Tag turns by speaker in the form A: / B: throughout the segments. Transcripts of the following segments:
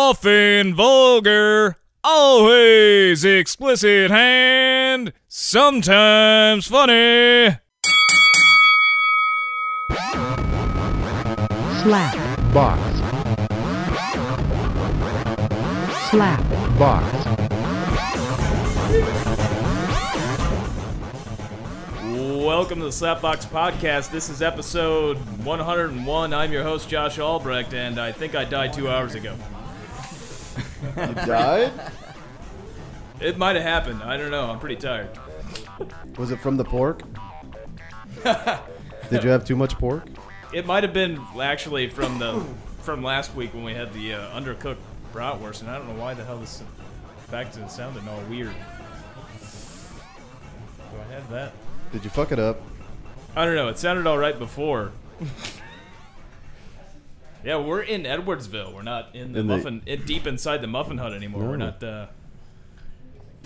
A: often vulgar, always explicit, and sometimes funny.
B: slap,
C: box,
B: slap,
C: box,
D: Welcome to the Slapbox Podcast. This is episode 101. I'm your host, Josh Albrecht, and I think I died two hours ago.
E: died?
D: It might have happened. I don't know. I'm pretty tired.
E: Was it from the pork? Did you have too much pork?
D: It might have been actually from the from last week when we had the uh, undercooked bratwurst, and I don't know why the hell this back to sounding all weird. Do I have that?
E: Did you fuck it up?
D: I don't know. It sounded all right before. yeah, we're in Edwardsville. We're not in the
E: In the-
D: muffin in, deep inside the muffin hut anymore. We're
E: No.
D: not. Uh,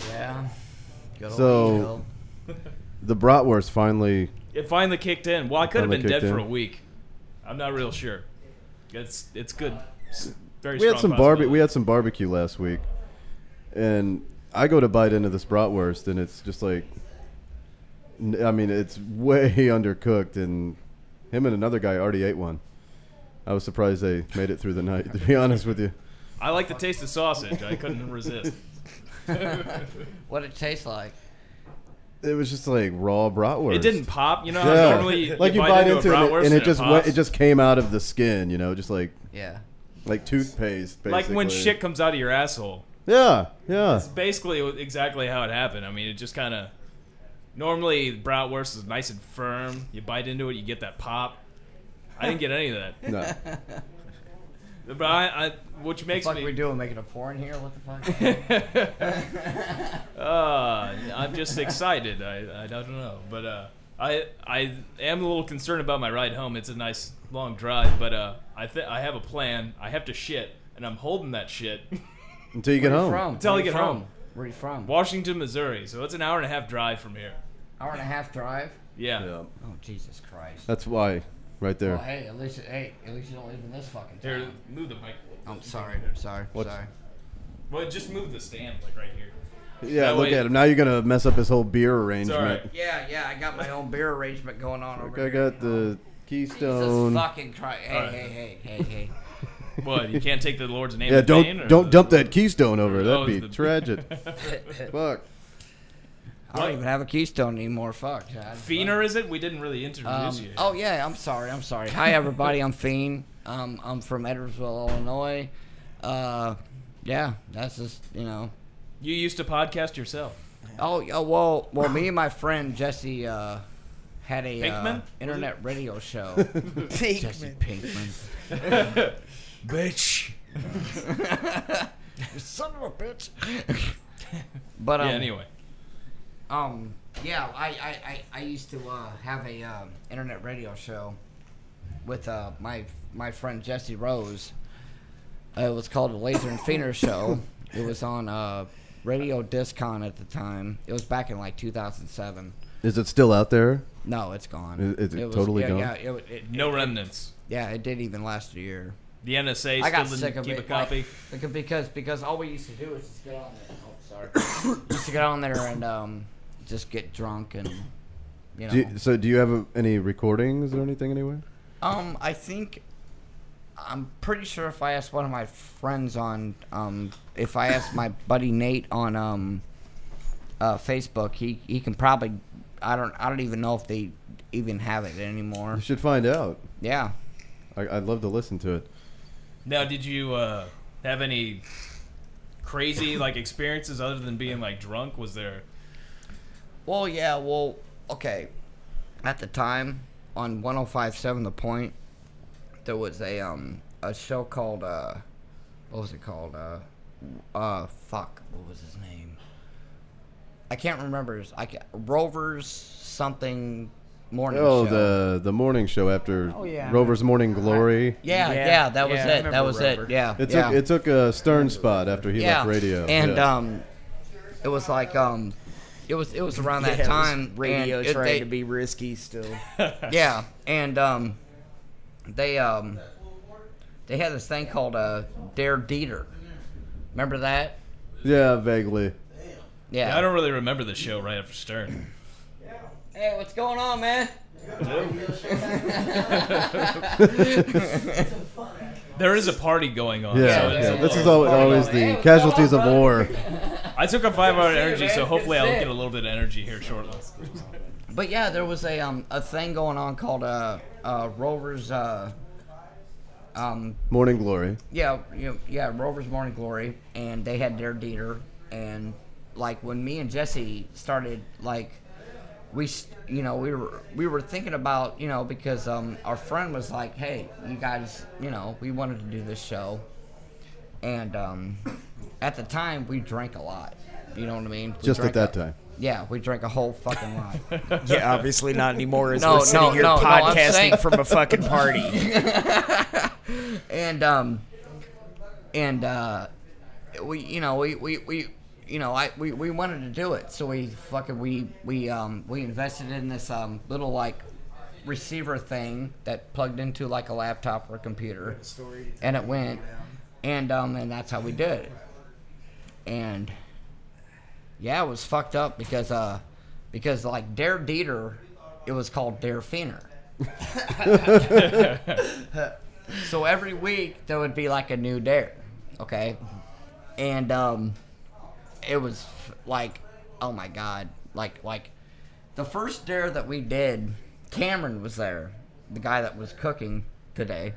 F: Yeah. Good old
E: So-
F: Eagle.
E: The bratwurst finally.
D: it finally kicked in. Well, I could have
E: Finally
D: been dead
E: kicked
D: for
E: in.
D: a week. I'm not real sure. It's it's good. S- Very.
E: We had
D: strong
E: some barbe-
D: possibility.
E: We had some barbecue last week, and I go to bite into this bratwurst, and it's just like, n- I mean, it's way undercooked, and him and another guy already ate one. I was surprised they made it through the night. To be honest with you,
D: I like the taste of sausage. I couldn't resist.
F: What it tastes like?
E: it was just like raw bratwurst.
D: It didn't pop. You know, how
E: Yeah.
D: normally
E: like you
D: bite, into, a
E: it, and
D: bratwurst
E: it, and it just went,
D: pops?
E: it just came out of the skin. You know, just like
F: Yeah.
E: like toothpaste. Basically.
D: like when shit comes out of your asshole.
E: Yeah, yeah.
D: It's basically exactly how it happened. I mean, it just kind of. Normally, bratwurst is nice and firm. You bite into it, you get that pop. I didn't get any of that,
E: No.
D: but I, I which makes
F: fuck
D: me.
F: we doing? Making a porn here? What the fuck?
D: Uh, I'm just excited. I, I don't know, but uh, I I am a little concerned about my ride home. It's a nice long drive, but uh, I th- I have a plan. I have to shit, and I'm holding that shit.
E: Until you get home.
F: From?
D: Until
F: Where
D: I
F: you
D: get
F: from?
D: home.
F: Where you from?
D: Washington, Missouri. So it's an hour and a half drive from here.
F: Hour and a half drive?
D: Yeah.
E: Yeah.
F: Oh Jesus Christ.
E: That's why, right there.
F: Well, hey, at least hey, at least you don't live in this fucking
D: Here,
F: town.
D: move the mic.
F: I'm sorry. Sorry.
E: What's-
F: Sorry.
D: Well, just move the stand like right here.
E: yeah,
D: that
E: look
D: way-
E: at him. Now you're gonna mess up his whole beer
D: It's all right.
E: arrangement.
F: Yeah, yeah. I got my own beer arrangement going on over
E: Look, I
F: here.
E: got the
F: Jesus
E: Keystone.
F: fucking Christ. Hey,
D: Alright.
F: hey, hey, hey, hey.
D: What? You can't take the Lord's name.
E: Yeah,
D: in vain, or
E: don't don't
D: the-
E: dump that Keystone over.
D: Oh,
E: That'd
D: it's
E: be
D: the-
E: tragic. Fuck.
F: I don't even have a Keystone anymore. Fuck. I-
D: Feener is it? We didn't really introduce
F: Um,
D: you.
F: oh yeah, I'm sorry. I'm sorry. Hi everybody. I'm Fiend. Um, I'm from Edwardsville, Illinois. Uh, yeah, that's just you know.
D: You used to podcast yourself.
F: Oh, yeah, well, well, me and my friend Jesse uh, had a
D: Pinkman? Was
F: uh, internet radio show. Jesse
G: Pinkman.
F: Pinkman.
D: Bitch.
F: You son of a bitch. but um,
D: Yeah. Anyway.
F: Um, yeah, I, I, I, I used to uh, have a um, internet radio show with uh, my my friend Jesse Rose. Uh, it was called the Laser and Feener Show. It was on uh, Radio Discon at the time. It was back in like 2007.
E: Is it still out there?
F: No, it's gone.
E: Is- is it
F: was,
E: totally
F: yeah,
E: gone?
F: Yeah, it, it,
D: No remnants.
F: yeah, it didn't even last a year.
D: The NSA still
F: I got
D: didn't
F: sick of
D: keep
F: it.
D: a copy.
F: Like, like, because because all we used to do is just get on there. Oh, sorry. just to get on there and um, just get drunk and you know.
E: Do you, so do you have uh any recordings or anything anywhere?
F: Um, I think I'm pretty sure if I asked one of my friends on um, if I asked my buddy Nate on um, uh, Facebook, he he can probably. I don't I don't even know if they even have it anymore.
E: You should find out.
F: Yeah.
E: I, I'd love to listen to it.
D: Now, did you uh, have any crazy like experiences other than being like drunk? Was there?
F: Well, yeah. Well, okay. At the time, on 105.7 The Point, there was a um a show called uh what was it called uh uh fuck what was his name I can't remember his I can, Rovers something morning
E: Oh,
F: show.
E: the the morning show after
G: Oh, yeah.
E: Rover's Morning Glory.
F: yeah,
G: Yeah,
F: yeah that was
G: yeah, I
F: it that
G: remember
F: was it
G: Rover.
F: yeah
E: It took
F: yeah.
E: it took a Stern spot after he left radio.
F: And
E: Yeah.
F: um, it was like um, it was it was around that
G: Yeah, it was
F: time.
G: radio
F: and it-
G: trying
F: they-
G: to be risky still.
F: Yeah, and um, they um, They had this thing called uh, Dare Dieter. Remember that?
E: Yeah, vaguely.
F: Yeah.
D: I don't really remember the show right after Stern.
F: Hey, what's going on, man?
D: There is a party going on.
E: Yeah,
D: so it's
E: yeah.
D: a
E: This
D: little-
E: is al- always the casualties of war.
D: I took a five hour
F: Good to see you,
D: energy,
F: man.
D: so
F: Good
D: hopefully
F: to
D: I'll
F: see you.
D: get a little bit of energy here shortly.
F: But yeah, there was a um a thing going on called uh uh Rover's uh um
E: Morning glory.
F: yeah you, yeah Rover's Morning Glory, and they had their Dieter, and like when me and Jesse started like we s- you know we were we were thinking about you know because um our friend was like hey you guys you know we wanted to do this show, and um at the time we drank a lot, you know what I mean? We
E: Just at
F: drank
E: that
F: a-
E: time.
F: Yeah, we drank a whole fucking lot.
C: Yeah, obviously not anymore. As
F: No,
C: we're sitting
F: no,
C: here
F: no, no, I'm
C: podcasting
F: saying-
C: from a fucking party.
F: and um and uh we you know we we, we you know I we, we wanted to do it so we fucking we we um we invested in this um little like receiver thing that plugged into like a laptop or a computer and it went and um and that's how we did it and yeah it was fucked up because uh because like Dare Dieter it was called Dare Feener so every week there would be like a new dare, okay? And um, it was f- like, oh my god, like like the first dare that we did, Cameron was there, the guy that was cooking today,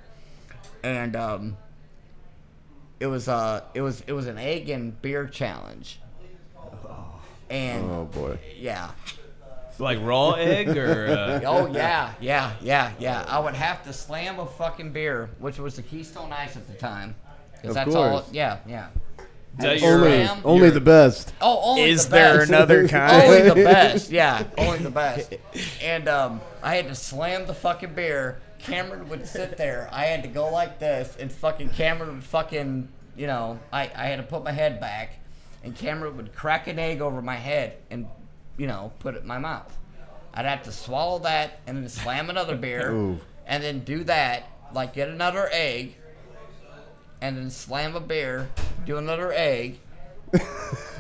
F: and um, it was uh it was it was an egg and beer challenge, and
E: Oh boy.
F: yeah.
D: Like raw egg or uh,
F: Oh yeah, yeah, yeah, yeah. I would have to slam a fucking beer, which was the Keystone Ice at the time,
E: Of
F: because that's
E: course.
F: all. Yeah, yeah.
D: is that your,
E: Only,
F: Ram?
E: only the best.
F: Oh, only
C: Is
F: the
C: there
F: best.
C: another kind?
F: Only the best. Yeah, only the best. And um, I had to slam the fucking beer. Cameron would sit there. I had to go like this, and fucking Cameron would fucking, you know, I, I had to put my head back, and Cameron would crack an egg over my head and, you know, put it in my mouth. I'd have to swallow that and then slam another beer,
E: Ooh.
F: and then do that, like get another egg, and then slam a beer, do another egg,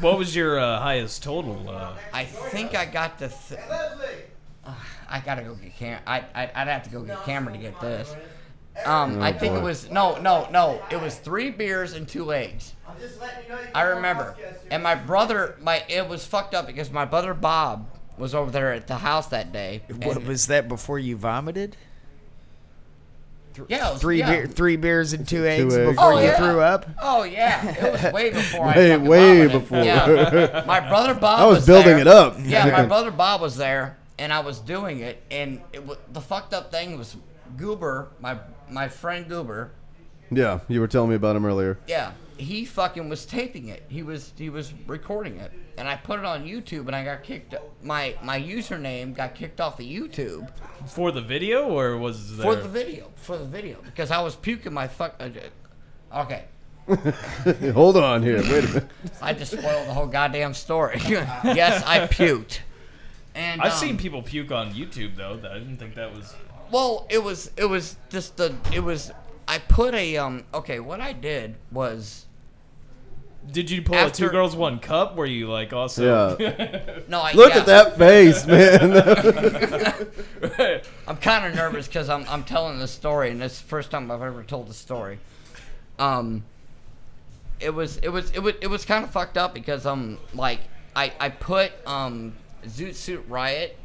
D: what was your uh, highest total? Uh,
F: I think I got the. Th- Ugh, I gotta go get Cam. I, I I'd have to go get Cameron to get this. Um,
C: Oh,
F: I think it
E: boy.
F: was no, no, no. It was three beers and two eggs. I remember. And my brother, my it was fucked up because my brother Bob was over there at the house that day.
C: What
F: Oh, and-
C: was that before you vomited?
F: yeah, it was-
C: Three
F: yeah.
C: beer, three beers and two eggs
E: eggs.
C: before
F: Oh,
C: you
F: yeah.
C: threw up.
F: Oh yeah, it was way before. I
E: Way-
F: fucking
E: way
F: vomited.
E: before.
F: Yeah. My brother Bob.
E: I was building
F: there.
E: it up.
F: Yeah, my
E: Fucking-
F: brother Bob was there, and I was doing it, and it w- the fucked up thing was Goober, my my friend Goober.
E: Yeah, you were telling me about him earlier.
F: Yeah, he fucking was taping it. He was he was recording it, and I put it on YouTube, and I got kicked. My my username got kicked off of YouTube
D: for the video or was there?
F: for the video for the video because I was puking my fuck. uh, Okay,
E: Hold on here. Wait a minute.
F: I just spoiled the whole goddamn story. yes, I puked. And
D: I've
F: um,
D: seen people puke on YouTube though. That I didn't think that was.
F: Well, it was it was just the it was I put a um okay, what I did was
D: Did you pull
F: After-
D: a two girls one cup? Were you like also?
F: no, I
E: Look
F: yeah,
E: at that face, man.
F: I'm kind of nervous cuz I'm I'm telling this story and it's the first time I've ever told the story. Um it was it was it was it was kind of fucked up because um like I I put um Zoot Suit Riot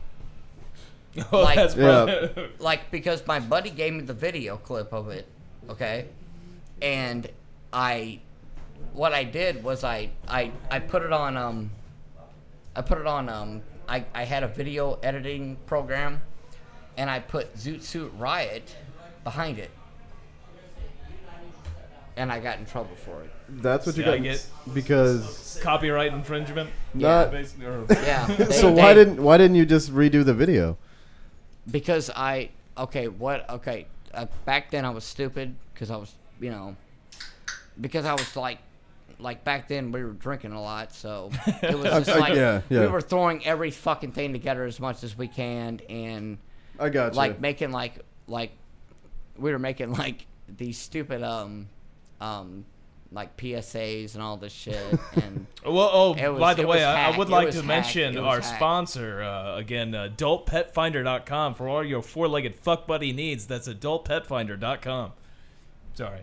D: oh,
F: Like-
D: that's
E: Yeah.
D: probably-
F: like because my buddy gave me the video clip of it, okay, and I, what I did was I I I put it on um, I put it on um I I had a video editing program, and I put Zoot Suit Riot behind it, and I got in trouble for it.
E: That's what you
D: Yeah, I
E: got
D: get-
E: because
D: copyright infringement.
E: not.
D: Basically, or-
F: Yeah.
E: So
F: they-
E: why
F: they-
E: didn't why didn't you just redo the video?
F: because I okay what okay uh, back then I was stupid because I was you know because I was like like back then we were drinking a lot so it was just like
E: Yeah, yeah.
F: we were throwing every fucking thing together as much as we can and
E: I got you.
F: like making like like we were making like these stupid um um like PSAs and all this shit and
D: Well, oh,
F: It was-
D: by the
F: it
D: way,
F: was
D: I, I
F: hacked.
D: would
F: It
D: like
F: was
D: to
F: hacked.
D: mention
F: It was
D: our
F: hacked.
D: sponsor uh, again, adultpetfinder.com for all your four-legged fuck buddy needs. That's adultpetfinder.com. Sorry,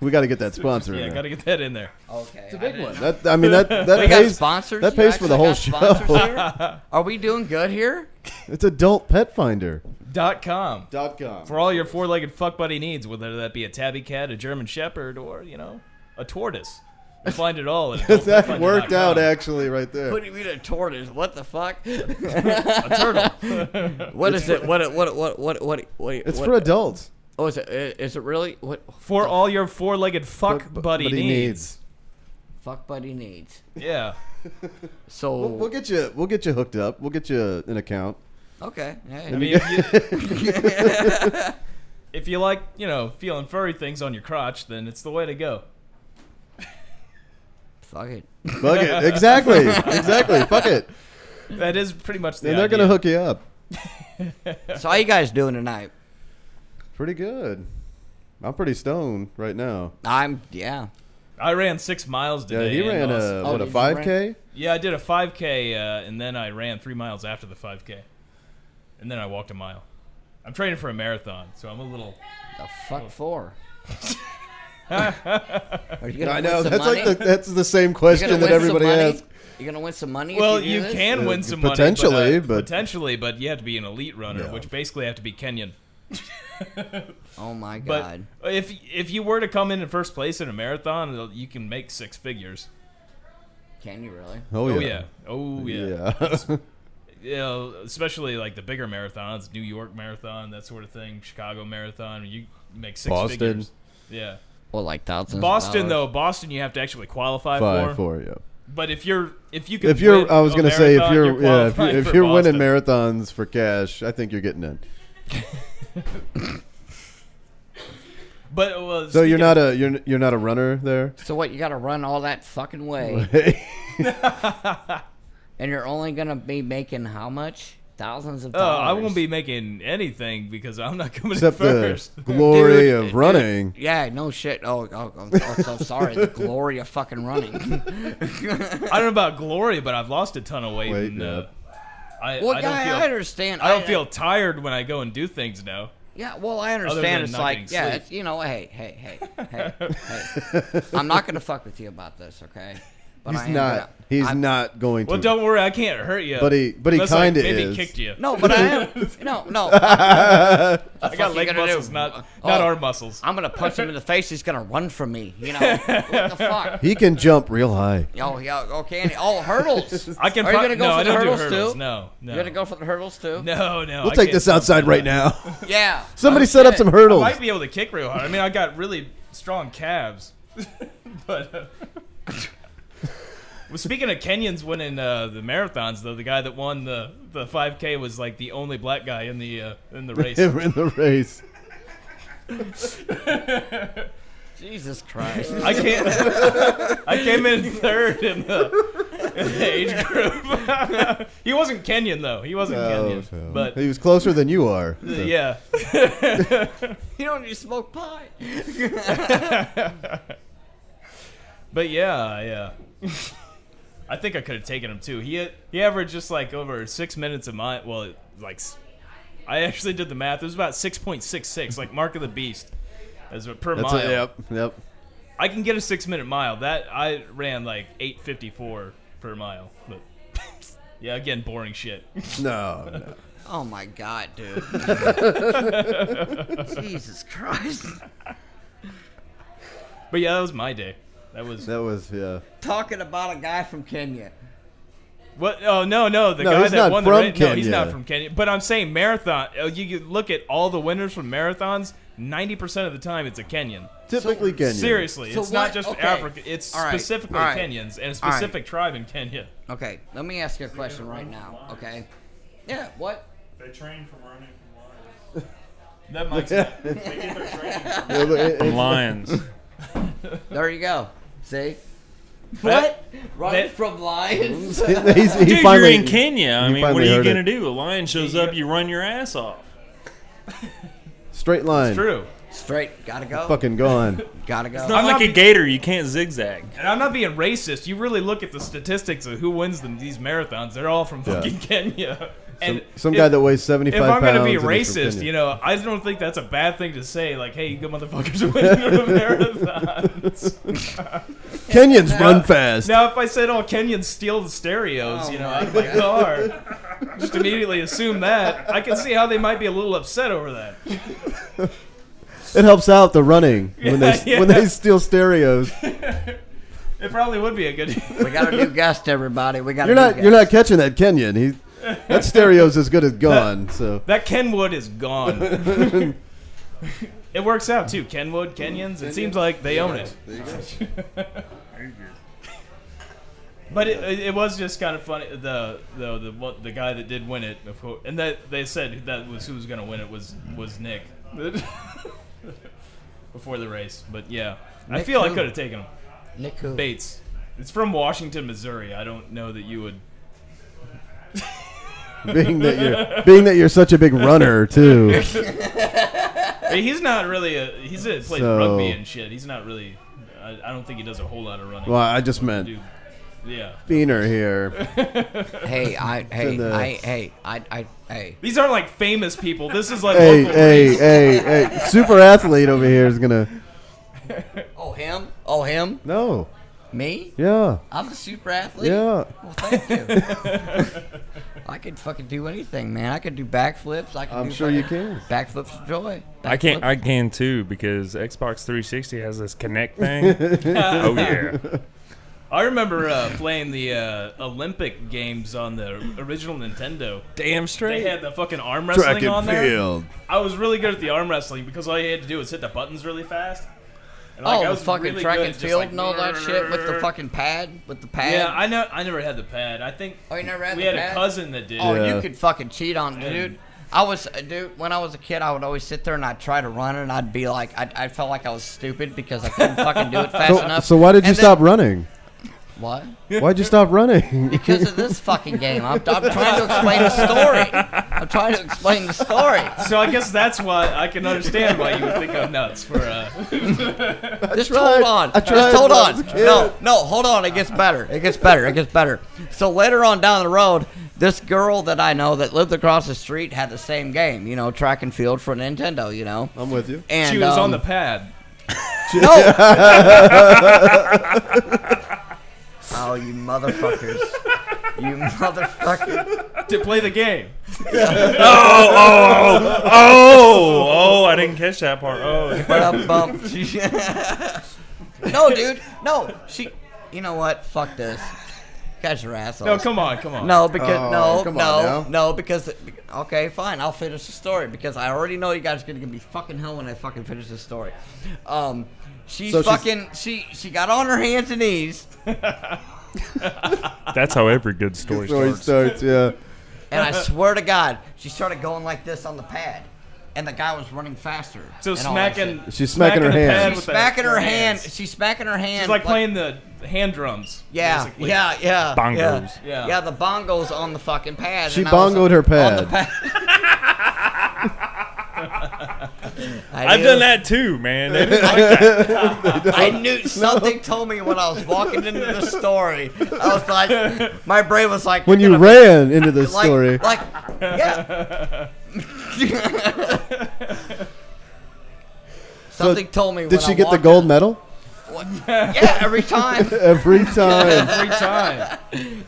E: We got to get that sponsor. in
D: yeah,
E: there.
D: gotta get that in there.
F: okay, it's
E: That I mean that that
F: We got
E: pays
F: sponsors.
E: that
F: You
E: pays for the
F: actually
E: whole
F: got sponsors
E: show.
F: here? Are we doing good here?
E: it's adult pet finder
D: Dot com
E: dot com.
D: for all your four-legged fuck buddy needs, whether that be a tabby cat, a German shepherd, or you know, a tortoise. You find it all. At
E: that worked
D: adultpetfinder.com.
E: out actually right there.
F: What do you mean a tortoise? What the fuck? a turtle. what is it? What? What? What? What? What? what
E: It's
F: what,
E: for adults.
F: Oh, is it? Is it really? What?
D: for all your four-legged fuck
E: Fuck bu-
D: buddy,
E: buddy
D: needs.
F: Fuck, buddy needs.
D: Yeah,
F: So
E: We'll, we'll get you. We'll get you hooked up. We'll get you an account.
F: okay. hey.
D: I mean, if you, if you like, you know, feeling furry things on your crotch, then it's the way to go.
F: fuck it.
E: Fuck it. Exactly. Exactly. Fuck it.
D: That is pretty much the.
E: And they're gonna
D: idea.
E: hook you up.
F: So how you guys doing tonight?
E: Pretty good. I'm pretty stoned right now.
F: I'm yeah.
D: I ran six miles
E: Yeah,
D: today.
E: he
D: and
E: ran
D: also-
E: a what a
F: did you run?
E: 5k.
D: Yeah, I did a 5K, uh, and then I ran three miles after the 5K, and then I walked a mile. I'm training for a marathon, so I'm a little.
F: The
D: Oh.
F: fuck for? Are you gonna
E: I
F: win
E: know
F: some
E: that's
F: money?
E: like the, that's the same
F: You gonna
E: question that
F: win some
E: everybody
F: money?
E: asks.
F: You gonna win some money? if
D: Well,
F: you,
D: you
F: do this?
D: can
E: Uh,
D: win some money,
E: potentially,
D: but, uh,
E: but-
D: potentially, but you have to be an elite runner,
E: Yeah.
D: which basically have to be Kenyan.
F: Oh my
D: But
F: god.
D: if if you were to come in in first place in a marathon, uh, you can make six figures.
F: Can you really?
E: Oh,
D: Oh yeah,
E: yeah.
D: oh yeah.
E: Yeah.
D: You know, especially like the bigger marathons, New York Marathon, that sort of thing, Chicago Marathon. You make six
E: Boston.
D: figures. Yeah.
F: Well, like thousands. of
D: Boston though,
F: dollars.
D: Boston you have to actually qualify
E: Five
D: for.
E: four. Yeah.
D: But if you're if you can
E: If you're,
D: win
E: I was
D: a
E: gonna say if
D: marathon,
E: you're, yeah, if you're,
D: qualifying
E: if
D: for
E: you're
D: Boston.
E: winning marathons for cash, I think you're getting in.
D: But well,
E: So you're not a you're you're not a runner there.
F: So what? You gotta run all that fucking way, and you're only gonna be making how much? Thousands of
D: Uh,
F: dollars.
D: I won't be making anything because I'm not coming
E: Except
D: in first.
E: the glory
F: Dude,
E: of running.
F: Yeah, no shit. Oh, oh, oh, oh so sorry. the glory of fucking running.
D: I don't know about glory, but I've lost a ton of weight.
E: Wait,
D: and,
E: yeah.
D: uh, I,
F: Well,
D: I don't
F: yeah,
D: feel
F: I understand.
D: I don't feel tired when I go and do things now.
F: Yeah, well, I
D: than
F: understand. It's
D: not
F: like,
D: getting
F: yeah,
D: sleep.
F: it's, you know, hey, hey, hey, hey, hey. I'm not gonna fuck with you about this, okay? But I
E: He's
F: am
E: not.
F: gonna-
E: He's
F: I'm-
E: not going to.
D: Well, don't worry, I can't hurt you.
E: But he- but he
D: Unless I
E: kinda
D: maybe
E: is.
D: kicked you.
F: No, but I am. No, no. I
D: I got leg muscles, not not arm muscles.
F: Oh, I'm gonna punch him in the face. He's gonna run from me. You know what the fuck?
E: He can jump real high.
F: Oh yeah, okay. and- Oh hurdles.
D: I can.
F: Are you
D: pro-
F: gonna go
D: no,
F: for
D: I
F: the
D: don't
F: hurdles,
D: do hurdles.
F: too?
D: No, no.
F: You gonna go for the hurdles too?
D: No, no.
E: We'll
D: I
E: take
D: can't.
E: this outside right now.
F: Yeah.
E: Somebody
F: Oh,
E: set up
F: shit.
E: some
D: I
E: hurdles.
D: might be able to kick real hard. I mean, I got really strong calves, but. Uh, well, speaking of Kenyans winning uh, the marathons, though, the guy that won the, the 5K was like the only black guy in the uh, in the race.
E: Him in the race.
F: Jesus Christ.
D: I can't. I came in third in the, in the age group. he wasn't Kenyan though. He wasn't
E: Oh,
D: Kenyan,
E: so-
D: but
E: he was closer than you are. So-
D: yeah.
F: you don't need to smoke pot.
D: But yeah, yeah. I think I could have taken him too. He he averaged just like over six minutes a mile. Well, like s- I actually did the math. It was about six point six six, like Mark of the Beast, as a- per
E: That's
D: mile.
E: a, yep. Yep.
D: I can get a six minute mile. That I ran like eight fifty four per mile. But yeah, again, boring shit.
E: No. no.
F: Oh my God, dude. Jesus Christ.
D: But yeah, that was my day. That was
E: That was yeah.
F: Talking about a guy from Kenya.
D: what? Oh no, no, the
E: No,
D: guy
E: he's
D: that
E: not
D: won
E: from
D: the ra- no, he's
E: Kenya.
D: not from Kenya. But I'm saying marathon. uh, You, you look at all the winners from marathons. Ninety percent of the time, it's a Kenyan.
E: Typically Kenyan.
D: Seriously,
F: So
D: it's not
F: what-
D: just
F: okay.
D: Africa. It's
F: All right,
D: specifically
F: all right,
D: Kenyans and a
F: all right.
D: specific tribe in Kenya.
F: Okay, let me ask you a question right now. Okay. Yeah. What?
G: They train from running from
D: That might
G: lions. They get their training from
E: It- it- it-
G: lions.
F: There you go. See. What? Running
D: that-
F: from lions.
E: he's, he
G: Dude,
E: finally,
G: you're in Kenya. I
E: he
G: mean, what are
E: finally
G: you
E: heard
G: gonna
E: it.
G: do? A lion shows up, you run your ass off.
E: Straight line.
D: true.
F: Straight, gotta go.
E: Fucking gone.
F: Gotta go.
D: not-
H: I'm like
D: be-
H: a gator. You can't zigzag.
D: And I'm not being racist. You really look at the statistics of who wins them, these marathons. They're all from
E: Yeah.
D: fucking Kenya. And
E: Some, some
D: if-
E: guy that weighs 75
D: If I'm
E: pounds.
D: gonna be
E: and is from
D: racist,
E: Kenya.
D: you know, I don't think that's a bad thing to say. Like, hey, you good motherfuckers are winning the marathons.
E: Kenyans run fast.
D: now, if I said all Kenyans steal the stereos,
F: Oh
D: you know,
F: my
D: out of my car, just immediately assume that. I can see how they might be a little upset over that.
E: It helps out the running when they
D: Yeah,
E: when
D: yeah.
E: they steal stereos.
D: It probably would be a good.
F: we got a new guest, everybody. We got
E: You're
F: a new
E: not
F: guest.
E: you're not catching that Kenyan. He that stereo's as good as gone. So
D: that Kenwood is gone. it works out too. Kenwood, Kenyans. It seems like they own it. But it, it, it was just kind of funny. The the the what the guy that did win it, of course, and that they said that was who was going to win it was was Nick before the race. But yeah, I
F: Nick
D: feel I
F: who?
D: could have taken him.
F: Nick who?
D: Bates. It's from Washington, Missouri. I don't know that you would.
E: being that you're being that you're such a big runner too.
D: I mean, He's not really a. He's a, plays
E: So-
D: rugby and shit. He's not really. I, I don't think he does a whole lot of running.
E: Well, I just meant
D: Dude, yeah.
E: Beaner here.
F: Hey, I, hey,
E: the-
F: I, hey, I, I, hey.
D: These aren't like famous people. This is like
E: Hey,
D: local
E: hey,
D: race.
E: hey, hey! Super athlete over here is gonna
F: Oh him? Oh him?
E: no.
F: Me?
E: Yeah,
F: I'm a super athlete.
E: yeah.
F: Well, thank you. I could fucking do anything, man. I could do backflips. I could
E: I'm
F: do
E: sure you
F: fucking- Backflips of joy.
H: I can't. I can too because Xbox 360 has this Connect thing. oh yeah.
D: I remember uh, playing the uh, Olympic games on the original Nintendo.
H: Damn
D: They
H: straight.
D: had the fucking arm wrestling on there.
E: field.
D: I was really good at the arm wrestling because all you had to do was hit the buttons really fast. And,
F: Oh,
D: like, I
F: the
D: was
F: fucking
D: really
F: track
D: good
F: and
D: at just,
F: field
D: like,
F: and all that shit with the fucking pad, with the pad.
D: Yeah, I know. I never had the pad. I think
F: Oh, you never had
D: we
F: the
D: had
F: pad?
D: a cousin that did.
F: Oh,
E: Yeah.
F: you could fucking cheat on, dude. I was, uh, dude. When I was a kid, I would always sit there and I'd try to run, and I'd be like, I, I felt like I was stupid because I couldn't fucking do it fast
E: So,
F: enough.
E: so why did you
F: And then-
E: stop running?
F: What?
E: Why'd you stop running?
F: Because of this fucking game. I'm, I'm trying to explain the story. I'm trying to explain the story.
D: So I guess that's why I can understand why you would think I'm nuts for. Uh,
F: Just
E: tried.
F: hold on.
E: I tried
F: Just hold
E: when I was
F: on.
E: a kid.
F: No, no, hold on. It gets better. It gets better. It gets better. So later on down the road, this girl that I know that lived across the street had the same game, you know, track and field for Nintendo, you know.
E: I'm with you.
F: And
D: she was
F: um,
D: on the pad.
F: No. oh, you motherfuckers. You motherfucker.
D: to play the game.
H: Oh, oh! I didn't catch that part. Oh,
F: But up bump. no, dude. No. She You know what? Fuck this. You guys are assholes.
D: No, come on, come on.
F: No, because
E: Oh,
F: no,
E: come on
F: no,
E: now.
F: no, because okay, fine, I'll finish the story because I already know you guys are gonna be fucking hell when I fucking finish the story. Um, she
E: So she's-
F: fucking she she got on her hands and knees,
H: that's how every good story
E: Story
H: starts.
E: starts. Yeah.
F: and I swear to God, she started going like this on the pad, and the guy was running faster.
D: So
F: and all that
D: smacking.
F: shit.
E: She's smacking her
D: the pad
E: hands.
D: with the-
F: smacking her hand, she's smacking her hand.
D: She's like playing the hand drums.
F: Yeah,
D: basically.
F: yeah, yeah,
H: Bongos.
F: Yeah.
D: Yeah.
F: yeah, the bongos on the fucking pad.
E: She
F: and I was
E: bongoed her
F: on the
E: pad.
F: pad. I
H: I've
F: knew-
H: done that too, man. They didn't like
F: I knew something told me when I was walking into the story. I was like, my brain was like,
E: When
F: "You're
E: you
F: gonna
E: ran into this
F: be like,
E: story,
F: like, yeah. something told me. when
E: did she
F: I
E: get the
F: walked
E: gold
F: in-
E: medal
F: Yeah, every time,
E: every time?
D: Every time.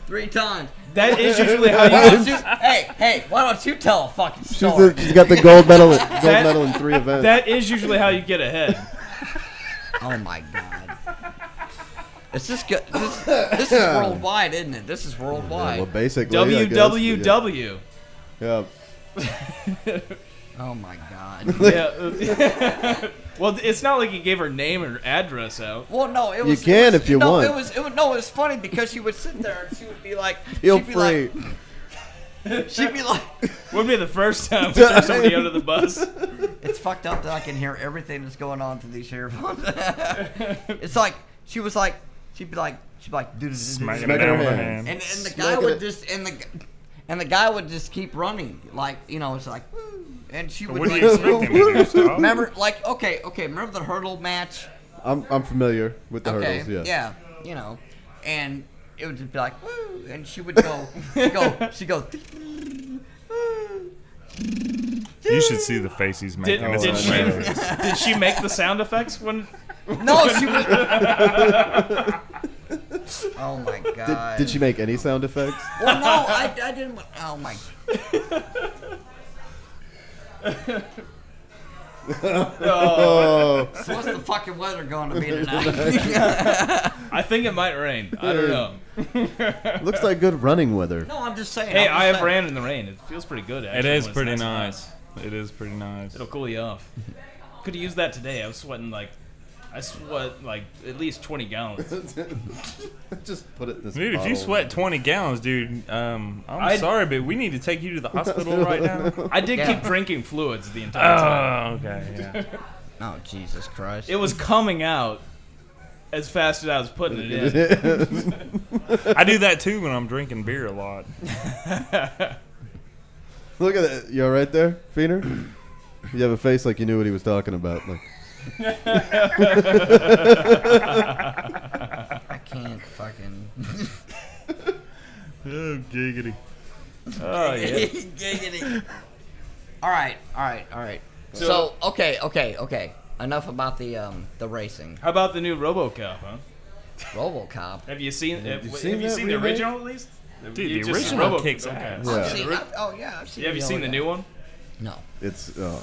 F: three times.
D: That is usually how
F: Why
D: you.
F: don't you, hey, hey, why don't you tell a fucking
E: She's,
F: story?
E: a, she's got the gold medal. Gold medal in three events.
D: That is usually how you get ahead.
F: Oh my god. Is this good? This, this is worldwide, isn't it? This is worldwide.
E: well, basically, I guess, but yeah.
D: WWW.
E: Yeah.
F: Oh my god.
D: Yeah. well, it's not like he gave her name or address out.
F: Well, no, it was. it
E: can
F: was-
E: if you
F: no,
E: want.
F: It was, it was. No, it was funny because she would sit there and she would be like,
E: Feel
F: she'd be
E: free.
F: Like, she'd be like,
D: Wouldn't be the first time we threw somebody under the bus.
F: it's fucked up that I can hear everything that's going on through these earphones. it's like she was like, she'd be like, she'd be like, dude,
H: smacking
E: Smacking
H: down
E: her
H: with her
E: hand.
F: and
H: hand.
F: and the guy
E: Smoking
F: would
E: it.
F: just and the and the guy would just keep running like you know it's like "Woo," and she would.
H: What do
F: like,
H: you expect him to do? Stop.
F: Remember, like, okay, okay. Remember the hurdle match?
E: I'm, I'm familiar with the
F: okay,
E: hurdles. Yes.
F: yeah, you know, and it would just be like, woo, and she would go, she go, she go.
H: You should see the face he's making.
E: Oh,
D: Did,
H: It's
D: did, she,
H: hilarious.
D: did she make the sound effects when?
F: No, she would. oh my god.
E: Did, did she make any sound effects?
F: Well, no, I, I didn't. wa- Oh my.
E: oh,
F: So what's the fucking weather going to be tonight?
D: I think it might rain. I don't know.
E: looks like good running weather.
F: no, I'm just saying.
D: Hey,
F: I'm
D: I
F: just
D: have
F: saying.
D: ran in the rain. It feels pretty good.
H: It
D: Actually,
H: is
D: when it's
H: pretty
D: and hot.
H: nice. It is pretty nice.
D: It'll cool you off. Could use that today. I was sweating like, I sweat like at least twenty gallons.
E: Just put it in this.
H: Dude, if you
E: bottle.
H: sweat 20 gallons, dude, um, I'm
D: I'd-
H: sorry, but we need to take you to the hospital right now.
D: I did
F: Yeah.
D: keep drinking fluids the entire time.
H: Oh, okay. Yeah.
F: Oh Jesus Christ.
D: It was coming out as fast as I was putting it in.
H: I do that too when I'm drinking beer a lot.
E: Look at that. You all right there, Feener? You have a face like you knew what he was talking about. Like,
F: I can't fucking.
H: Oh, giggity.
D: Oh yeah.
F: Giggity. all right, all right, all right. So, okay, okay, okay. Enough about the um the racing.
D: How about the new RoboCop? Huh?
F: RoboCop.
D: Have you seen? Have, have
E: seen
D: you
E: that
D: seen the
E: remake?
D: original at least?
H: Dude,
D: You
H: the
D: just-
H: original
D: Robo-
H: kicks
D: okay.
H: ass.
E: yeah,
F: See, I've- oh yeah, I've seen.
D: Have you seen the new one?
F: No.
E: it's uh,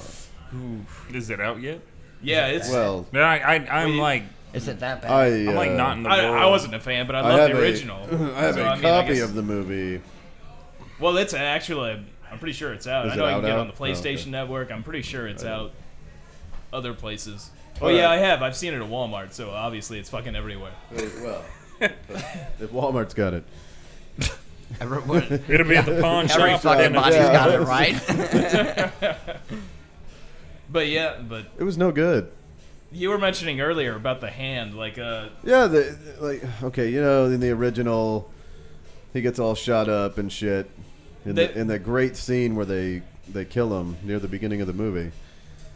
H: Is it out yet?
D: Yeah, it's.
E: well,
H: No, I, I, I'm
D: you-
H: like,
F: Is it that bad?
E: I uh,
H: I'm like not in the
D: I,
H: world.
D: I wasn't a fan, but I
E: I
D: love
E: have
D: the original.
E: A, I have
D: So,
E: a
D: I mean, I
E: copy
D: guess-
E: of the movie.
D: Well, it's actually. I'm pretty sure it's out.
E: Is
D: I
E: it
D: know I
E: out
D: can get
E: out?
D: it on the
E: Oh, okay. Oh,
D: PlayStation Network. I'm pretty sure it's out other places. Oh
E: Alright.
D: yeah, I have. I've seen it at Walmart, so obviously it's fucking everywhere.
E: Well, if Walmart's got it,
F: Everyone,
H: It'll be at the pawn
F: every
H: shop.
F: fucking
H: and
F: body's
E: Yeah.
F: got it right.
D: But yeah, but
E: it was no good.
D: you were mentioning earlier about the hand, like uh,
E: Yeah, the, like okay, you know, in the original, he gets all shot up and shit. In,
D: They-
E: the, in the great scene where they they kill him near the beginning of the movie.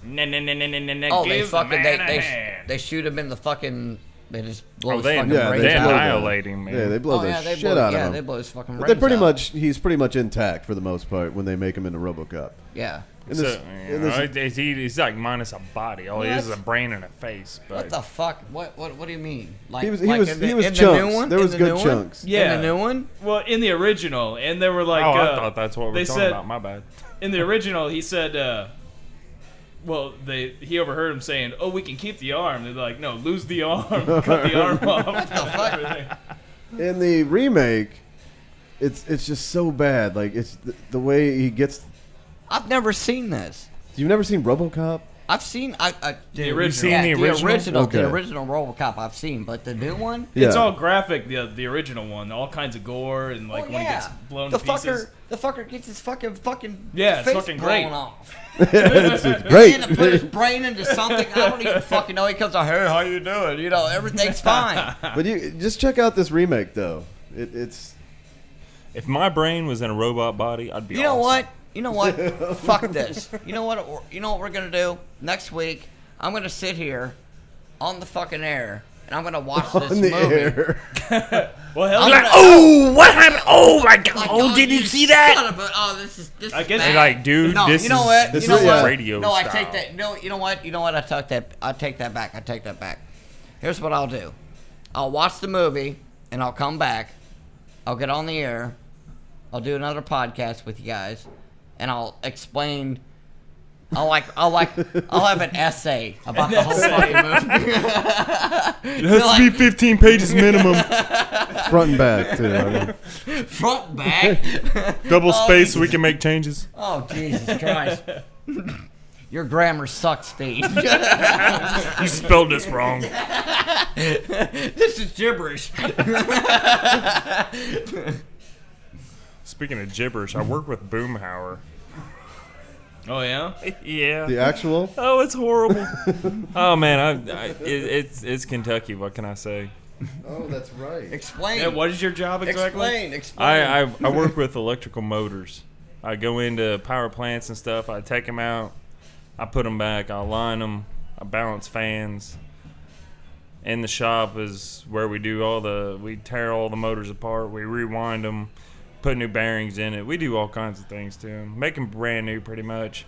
D: na na na na na na. na,
F: oh, they
D: give the
F: fucking they
D: man a
F: they, sh-
D: hand.
F: they shoot him in the fucking. They just blow
H: Oh,
F: his
H: they-
F: fucking
E: Yeah,
F: brains
H: they
E: blow the-
F: out.
H: annihilate him, man.
E: Yeah, they blow
F: Oh
E: the
F: yeah, they
E: shit
F: blow.
E: out
F: Yeah,
E: of
F: they
E: him.
F: blow his fucking
E: But
F: brains
E: They pretty
F: out.
E: much he's pretty much intact for the most part when they make him into RoboCop.
F: Yeah.
E: In
H: So,
E: this-
H: you
E: in
H: know,
E: this-
H: it- he- he's like minus a body. All he is is a brain and a face. But
F: What the fuck? What what what do you mean? Like
E: he was he
F: like
E: was
F: in the,
E: he was
F: in
E: chunks.
F: the new one?
E: There
F: In
E: was
F: the
E: good
F: new
E: chunks.
F: One?
D: Yeah.
F: In the new one?
D: Well, in the original, and they were like,
H: oh,
D: uh,
H: I thought that's what we
D: they
H: were talking
D: said-
H: about. My bad.
D: in the original, he said, uh, well, they he overheard him saying, "Oh, we can keep the arm." They're like, "No, lose the arm, cut the arm off."
F: fuck?
D: Everything.
E: In the remake, it's it's just so bad. Like it's the, the way he gets.
F: I've never seen this.
E: You've never seen RoboCop?
F: I've seen I, I the
D: original.
F: yeah,
H: Seen the
F: the
H: original?
F: original, the
E: Okay.
F: original RoboCop I've seen, but the new one.
D: It's all graphic, the the original one, all kinds of gore and like
F: oh,
D: when he
F: yeah.
D: gets blown
F: the
D: to
F: fucker,
D: pieces.
F: the fucker gets his fucking fucking
D: Yeah, it's
F: face
D: fucking
F: blown
D: great.
F: off.
E: it's, it's
F: He had to put his
E: great.
F: brain into something. I don't even fucking know. He comes out, hey, how you doing? You know, everything's fine.
E: but you just check out this remake though. It, it's
H: If my brain was in a robot body, I'd be.
F: You know
H: awesome.
F: what? You know what? Fuck this. You know what? we're- You know what we're gonna do next week? I'm gonna sit here on the fucking air and I'm gonna watch this
E: in the
F: movie.
E: air.
D: Well, hell,
F: I'm
D: yeah.
F: gonna-
H: Oh, what happened? Oh my god!
F: Like,
H: oh, did you see
F: son
H: that?
F: of a- oh, this is this.
D: I
F: is
D: guess-
F: bad.
H: You're like, dude,
F: No,
H: this
F: you know
H: is-
F: what?
E: this
F: you know
E: is
F: what?
H: radio
F: No, I
H: style.
F: take that. No, you know what? You know what? I take that. I take that back. I take that back. Here's what I'll do. I'll watch the movie and I'll come back. I'll get on the air. I'll do another podcast with you guys, and I'll explain. I'll like. I'll like. I'll have an essay about the whole fucking movie.
H: It has
F: You're
H: to be
F: like-
H: 15 pages minimum.
E: front and back too. I mean,
F: Front and back.
H: Double
F: Oh,
H: space, we can make changes.
F: Oh Jesus Christ! Your grammar sucks, Steve.
H: You spelled this wrong.
F: this is gibberish.
H: Speaking of gibberish, I work with Boomhauer.
D: oh yeah.
H: Yeah.
E: the actual.
H: Oh, it's horrible. oh man, I, I, it, it's it's Kentucky. What can I say?
E: Oh, that's right.
F: Explain.
D: Yeah, what is your job exactly?
F: Explain. Explain.
H: I I, I work with electrical motors. I go into power plants and stuff. I take them out. I put them back. I line them. I balance fans. In the shop is where we do all the. We tear all the motors apart. We rewind them. Put new bearings in it. We do all kinds of things to them. Make them brand new, pretty much.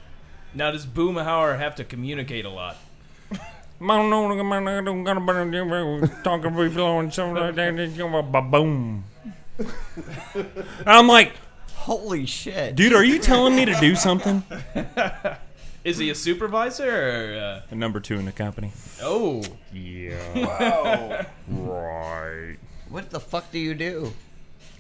D: Now, does Boomhauer have to communicate a lot?
H: Boom. I'm like,
F: Holy shit.
H: dude, are you telling me to do something?
D: Is he a supervisor? Or, uh,
H: Number two in the company.
D: oh,
H: Yeah. right.
F: What the fuck do you do?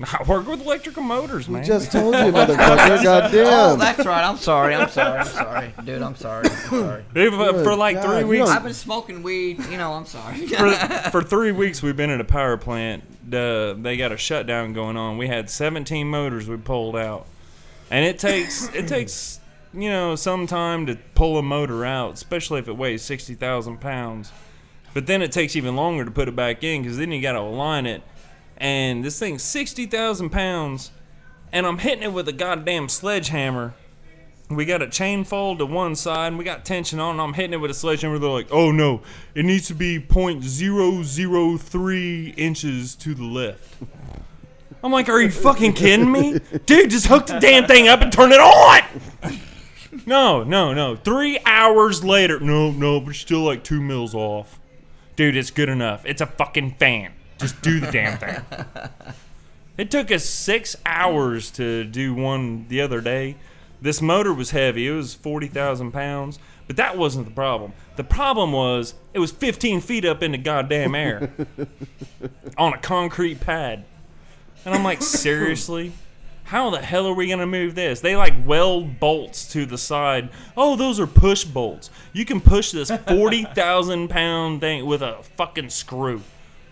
H: I work with electrical motors, man.
E: Just told you, motherfucker.
F: Oh,
E: Goddamn.
F: that's right. I'm sorry. I'm sorry. I'm sorry. Dude, I'm sorry. I'm sorry.
H: If, uh,
E: Good
H: for like
E: God,
H: three
E: you
H: weeks.
E: don't-
F: I've been smoking weed. You know, I'm sorry.
H: For, for three weeks, we've been at a power plant. Uh, they got a shutdown going on. We had 17 motors we pulled out, and it takes it takes you know some time to pull a motor out, especially if it weighs 60,000 pounds. But then it takes even longer to put it back in because then you got to align it. And this thing's 60,000 pounds, and I'm hitting it with a goddamn sledgehammer. We got a chain fold to one side, and we got tension on. And I'm hitting it with a sledgehammer. They're like, "Oh no, it needs to be .003 inches to the left." I'm like, "Are you fucking kidding me, dude? Just hook the damn thing up and turn it on." No, no, no. Three hours later, no, no, but still like two mils off, dude. It's good enough. It's a fucking fan. Just do the damn thing. It took us six hours to do one the other day. This motor was heavy. It was 40,000 pounds. But that wasn't the problem. The problem was it was 15 feet up in the goddamn air on a concrete pad. And I'm like, seriously? How the hell are we going to move this? They like weld bolts to the side. Oh, those are push bolts. You can push this 40,000 pound thing with a fucking screw.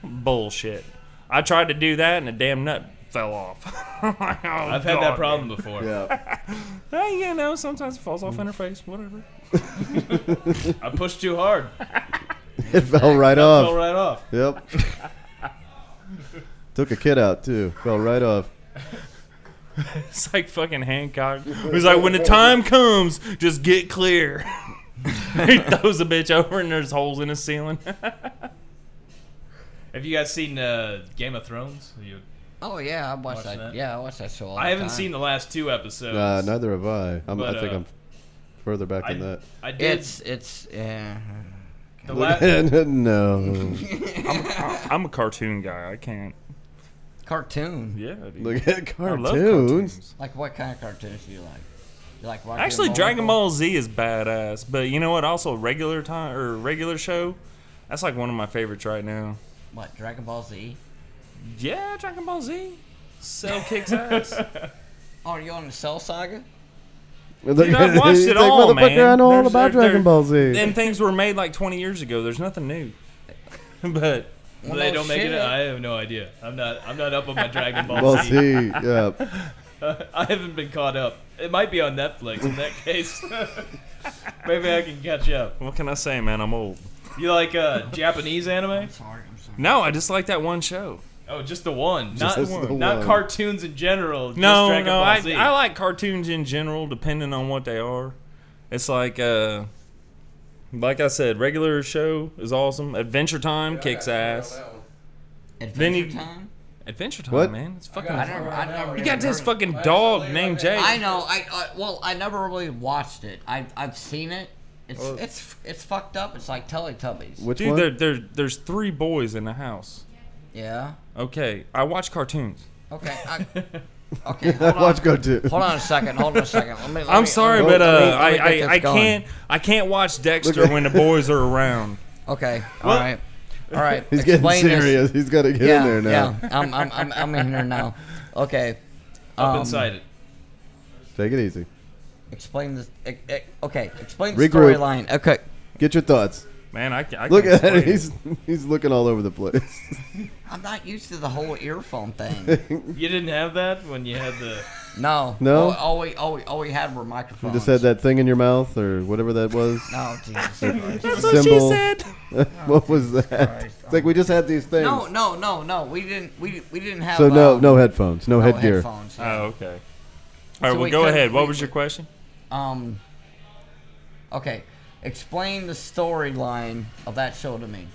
H: Bullshit. I tried to do that and a damn nut fell off. Oh,
D: I've had that problem before.
E: Yeah.
H: Hey, you know, sometimes it falls off in her face, whatever.
D: I pushed too hard.
E: It fell right
D: Fell
E: off.
D: right off.
E: Yep. Took a kid out too. Fell right off.
H: It's like fucking Hancock. He's like, when the time comes, just get clear. he throws the bitch over and there's holes in the ceiling.
D: Have you guys seen uh, Game of Thrones? You,
F: oh, yeah. I watched
D: Watching
F: that.
D: that?
F: Yeah, I watched that show all the
D: I haven't
F: time.
D: seen the last two episodes.
E: Nah, Uh, neither have I. I'm,
D: But,
E: I think
D: uh,
E: I'm further back
D: I,
E: than that.
D: I did.
F: It's, it's, yeah.
D: the la-
E: no.
H: I'm a cartoon guy. I can't.
F: Cartoon.
H: Yeah.
E: Look at
H: I
E: cartoons.
H: love cartoons.
F: Like, what kind of cartoons do you like? You like Rocky and
H: Actually,
F: Bullwinkle?
H: Dragon Ball Z is badass, but you know what? Also, regular time or regular show, that's like one of my favorites right now.
F: What, Dragon Ball Z?
H: Yeah, Dragon Ball Z, Cell kicks ass.
F: Oh, are you on the Cell Saga?
E: Look
H: Dude,
E: at-
H: I've watched
E: he's
H: it
E: like,
H: all,
E: motherfucker,
H: man.
E: I know all
H: There's-
E: about
H: there-
E: Dragon Ball Z.
H: and things were made like 20 years ago. There's nothing new, but
F: Well,
D: they
F: no
D: don't make
F: shit.
D: it. I have no idea. I'm not. I'm not up on my Dragon Ball,
E: Ball
D: Z.
E: Z. Yeah.
D: I haven't been caught up. It might be on Netflix. In that case, maybe I can catch up.
H: what can I say, man? I'm old.
D: You like uh, Japanese anime?
F: Sorry, I'm sorry.
H: No, I just like that one show.
D: Oh, just the one.
E: Just
D: not
E: this is the
D: not
E: one.
D: cartoons in general. Just
H: No,
D: Dragon
H: no,
D: Ball
H: I,
D: Z.
H: I like cartoons in general, depending on what they are. It's like, uh, like I said, regular show is awesome. Adventure Time kicks ass.
F: Adventure
H: you-
F: Time?
H: Adventure Time,
E: What?
H: man, it's fucking.
F: I never, I never
H: you
F: even
H: got this
F: heard-
H: fucking dog named Jake.
F: I know. I uh, well, I never really watched it. I I've seen it. It's it's it's fucked up. It's like Teletubbies.
E: Which
H: Dude,
E: one?
H: there, there, there's three boys in the house.
F: yeah.
H: Okay, I watch cartoons.
F: Okay. I, okay. Hold on.
E: Watch cartoons.
F: Hold on a second. Hold on a second. Let me, let
H: I'm
F: me-
H: sorry,
E: oh,
H: but uh,
F: let me- let me
H: I,
F: get
H: I, I
F: this going.
H: can't, I can't watch Dexter when the boys are around.
F: Okay. All right. All right.
E: He's getting
F: Explain this.
E: serious. He's got to get
F: Yeah.
E: in there now.
F: Yeah. I'm I'm I'm, I'm in here now. Okay.
D: up
F: um,
D: inside it.
E: Take it easy.
F: Explain this. e- e- Okay. Explain the
E: Regroup.
F: storyline. Okay.
E: Get your thoughts.
H: Man, I, ca- I
E: Look
H: can't
E: at him.
H: explain it.
E: He's he's looking all over the place.
F: I'm not used to the whole earphone thing.
D: You didn't have that when you had the.
F: No.
E: No?
F: All, all we all we all we had were microphones.
E: You just had that thing in your mouth or whatever that was.
F: No, Jesus.
H: That's what she
E: symbol.
H: said.
E: what was that? It's like we just had these things.
F: No, no, no, no. We didn't. We we didn't have.
E: so no
F: uh,
H: Um,
E: no headphones, no,
F: no
E: headgear.
F: headphones.
H: Oh, okay. All right,
F: So
H: well,
F: we
H: go
F: could-
H: ahead.
F: we
H: What was
F: could-
H: your question?
F: Um. Okay, explain the storyline of that show to me.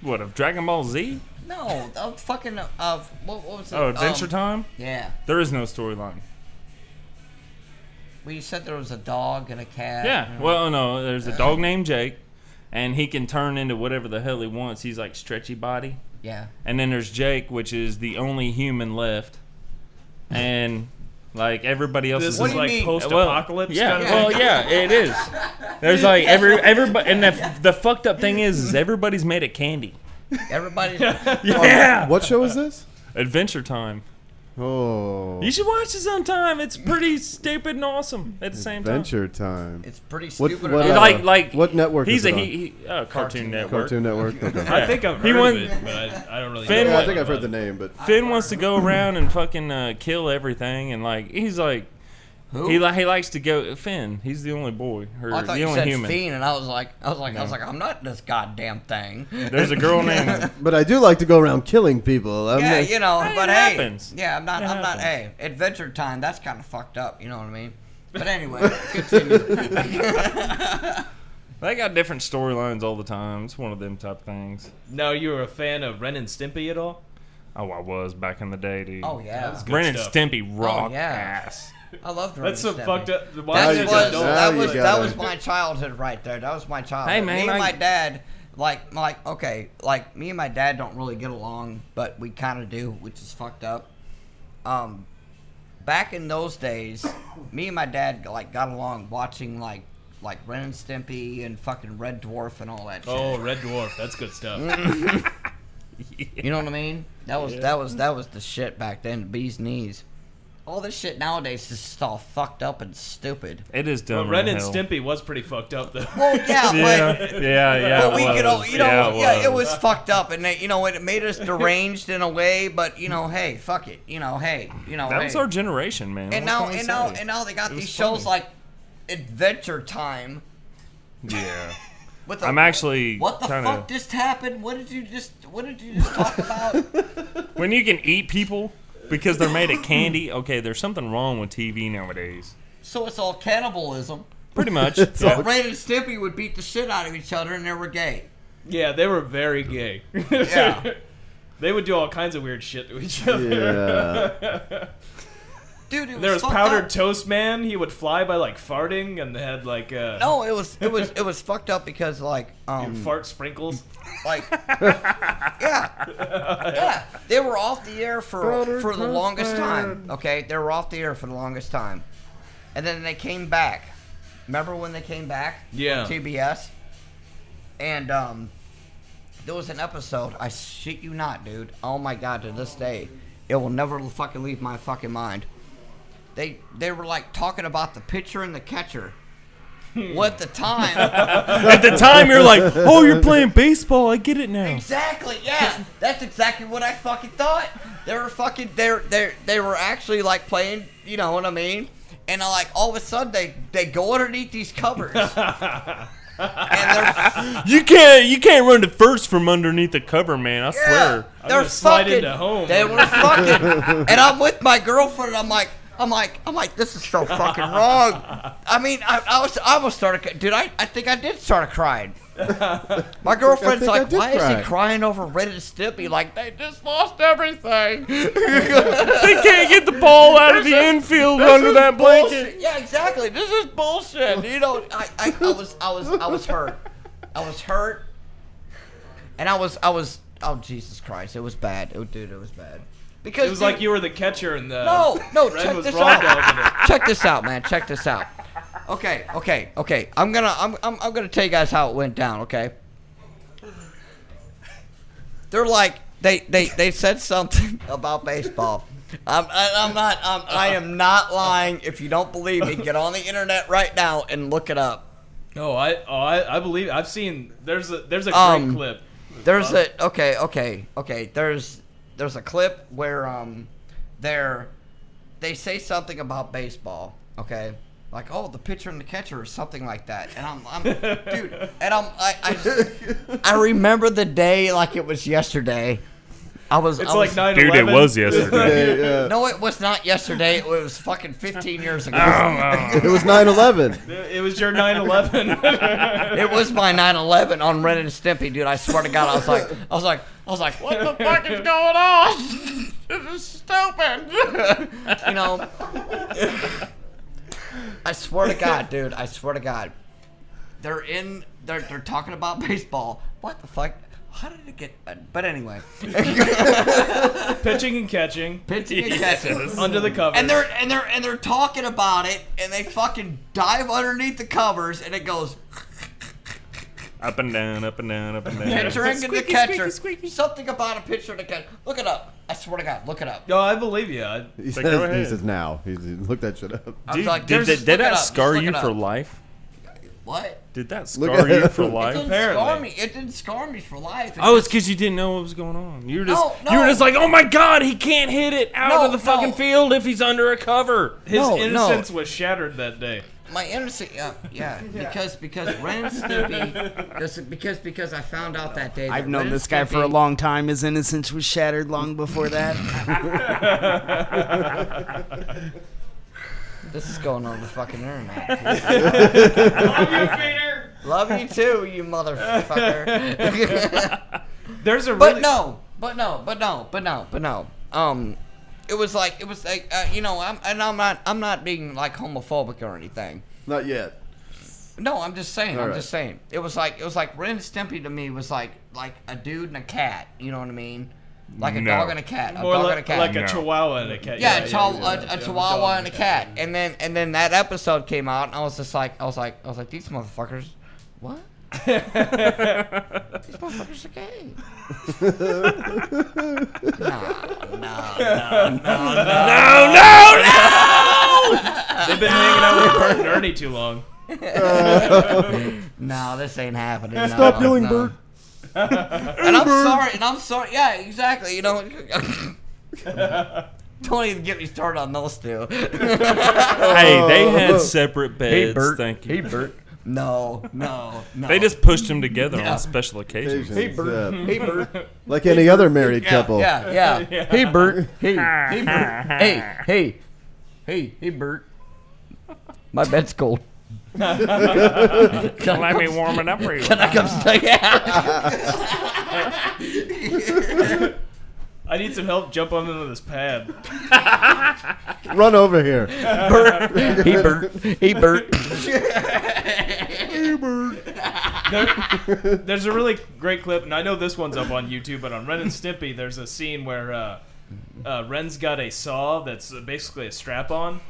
H: What of Dragon Ball Z?
F: No, uh, fucking uh, uh, what, what was it?
H: Oh, Adventure
F: Um,
H: Time.
F: Yeah,
H: There is no storyline.
F: well, you said there was a dog and a cat.
H: Yeah. Well, no, there's a dog named Jake, and he can turn into whatever the hell he wants. He's like stretchy body.
F: Yeah.
H: And then there's Jake, which is the only human left, and like everybody else
D: This
H: is
D: is
F: What do you
D: like
F: mean?
D: post
H: Well,
D: apocalypse
H: yeah.
D: kind of
H: well,
D: thing.
H: yeah, it is. There's like every everybody, and the, the fucked up thing is, is everybody's made of candy.
F: Everybody's
H: Yeah.
E: What show is this?
H: Adventure Time.
E: Oh,
H: You should watch it sometime. It's pretty stupid and awesome at the same
E: Adventure Time.
F: It's pretty
E: What-
F: stupid.
E: what,
F: or
H: time.
E: uh,
F: not.
H: Like, like
E: What network
H: He's
E: is it
H: a
E: on?
H: he, he uh, Cartoon, Network.
E: Cartoon Network. Okay.
D: I think I've
H: He
D: heard
H: won-
D: of it, but I, I don't really.
H: Finn
D: know
E: Yeah, I
D: a
E: think
D: lot
E: I've heard the
D: about
E: name, but
H: Finn wants to go around and fucking uh, kill everything, and like he's like
F: Who?
H: he like he likes to go. Finn, he's the only boy or
F: I
H: the
F: thought you
H: only
F: said
H: human.
F: fiend, and I was like, I was like, I was like, I'm not this goddamn thing.
H: There's a girl named
E: but I do like to go around killing people. I'm
F: yeah,
E: not-
F: you know,
H: Hey,
F: but
H: it
F: hey,
H: happens.
F: yeah, I'm not,
H: It
F: I'm not.
H: happens.
F: Hey, Adventure Time, that's kind of fucked up. You know what I mean? But anyway, continue.
H: They got different storylines all the time. It's one of them type things.
D: it. No, you were a fan of Ren and Stimpy at all?
H: Oh, I was back in the day, dude.
F: Oh yeah,
D: good
H: Ren and
D: stuff.
H: Stimpy rock
F: Oh, yeah.
H: ass.
F: I love
D: That's some fucked up. Why
E: That
F: That
D: did
F: was
E: gotta-
D: I
E: now
D: don't-
F: that
E: you
F: was that
E: gotta-
F: was my childhood right there. That was my childhood.
H: Hey, man,
F: me and
H: I-
F: my dad, like, like okay, like me and my dad don't really get along, but we kind of do, which is fucked up. Um, back in those days, me and my dad like got along watching like like Ren and Stimpy and fucking Red Dwarf and all that shit.
D: Oh, Red Dwarf. That's good stuff.
E: Mm.
F: You know what I mean? That was that was that was the shit back then. The bee's knees. All this shit nowadays is just all fucked up and stupid.
H: It is dumb.
D: But Ren
H: than
D: and
H: hell.
D: Stimpy was pretty fucked up though.
F: Well, yeah, but
H: Yeah, yeah, yeah.
F: but
H: it
F: we could all,
H: was.
F: you know, yeah,
H: it
F: it, was. fucked up, and they, you know, it made us deranged in a way. But you know, hey, fuck it, you know, hey, you know,
H: That
F: hey.
H: was our generation, man.
F: and
H: What
F: now,
H: can I
F: and now,
H: say?
F: and now they got
H: It was
F: these shows
H: funny.
F: like Adventure Time.
H: yeah.
F: With a,
H: I'm actually
F: What the
H: kind
F: fuck
H: of
F: just happened? What did you just? What did you just talk about?
H: when you can eat people because they're made of candy. Okay, there's something wrong with TV nowadays.
F: so it's all cannibalism.
H: Pretty much.
F: But Ren and Stimpy would beat the shit out of each other, and they were gay.
D: Yeah, they were very gay.
F: Yeah.
D: they would do all kinds of weird shit to each other.
E: yeah.
F: Dude, it was
D: There was
F: fucked
D: Powdered
F: up.
D: Toast Man. He would fly by like farting and they had like uh,
F: no, it was it was it was fucked up because like um
D: fart sprinkles.
F: like yeah yeah they were off the air for for the longest time okay they were off the air for the longest time and then they came back remember when they came back
D: Yeah.
F: tbs and um there was an episode i shit you not dude oh my god to this day it will never fucking leave my fucking mind they they were like talking about the pitcher and the catcher well, at the time,
H: At the time, you're like, oh, you're playing baseball. I get it now.
F: Exactly. Yeah, that's exactly what I fucking thought. They were fucking. They are they they were actually like playing. You know what I mean? And I like all of a sudden they they go underneath these covers. and they're,
H: You can't you can't run to first from underneath the cover, man. I
F: yeah,
H: swear.
F: they're
D: gonna slide
F: fucking.
D: into home.
F: They were fucking. and I'm with my girlfriend. And I'm like. I'm like, I'm like, this is so fucking wrong. I mean, I, I was, I almost started, dude. I, I think I did start crying. My girlfriend's
E: think I
F: like,
E: did
F: why is
E: cry."
F: he crying over Red and Stimpy? Like, they just lost everything.
H: They can't get the ball out of the infield under that blanket.
F: Yeah, exactly. This is bullshit. You know, I, I, I was I was I was hurt. I was hurt. And I was I was oh Jesus Christ, it was bad. Oh dude, it was bad. Because
D: It was like you were the catcher and the
F: No, no,
D: Red
F: check
D: was
F: this
D: wrong
F: out.
D: dog.
F: Check this out, man. Check this out. Okay, okay, okay. I'm gonna I'm I'm, I'm gonna tell you guys how it went down, okay? They're like they they, they said something about baseball. I'm, I, I'm not I'm, I am not lying. If you don't believe me, get on the internet right now and look it up.
D: No, I, oh, I I believe I've seen. There's a there's a great
F: Um,
D: clip.
F: There's a okay, okay, okay. There's there's a clip where um they're they say something about baseball, okay? Like oh the pitcher and the catcher or something like that. And I'm I'm dude and I'm I I, just- I remember the day like it was yesterday. I was.
D: It's
F: I
D: like
F: was-
D: 9
A: Dude, it was yesterday.
E: Hey, yeah.
F: No, it was not yesterday. It was fucking 15 years
D: Oh,
F: ago. oh.
E: It was 9/11.
D: It was your 9 11.
F: It was my 9/11 on Ren and Stimpy, dude. I swear to God, I was like, I was like, I was like, what the fuck is going on? This is stupid. you know, I swear to God, dude. I swear to God, they're in. They're they're talking about baseball. What the fuck? How did it get? But anyway,
D: Pitching and catching.
F: pitching and catching.
D: Under the covers.
F: And they're and they're and they're talking about it, and they fucking dive underneath the covers, and it goes.
H: Up and down, up and down, up and down.
F: Picture and the catcher. Something about a picture and a catcher. Look it up. I swear to God, look it up.
D: No, I believe you. I,
E: He
H: Like,
E: says,
H: go
E: he
H: ahead.
E: says now. He he- look that shit up.
F: I was
H: Dude,
F: like,
H: did,
F: there's-
H: that- did
F: look it
H: that
F: up, just
H: scar
F: look
H: you
F: it
H: for
F: up.
H: life?
F: What?
H: Did that
E: Look
H: scar
E: at-
H: you for
F: It didn't
H: life?
F: scar
D: Apparently.
F: me. It didn't scar me for life. It
H: Oh, it's
F: just-
H: because you didn't know what was going on. You were just
F: No,
H: you were
F: no.
H: just like, oh my god, he can't hit it out
F: No,
H: of the fucking
F: no.
H: field if he's under a cover.
D: his
F: No, no.
D: innocence was shattered that day.
F: my innocent. Yeah, yeah, because because Ren and Stimpy. just- because because I found out that day.
C: I've
F: that
C: known
F: Ren
C: this
F: and
C: guy for a
F: Stimpy-
C: long time. His innocence was shattered long before that.
F: This is going on the fucking internet. Love you too, you motherfucker.
D: There's a
F: But
D: really,
F: no, but no, but no, but no, but no. Um, it was like it was like uh, you know, I'm and I'm not I'm not being like homophobic or anything.
E: Not yet.
F: No, I'm just saying. I'm
E: Alright.
F: just saying. It was like it was like Ren and Stimpy to me was like like a dude and a cat. You know what I mean? Like a
H: No.
F: dog and a cat. A
D: More
F: dog
D: like,
F: and a cat.
D: like
H: No.
D: a chihuahua and a cat.
F: yeah, a, chihuahua-
D: yeah, yeah.
F: a, a
D: Yeah,
F: chihuahua
D: dog
F: and a cat. And then and then that episode came out, and I was just like I was like I was like these motherfuckers, what? these motherfuckers are gay. nah, nah,
D: They've been hanging out with Bert and Ernie too long.
E: Um,
F: No, this ain't happening. no,
E: Stop yelling,
F: no.
E: Bert.
F: and I'm sorry, and I'm sorry. Yeah, exactly. You know, don't even get me started on those two.
H: Hey, they had separate beds. Thank you.
F: Bert. No, no, no.
H: They just pushed them together
F: Yeah.
H: on special occasions.
E: Hey, Bert.
F: Hey Bert.
E: Like any other married
F: Yeah,
E: couple.
F: Yeah, yeah. Hey Bert. Hey, hey Bert. Hey, hey, hey, hey Bert. My bed's cold. can, I
H: Let me
F: come,
H: warm it up for you.
F: can I come stay out?
D: I need some help. Jump on into this pad.
E: Run over here.
F: hey Bert. Hey Bert.
D: There's a really great clip, and I know this one's up on YouTube, but on Ren and Stimpy, there's a scene where uh, uh, Ren's got a saw that's uh, basically a strap on.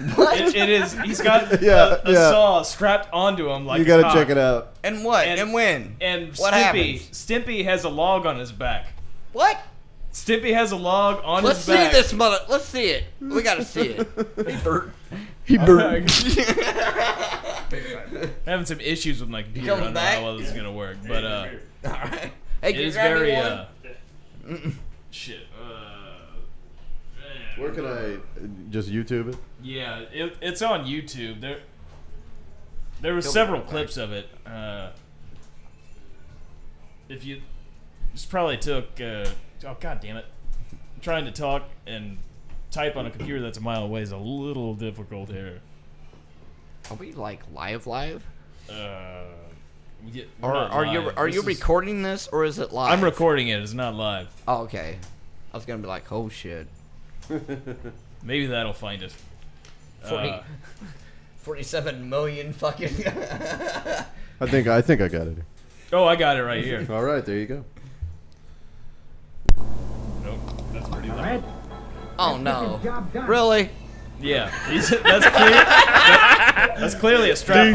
D: It, it is. He's got
E: Yeah,
D: a, a
E: yeah.
D: saw strapped onto him like
E: You
D: a
E: gotta
D: cock.
E: check it out.
F: And what?
D: And-
F: And, when?
D: And
F: What
D: Stimpy,
F: happens?
D: Stimpy has a log on his back.
F: what?
D: Stimpy has a log on
F: Let's
D: his
F: see
D: back.
F: this mother. Let's see it. We gotta see it. Hey Bert.
E: He burned.
D: I'm having some issues with my computer. I
F: coming
D: don't know
F: back?
D: how well this is gonna work, but uh,
F: Hey,
D: it
F: can you
D: is
F: grab me
D: very
F: one?
D: uh, shit. Uh,
E: Where can I just YouTube it?
D: Yeah, it, it's on YouTube. There, there were several clips of it. Uh, if you, this probably took. Uh, oh god damn it! trying to talk and type on a computer that's a mile away is a little difficult here.
F: Are we like live, live?
D: Uh, we get- we're
F: Or
D: not
F: are you
D: live.
F: are
D: This
F: you
D: is-
F: recording this or is it live?
D: I'm recording it. It's not live.
F: Oh, okay. I was gonna be like, oh shit.
D: Maybe that'll find it.
F: Forty-
D: Uh,
F: 47 million fucking.
E: I think I think I got it.
D: oh, I got it right here.
E: All right, there you go.
D: Nope, that's pretty loud.
F: oh no. Really?
D: Yeah, he's, that's, clear, that- that's clearly a strap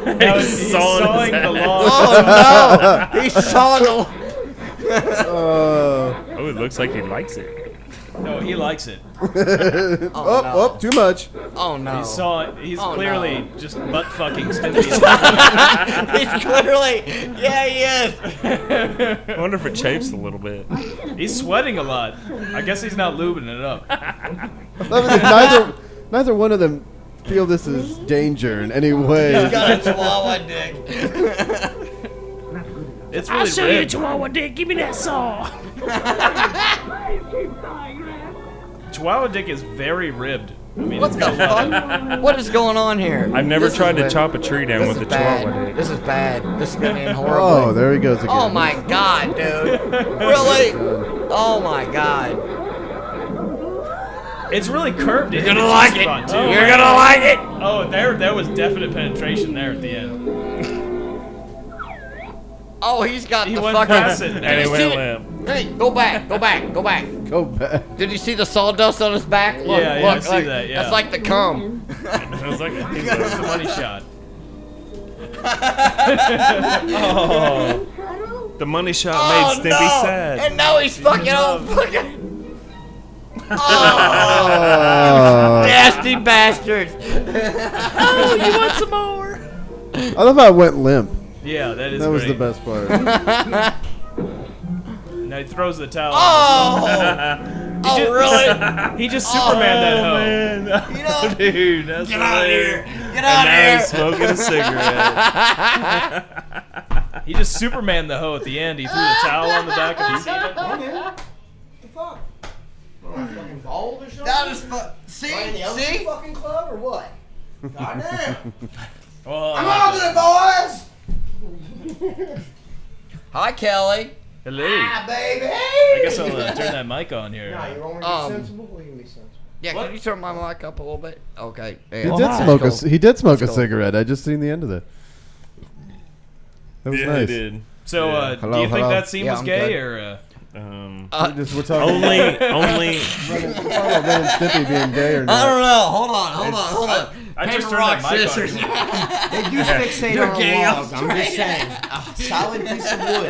D: on. now he's, he's
H: sawing
D: sawing
H: his
D: the log.
F: Oh no! He's sawing
E: Uh,
H: Oh, it looks like he likes it.
D: No, he likes it.
F: Oh,
E: oh,
F: no.
E: oh, too much.
F: Oh no.
D: He's sawing. He's
F: Oh,
D: clearly just butt fucking Stimpy.
F: He's clearly. Yeah, he is.
H: I wonder if it chafes a little bit.
D: he's sweating a lot. I guess he's not lubing it up.
E: Love it that neither neither one of them feel this is danger in any way.
F: Got a chihuahua dick.
B: Not good enough.
D: It's really ripped.
H: Chihuahua dick. Give me that saw.
D: Chihuahua dick is very ribbed. I mean,
F: What
D: it's
F: the
D: got a lot of-
F: fuck? What is going on here?
H: I've never
F: This
H: tried
F: is
H: to
F: bad.
H: chop a tree down
F: This
H: with
F: is
H: a Chihuahua
F: bad.
H: dick.
F: This is bad. This is gonna end horribly.
E: Oh, there he goes again.
F: Oh my god, dude. Really? Oh my god.
D: It's really curved. You're
H: gonna like it.
D: Spot, too.
H: You're gonna like it.
D: Oh, there, there was definite penetration there at the end.
F: Oh, he's got
D: He
F: the
D: went
F: fucking.
D: past it.
H: And it
F: Did you
H: went
F: see
H: limp.
F: Hey, go back, go back, go back.
E: Go back.
F: Did you see the sawdust on his back? Look,
D: Yeah, yeah, I
F: look,
D: see
F: like,
D: that, yeah.
F: that's like the cum.
H: I was like,
D: That was the money shot. Oh.
H: the money shot
F: oh
H: made
F: no!
H: Stimpy sad.
F: And now he's fucking on fucking. Oh,
E: Oh,
F: nasty bastards!
E: I love how it went limp.
D: Yeah, that is
E: That was the
D: great.
E: best part.
D: Now he throws the towel.
F: Oh, oh really? Oh,
D: He just Superman that hoe.
F: You know,
H: Dude, that's
F: get out of here! Get
H: And
F: out of
H: now
F: here!
H: he's smoking a cigarette.
D: He just Superman the hoe at the end. He threw the towel on the back of his seat.
F: That is fu- see, see.
D: Oh,
F: Hi, Kelly.
D: hello.
F: Ah,
D: baby. I guess I'll uh, turn that mic on here.
F: Um, yeah, can you turn my mic up a little bit? Okay. yeah.
E: He did smoke a
F: Let's
E: c- he did smoke a
F: go.
E: cigarette. I just seen the end of that. That was
H: yeah,
E: nice.
H: he did.
D: so, uh, do you
E: Hello,
D: think
E: hello.
D: that scene
F: Yeah,
D: was
F: I'm
D: gay
F: good.
D: or? Uh,
H: Um,
E: We just- we're talking
H: only, only.
E: we're talking about Ren and Stimpy being gay or
F: I
E: not.
F: don't know. Hold on, hold on, hold on.
D: I
F: Paper,
D: just turned
F: rock,
D: that mic
F: scissors.
D: on.
I: They do fixate
F: You're
I: on
F: gay,
I: a
F: I'm Oh,
I: log. I'm, just saying, a solid piece of wood.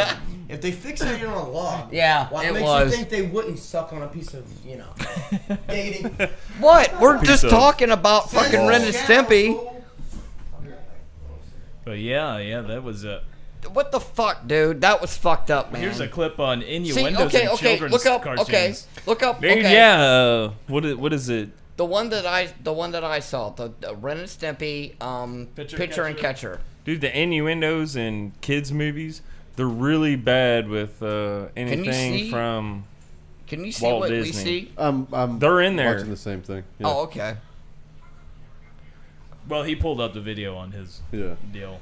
I: If they fixate it on a log,
F: Yeah,
I: what
F: it
I: makes
F: was.
I: you think they wouldn't suck on a piece of, you know, dating?
F: What? We're just
H: of-
F: talking about fucking Ren and Stimpy.
D: But yeah, yeah, that was a.
F: What the fuck, dude? That was fucked up, man.
D: Here's a clip on
F: See,
D: innuendos
F: okay,
D: in
F: okay,
D: children's
F: look up,
D: cartoons.
F: okay, look up,
H: Dude,
F: okay.
H: yeah. Uh, what is, what is it?
F: The one that I, the one that I saw, the, the Ren and Stimpy, um,
D: Pitcher,
F: pitcher, and catcher.
H: Dude, the innuendos in kids' movies, they're really bad with uh,
F: see?
H: anything from.
F: Can you see
H: Walt
F: what we
H: Disney.
F: see?
E: I'm, I'm
H: They're in there.
E: watching the same thing. Yeah.
F: Oh, okay.
D: Well, he pulled up the video on his
E: yeah.
D: deal.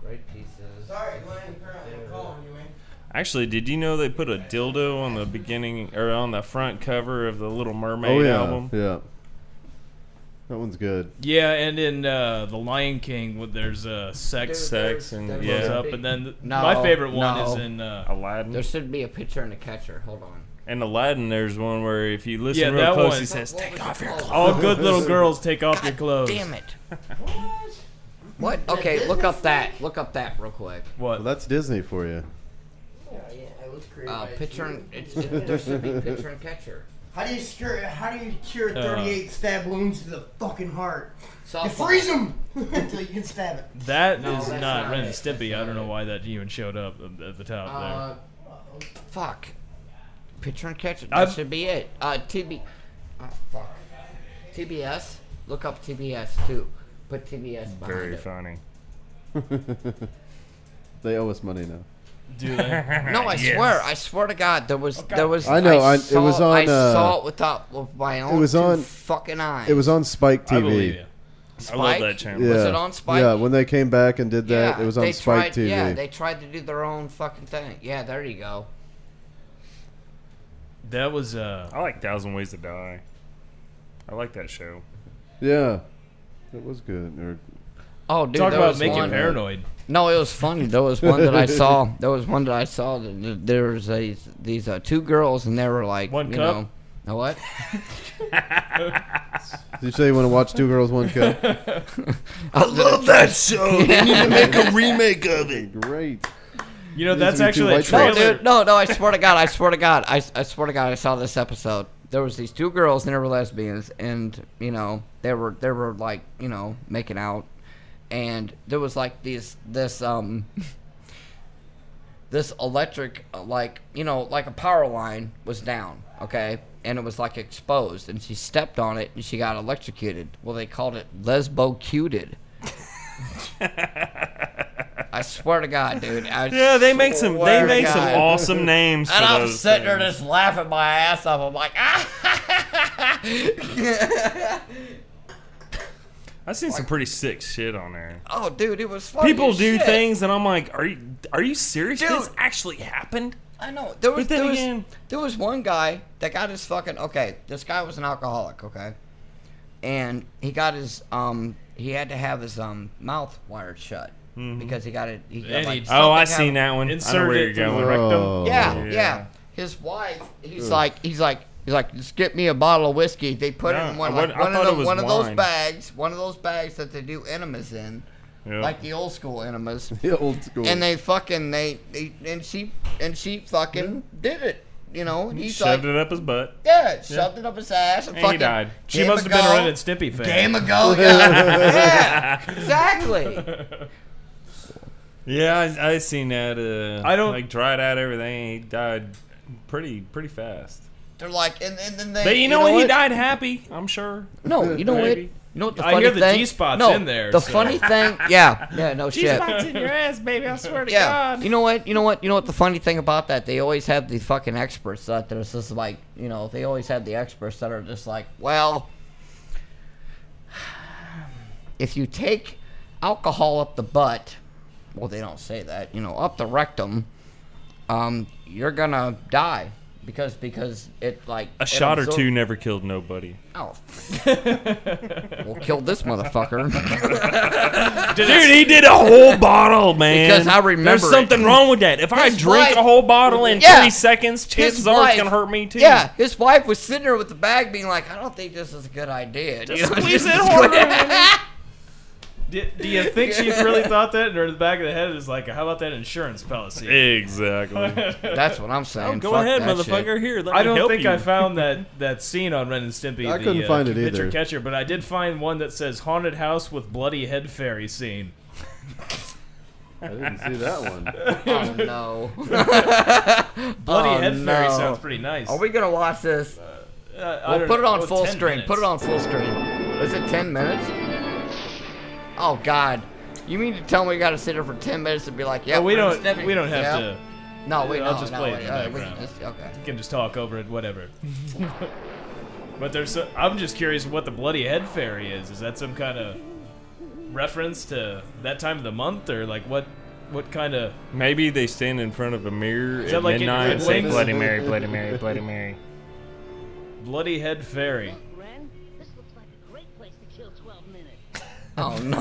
F: Great pieces.
I: Sorry, Glenn. Apparently, I'm calling you, man.
H: Actually, did you know they put a dildo on the beginning or on the front cover of the Little Mermaid
E: Oh yeah.
H: album?
E: Yeah. That one's good.
D: Yeah, and in uh, the Lion King, with- there's uh, sex
H: Sex and
D: blows
H: yeah,
D: up, and then th-
F: No,
D: my favorite one
F: no.
D: is in uh,
F: There
H: Aladdin.
F: should be a pitcher and a catcher. Hold on.
H: And Aladdin, there's one where if you listen
D: Yeah,
H: real
D: that
H: close,
D: one.
H: he says,
F: What
H: "Take
F: was
H: off
F: it
H: your
F: called?
H: clothes."
D: All Good Little Girls Take Off Your Clothes.
F: Damn it. What? Okay, look up that. Look up that real quick.
E: Well,
D: What?
E: that's Disney for you.
I: Yeah, yeah, it was created.
F: Uh,
I: by a
F: pitcher
I: Jew.
F: and it's, it, there should be pitcher and catcher.
I: How do you cure? How do you cure
D: Uh.
I: 38 stab wounds to the fucking heart? You
F: Softball.
I: freeze them until you can stab it.
D: That is
F: that's
D: not
F: not
D: Ren
F: it.
D: and Stimpy. I don't know why that even showed up at the top
F: Uh, fuck. Pitcher and catcher. That
D: I'm-
F: should be it. Uh, TB. Uh, fuck. TBS. Look up TBS too. Put TBS behind
H: Very
F: it.
H: funny.
E: They owe us money now.
D: there. Do they?
F: No, I swear. I swear to God, there was there was.
E: I know, I- it
F: saw,
E: was on,
F: I
E: uh,
F: saw it without with my own.
E: was
F: two
E: on-
F: fucking eyes.
E: It was on Spike TV.
D: I believe you.
H: I love
F: Spike?
H: that channel.
E: Yeah.
F: Was it on Spike?
E: Yeah, when they came back and did that, it was on
F: they
E: Spike
F: tried,
E: TV.
F: Yeah, they tried to do their own fucking thing. Yeah, there you go.
D: That was uh,
H: I like Thousand Ways to Die. I like that show.
E: Yeah. That was good. Or
F: Oh, dude,
D: talk
F: there
D: about
F: was
D: making
F: one-
D: paranoid.
F: No, it was funny. There was one that I saw. There was one that I saw. That th- there was these these uh, two girls, and they were like,
D: One
F: you
D: cup?
F: know, know what?
E: did you say you want to watch Two Girls One Cup?
F: I love that show.
E: Great.
D: You know,
E: These
D: that's
E: are two
D: actually a
E: white trans-
F: No,
D: trailer.
F: dude, no, no! I swear to God, I swear to God, I, I swear to God, I saw this episode. There was these two girls, and they were lesbians, and you know they were they were like you know making out, and there was like these this um this electric uh, like you know like a power line was down, okay, and it was like exposed, and she stepped on it and she got electrocuted. Well, they called it lesbocuted. I swear to God, dude. I
H: Yeah, they make some
F: swear
H: they
F: to
H: make some
F: God.
H: awesome names for
F: And I'm
H: those
F: sitting there
H: things.
F: just laughing my ass off. I'm like, ah!
H: I've seen some pretty sick shit on there.
F: oh, dude, it was funny.
H: People
F: as
H: do
F: shit.
H: things and I'm like, are you are you serious?
F: Dude.
H: This actually happened?
F: I know. There was,
H: But then
F: there, was
H: again-
F: there was one guy that got his fucking okay. This guy was an alcoholic, okay, and he got his um he had to have his um mouth wired shut because he got it. He got,
D: And
F: like,
D: he-
H: Mm-hmm. Oh, I
F: something
H: seen
F: happened-
H: that one. I know
D: Insert
H: where
D: it
H: you're
D: to the
H: going.
E: Oh.
F: Yeah,
H: Yeah.
F: yeah, His wife, he's like, he's like, he's like, just get me a bottle of whiskey. They put it
H: No,
F: in one,
H: I
F: like,
H: wouldn't- I
F: one, of,
H: thought
F: the-
H: it was
F: one of those
H: wine.
F: bags, one of those bags that they do enemas in,
H: Yeah.
F: like the old school enemas.
E: Yeah, old school.
F: And they fucking they, they and she and she fucking did it. You know, and he's
H: Shoved
F: like,
H: it up his butt.
F: yeah, shoved it up his ass and,
H: And he
F: fucking.
H: died.
D: She
F: gave
D: must
F: a
D: have been
F: go.
D: running Stimpy fan.
F: Game ago, yeah, yeah, exactly.
H: Yeah, I, I seen that. Uh,
D: I don't-
H: like dried out everything. He died pretty pretty fast.
F: They're like, and, and then they.
H: But you, know, what? He
F: what?
H: died happy. I'm sure.
F: No, you know what?
H: Maybe.
F: You know what the
D: I
F: funny
D: hear the
F: thing?
D: G-spot's
F: no,
D: in there,
F: The
D: so-
F: funny thing, yeah, yeah, no shit.
H: in your ass, baby. I swear to
F: Yeah, you know what? You know what? You know what? The funny thing about that, they always have the fucking experts out there. It's just like you know, they always have the experts that are just like, well, if you take alcohol up the butt, well, they don't say that, you know, up the rectum, um, you're gonna die because because it like
H: A
F: it
H: shot or
F: absor-
H: two never killed nobody.
F: Oh. we'll kill this motherfucker.
H: Dude, he did a whole bottle, man.
F: Because I remember
H: There's
F: it.
H: something wrong with that. If I
F: His
H: drink
F: wife-
H: a whole bottle in
F: Yeah.
H: 30 seconds, chances are it's
F: wife-
H: gonna hurt me too.
F: Yeah, his wife was sitting there with the bag, being like, "I don't think this is a good idea." Just
H: squeeze it harder.
D: Do, do you think she really thought that, or in the back of the head is like, how about that insurance policy?
H: Exactly.
F: That's what I'm saying.
H: Go
F: Fuck
H: ahead,
F: that shit.
H: motherfucker. Here, let
D: I
H: me
D: don't
H: help
D: think
H: you.
D: I found that, that scene on Ren and Stimpy.
E: I
D: the,
E: couldn't
D: uh,
E: find it
D: Hitcher
E: either.
D: Catcher, but I did find one that says haunted house with bloody head fairy scene.
E: I didn't see that one.
F: Oh no.
D: Bloody
F: Oh,
D: head fairy
F: no.
D: sounds pretty nice.
F: Are we gonna watch this?
D: Uh, I
F: We'll
D: don't
F: put it
D: know.
F: on
D: Oh,
F: full
D: 10
F: screen. Put it
D: minutes.
F: on full screen. Is it 10 minutes? Oh God. You mean to tell me we gotta sit here for 10 minutes and be like, "Yeah,
D: Oh, we
F: we're
D: don't.
F: stepping-
D: We don't have
F: yeah.
D: to.
F: No, we
D: I'll
F: no,
D: just
F: no,
D: play it
F: wait,
D: in the
F: uh, we can
D: background.
F: just- okay.
D: You can just talk over it, whatever. but there's. so- I'm just curious what the bloody head fairy is. Is that some kind of reference to that time of the month, or like what? What kind of?
H: Maybe they stand in front of a mirror
D: that
H: at
D: like in
H: midnight and
D: Red
H: say
D: Wings?
H: Bloody Mary, Bloody Mary, Bloody Mary.
D: Bloody head fairy.
J: Ren, this looks like a great place to kill 12 minutes.
F: Oh no.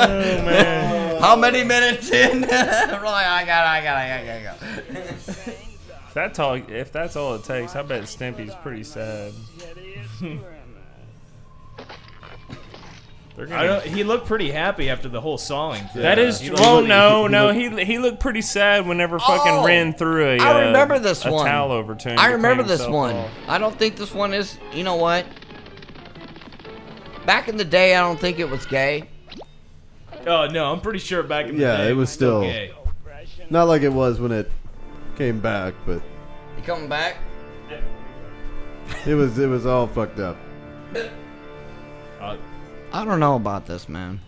F: How many minutes in? Roy, I got, I got, I got, I got.
H: If that's all, if that's all it takes, I bet Stimpy's pretty sad. They're
D: I
H: gonna
D: don't. He looked pretty happy after the whole sawing thing.
H: That is
D: He
H: true.
D: looked
H: Well,
D: really-
H: no, no. He he looked pretty sad whenever fucking
F: Oh,
H: ran through a.
F: I
H: uh,
F: remember this
H: a
F: one.
H: towel over to him to
F: I
H: clean
F: remember this
H: himself
F: one.
H: off.
F: I don't think this one is. You know what? Back in the day, I don't think it was gay.
D: Oh no, I'm pretty sure back in the
E: Yeah,
D: day.
E: it was still-
D: gay.
E: Not like it was when it came back, but
F: You coming back?
E: it was it was all fucked up.
D: Uh,
F: I don't know about this, man.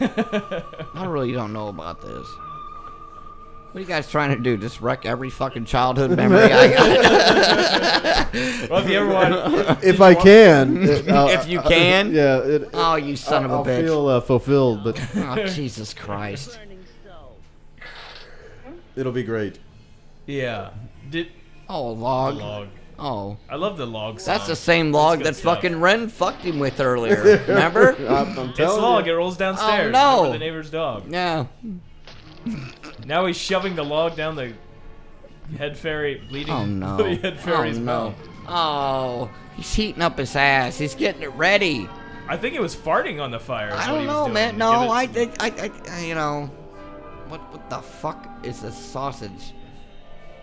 F: I really don't know about this. What are you guys trying to do? Just wreck every fucking childhood memory I got?
D: well, if you ever want,
E: If I can, it- I'll-
F: If you
E: I'll-
F: can?
E: yeah. It,
F: Oh, you son
E: I'll,
F: of a bitch.
E: feel uh, fulfilled, but
F: Oh, Jesus Christ.
J: Burning stove.
E: it'll be great.
D: yeah. Did
F: Oh, log.
D: log.
F: Oh.
D: I love the log. Song.
F: That's the same log
D: good
F: that
D: stuff.
F: fucking Ren fucked him with earlier. Remember?
E: I'm, I'm
D: It's
E: telling
D: log.
E: you.
D: It rolls downstairs.
F: Oh, no.
D: remember the neighbor's dog.
F: yeah.
D: Now he's shoving the log down the head fairy, bleeding
F: Oh no.
D: bloody head
F: oh
D: fairy's
F: no.
D: mouth.
F: Oh, he's heating up his ass. He's getting it ready.
D: I think it was farting on the fire. is
F: I
D: what
F: don't
D: he was
F: know,
D: doing,
F: man.
D: to give
F: No,
D: it
F: I,
D: some-
F: I, I, I, you know, what, what the fuck is this sausage?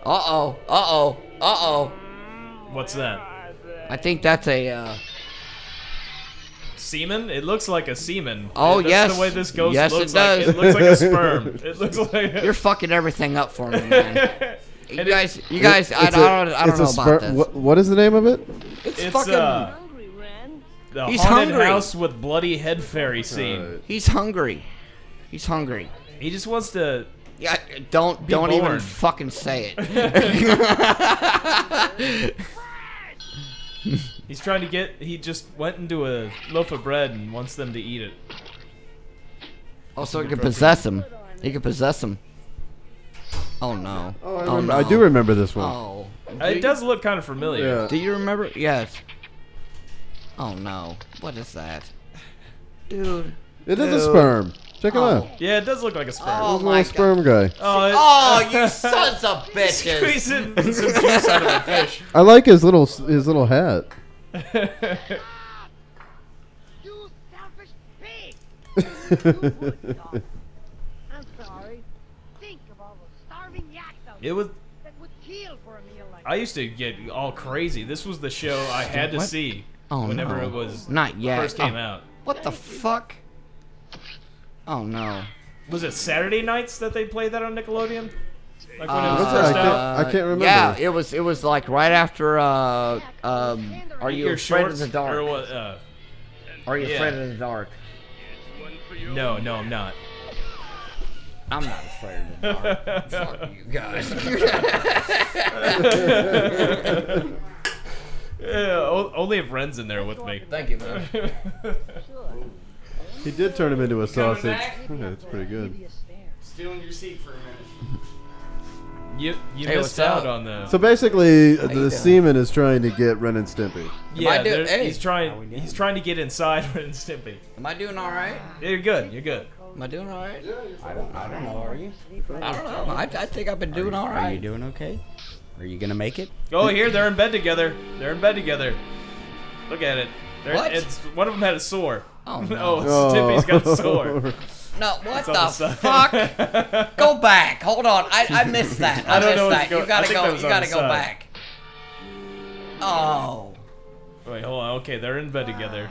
F: Uh oh. Uh oh. Uh oh.
D: What's that?
F: I think that's a. Uh,
D: Semen? It looks like a semen.
F: Oh,
D: That's
F: yes.
D: The way this goes
F: Yes,
D: looks
F: it does.
D: like it looks like a sperm. It looks like.
F: you're fucking everything up for me, man. You
D: And it-
F: guys, you guys, I, I
E: It's
F: don't, I don't
E: it's a
F: know about
E: sperm-
F: this.
E: what- what is the name of it?
F: It's,
D: it's
F: fucking.
D: uh,
J: Hungry, Ren?
D: the
F: He's
D: haunted
F: hungry.
D: house with bloody head fairy scene.
F: He's hungry. He's hungry.
D: He just wants to.
F: Yeah, don't don't even
D: born.
F: fucking say it.
D: He's trying to get. He just went into a loaf of bread and wants them to eat it.
F: Also, it could possess him. It could possess him. Oh no.
E: Oh, I,
F: oh,
E: remember,
F: no.
E: I do remember this one.
F: Oh.
D: Uh,
F: Do
D: It
F: you-
D: does look kind of familiar.
E: Yeah.
F: Do you remember? Yes. Oh no. What is that? Dude.
E: It is a sperm. Check him out.
D: Yeah, it does look like a sperm.
F: Oh
E: He's a
F: my
E: little sperm guy.
D: Oh, it,
F: Oh, you sons of bitches.
D: squeeze in some juice out of the fish.
E: I like his little his little hat.
J: You selfish pig! I'm sorry. Think of all the starving yaks out
D: It
J: there
D: was.
J: that would kill for a meal like
D: I used to get all crazy. This was the show I had to see
F: Oh,
D: whenever
F: no.
D: it was
F: Not yet.
D: first came
F: Oh,
D: out.
F: What the fuck? Oh no.
D: Was it Saturday nights that they played that on Nickelodeon? Like when it was
E: What's that? Uh, I
D: first
E: can't,
D: out.
E: I can't remember.
F: Uh, Yeah, it was it was like right after uh um Are you
D: Your
F: afraid of
D: shorts
F: the
D: Or
F: dark?
D: what, uh,
F: Are you
D: yeah.
F: afraid of the dark?
D: no, no, I'm not.
F: I'm not afraid of the dark. fuck you guys.
D: Yeah, o- only if Ren's in there with me.
F: Thank you, man.
E: He did turn him into a sausage. Yeah, it's pretty good.
I: Stealing your seat for a minute.
D: You you
F: Hey,
D: missed
F: what's
D: out
F: up?
D: on the.
E: So basically, the
F: you doing?
E: semen is trying to get Ren and Stimpy.
D: yeah,
F: I do-
D: there-
F: hey.
D: he's trying. He's trying to get inside Ren and Stimpy.
F: Am I doing all right?
D: Yeah, you're good. You're good.
F: Am I doing all right?
K: I don't, I don't know. Are you?
F: I don't know. I, I think I've been doing all
K: Are you
F: right.
K: doing okay? Are you gonna make it?
D: Oh, here they're in bed together. They're in bed together. Look at it. They're,
F: What?
D: It's one of them had a sore.
F: Oh,
D: oh,
F: no.
D: Stimpy's
E: Oh.
D: got a sore.
F: No, what
D: on the
F: the
D: side.
F: fuck? go back. Hold on. I, I missed that. I,
D: I don't
F: missed
D: know what's
F: that.
D: go-
F: You gotta
D: I think
F: go.
D: that was
F: You
D: on
F: gotta
D: the
F: go
D: side.
F: back. Oh,
D: Wait, hold on. Okay, they're in bed together.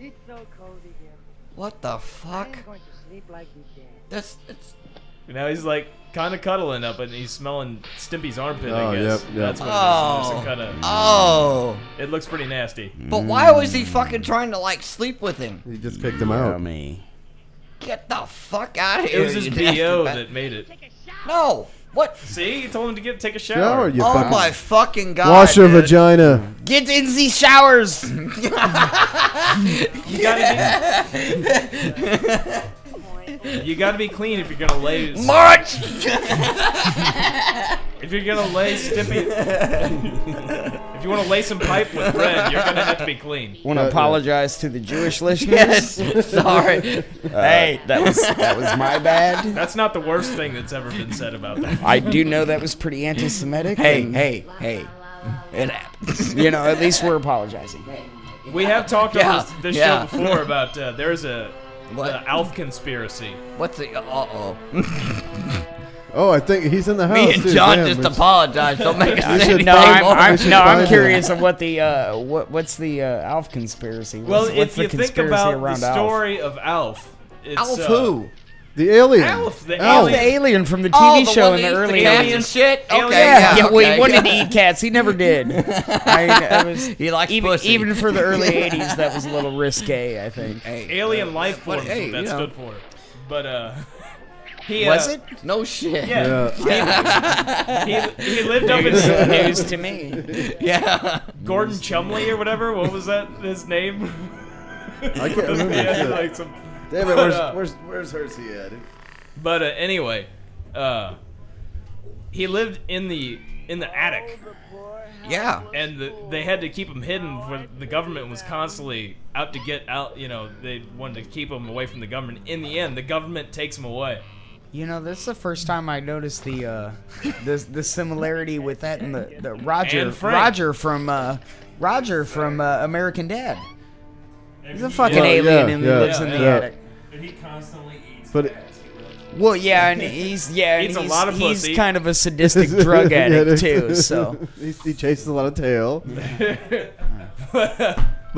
J: It's so cozy here.
F: what the
J: I'm
F: fuck?
J: going to sleep like you did.
F: This it's.
D: And now he's like kind of cuddling up, and he's smelling Stimpy's armpit.
E: Oh,
D: I guess
E: yep, yep.
D: that's what
F: Oh.
D: it is. There's some kinda-
F: Oh,
D: It looks pretty nasty.
F: but why was he fucking trying to like sleep with him?
E: He just kicked him out.
K: Dummy.
F: Get the fuck out of
D: It
F: here!
D: was his
F: you nasty
D: bo
F: ba-
D: that made it.
J: Take a shower!
F: No. What?
D: See, he told him to get take a shower.
E: Shower, you
F: Oh
E: fucking.
F: my fucking god!
E: Wash your
F: dude.
E: vagina.
F: Get in the showers.
D: You gotta be. you gotta be clean if you're gonna lay.
F: March.
D: If you're gonna lay Stimpy. if you want to lay some pipe with bread, you're gonna have to be clean.
K: Want to apologize to the Jewish listeners?
F: yes. Sorry.
K: hey, that was Uh, that was my bad.
D: That's not the worst thing that's ever been said about that.
K: I do know that was pretty anti-Semitic. Hey, hey, hey.
F: It happened.
K: You know, at least we're apologizing.
D: We have talked
F: Yeah,
D: on this, this
F: yeah.
D: show before about uh, there's a
F: What?
D: the Alf conspiracy.
F: What's the? Uh oh.
E: Oh, I think he's in the house.
F: Me and
E: too.
F: John
E: Damn,
F: just
E: it's-
F: apologized. Don't make us
E: should
F: say
K: No, I'm,
E: find- we
K: I'm,
E: should
K: no,
E: find
K: I'm
E: it.
K: curious of what the uh, what what's the uh, Alf conspiracy? What's,
D: Well,
K: what's
D: if
K: the
D: you think
K: conspiracy
D: about the
K: around Alf?
D: story of Alf, it's,
F: Alf
D: uh,
F: who?
E: The alien.
D: Alf, the
K: Alf, the
D: alien.
K: alien from the TV
F: Oh, the
K: show
F: one
K: in the
F: that used to
K: early
F: catch
K: '80s.
F: and shit. Okay,
D: Alien.
K: Yeah,
F: yeah,
K: yeah, well,
F: okay.
K: he wanted to eat cats. He never did. I mean, it was,
F: He likes
K: even,
F: pussy.
K: even for the early '80s, that was a little risque. I think.
F: Hey,
D: alien life form
F: hey,
D: is what that
F: you know.
D: stood for. But uh, he
K: Was
D: uh,
K: it?
F: no shit.
D: Yeah,
E: Yeah.
D: he, he lived up in
K: News to me.
F: Yeah.
D: Gordon Chumley or whatever. What was that? His name?
E: I can't remember.
D: yeah, like some.
E: Damn it,
D: But, uh,
E: where's where's where's Hersey at?
D: But uh, anyway, uh, he lived in the in the attic,
F: Yeah.
D: and the, they had to keep him hidden. For the government was constantly out to get out. You know, they wanted to keep him away from the government. In the end, the government takes him away.
K: You know, this is the first time I noticed the uh, the the similarity with that and the, the Roger
D: And Frank.
K: Roger from uh, Roger from uh, American Dad. He's a fucking
E: Yeah,
K: alien
E: yeah,
K: and
E: yeah.
K: he lives in the
E: Yeah.
K: attic.
G: And he constantly eats
E: But-
G: ass. He really-
K: Well, yeah, and he's yeah, and
D: Eats a
K: he's,
D: lot of
K: he's
D: pussy.
K: kind of a sadistic drug addict too. So
E: he, he chases a lot of tail. but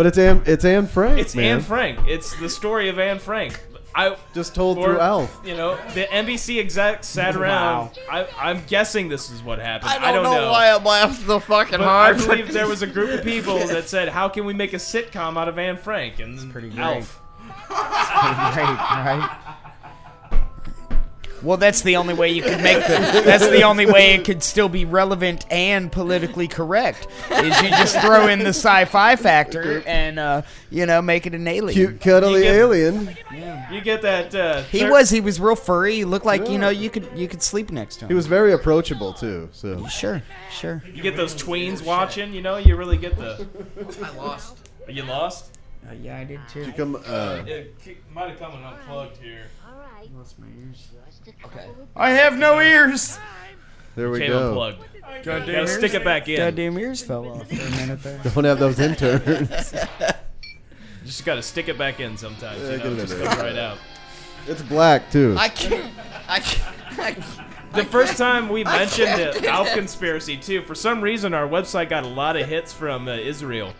E: it's Anne, it's Anne Frank.
D: It's
E: man.
D: Anne Frank. It's the story of Anne Frank. I
E: just told
D: or,
E: through Alf.
D: You know, the NBC exec sat around. I, I'm guessing this is what happened. I
F: I don't know why I'm laughing so fucking
D: But I
F: hard.
D: believe there was a group of people that said, "How can we make a sitcom out of Anne Frank?" And pretty
K: great.
D: Alf.
K: right? Well, that's the only way you could make the. That's the only way it could still be relevant and politically correct. Is you just throw in the sci-fi factor and uh, you know make it an alien.
E: Cute, cuddly alien.
D: You get that? Uh,
K: He
D: thir-
K: was. He was real furry. He looked like you know you could you could sleep next to him.
E: He was very approachable too. So
K: sure, sure.
D: You get those tweens watching. You know, you really get the.
I: I lost.
D: You lost.
K: yeah, I did too.
E: become uh,
D: It ki- might have come and unplugged here.
J: Alright.
I: Okay.
K: I have no ears.
E: there we
D: Came
E: go.
D: unplugged. Gotta stick it back in.
K: Goddamn ears fell off for a minute there.
E: Don't have those interns.
D: Just gotta stick it back in sometimes.
E: Yeah,
D: You
E: get
D: know,
E: it
D: it just
E: in
D: comes
E: there.
D: right out.
E: it's black too.
F: I can't. I can't. I can't.
D: The first time we mentioned
F: can't do
D: the Alf conspiracy too, for some reason our website got a lot of hits from uh, Israel.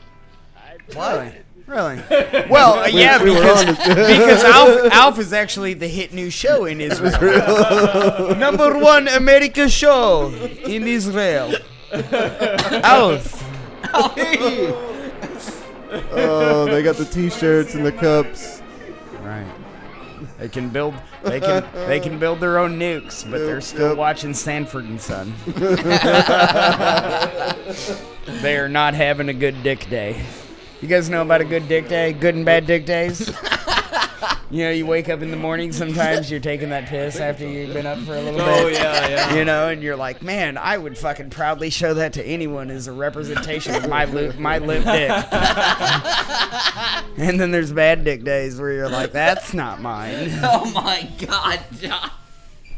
K: Really? Really? Well, uh, yeah,
E: we were
K: because,
E: on
K: because Alf, Alf is actually the hit new show in Israel. Number one America show in Israel. Alf.
E: oh, they got the T-shirts and the cups.
K: Right. They can build. They can. They can build their own nukes, but they're
E: Yep,
K: still
E: yep.
K: watching Sanford and Son. they are not having a good dick day. You guys know about a good dick day, good and bad dick days. You know, you wake up in the morning. Sometimes you're taking that piss after you've been up for a little
D: Oh
K: bit.
D: yeah, yeah.
K: You know, and you're like, man, I would fucking proudly show that to anyone as a representation of my lo- my limp dick. and then there's bad dick days where you're like, that's not mine.
F: Oh my god, John.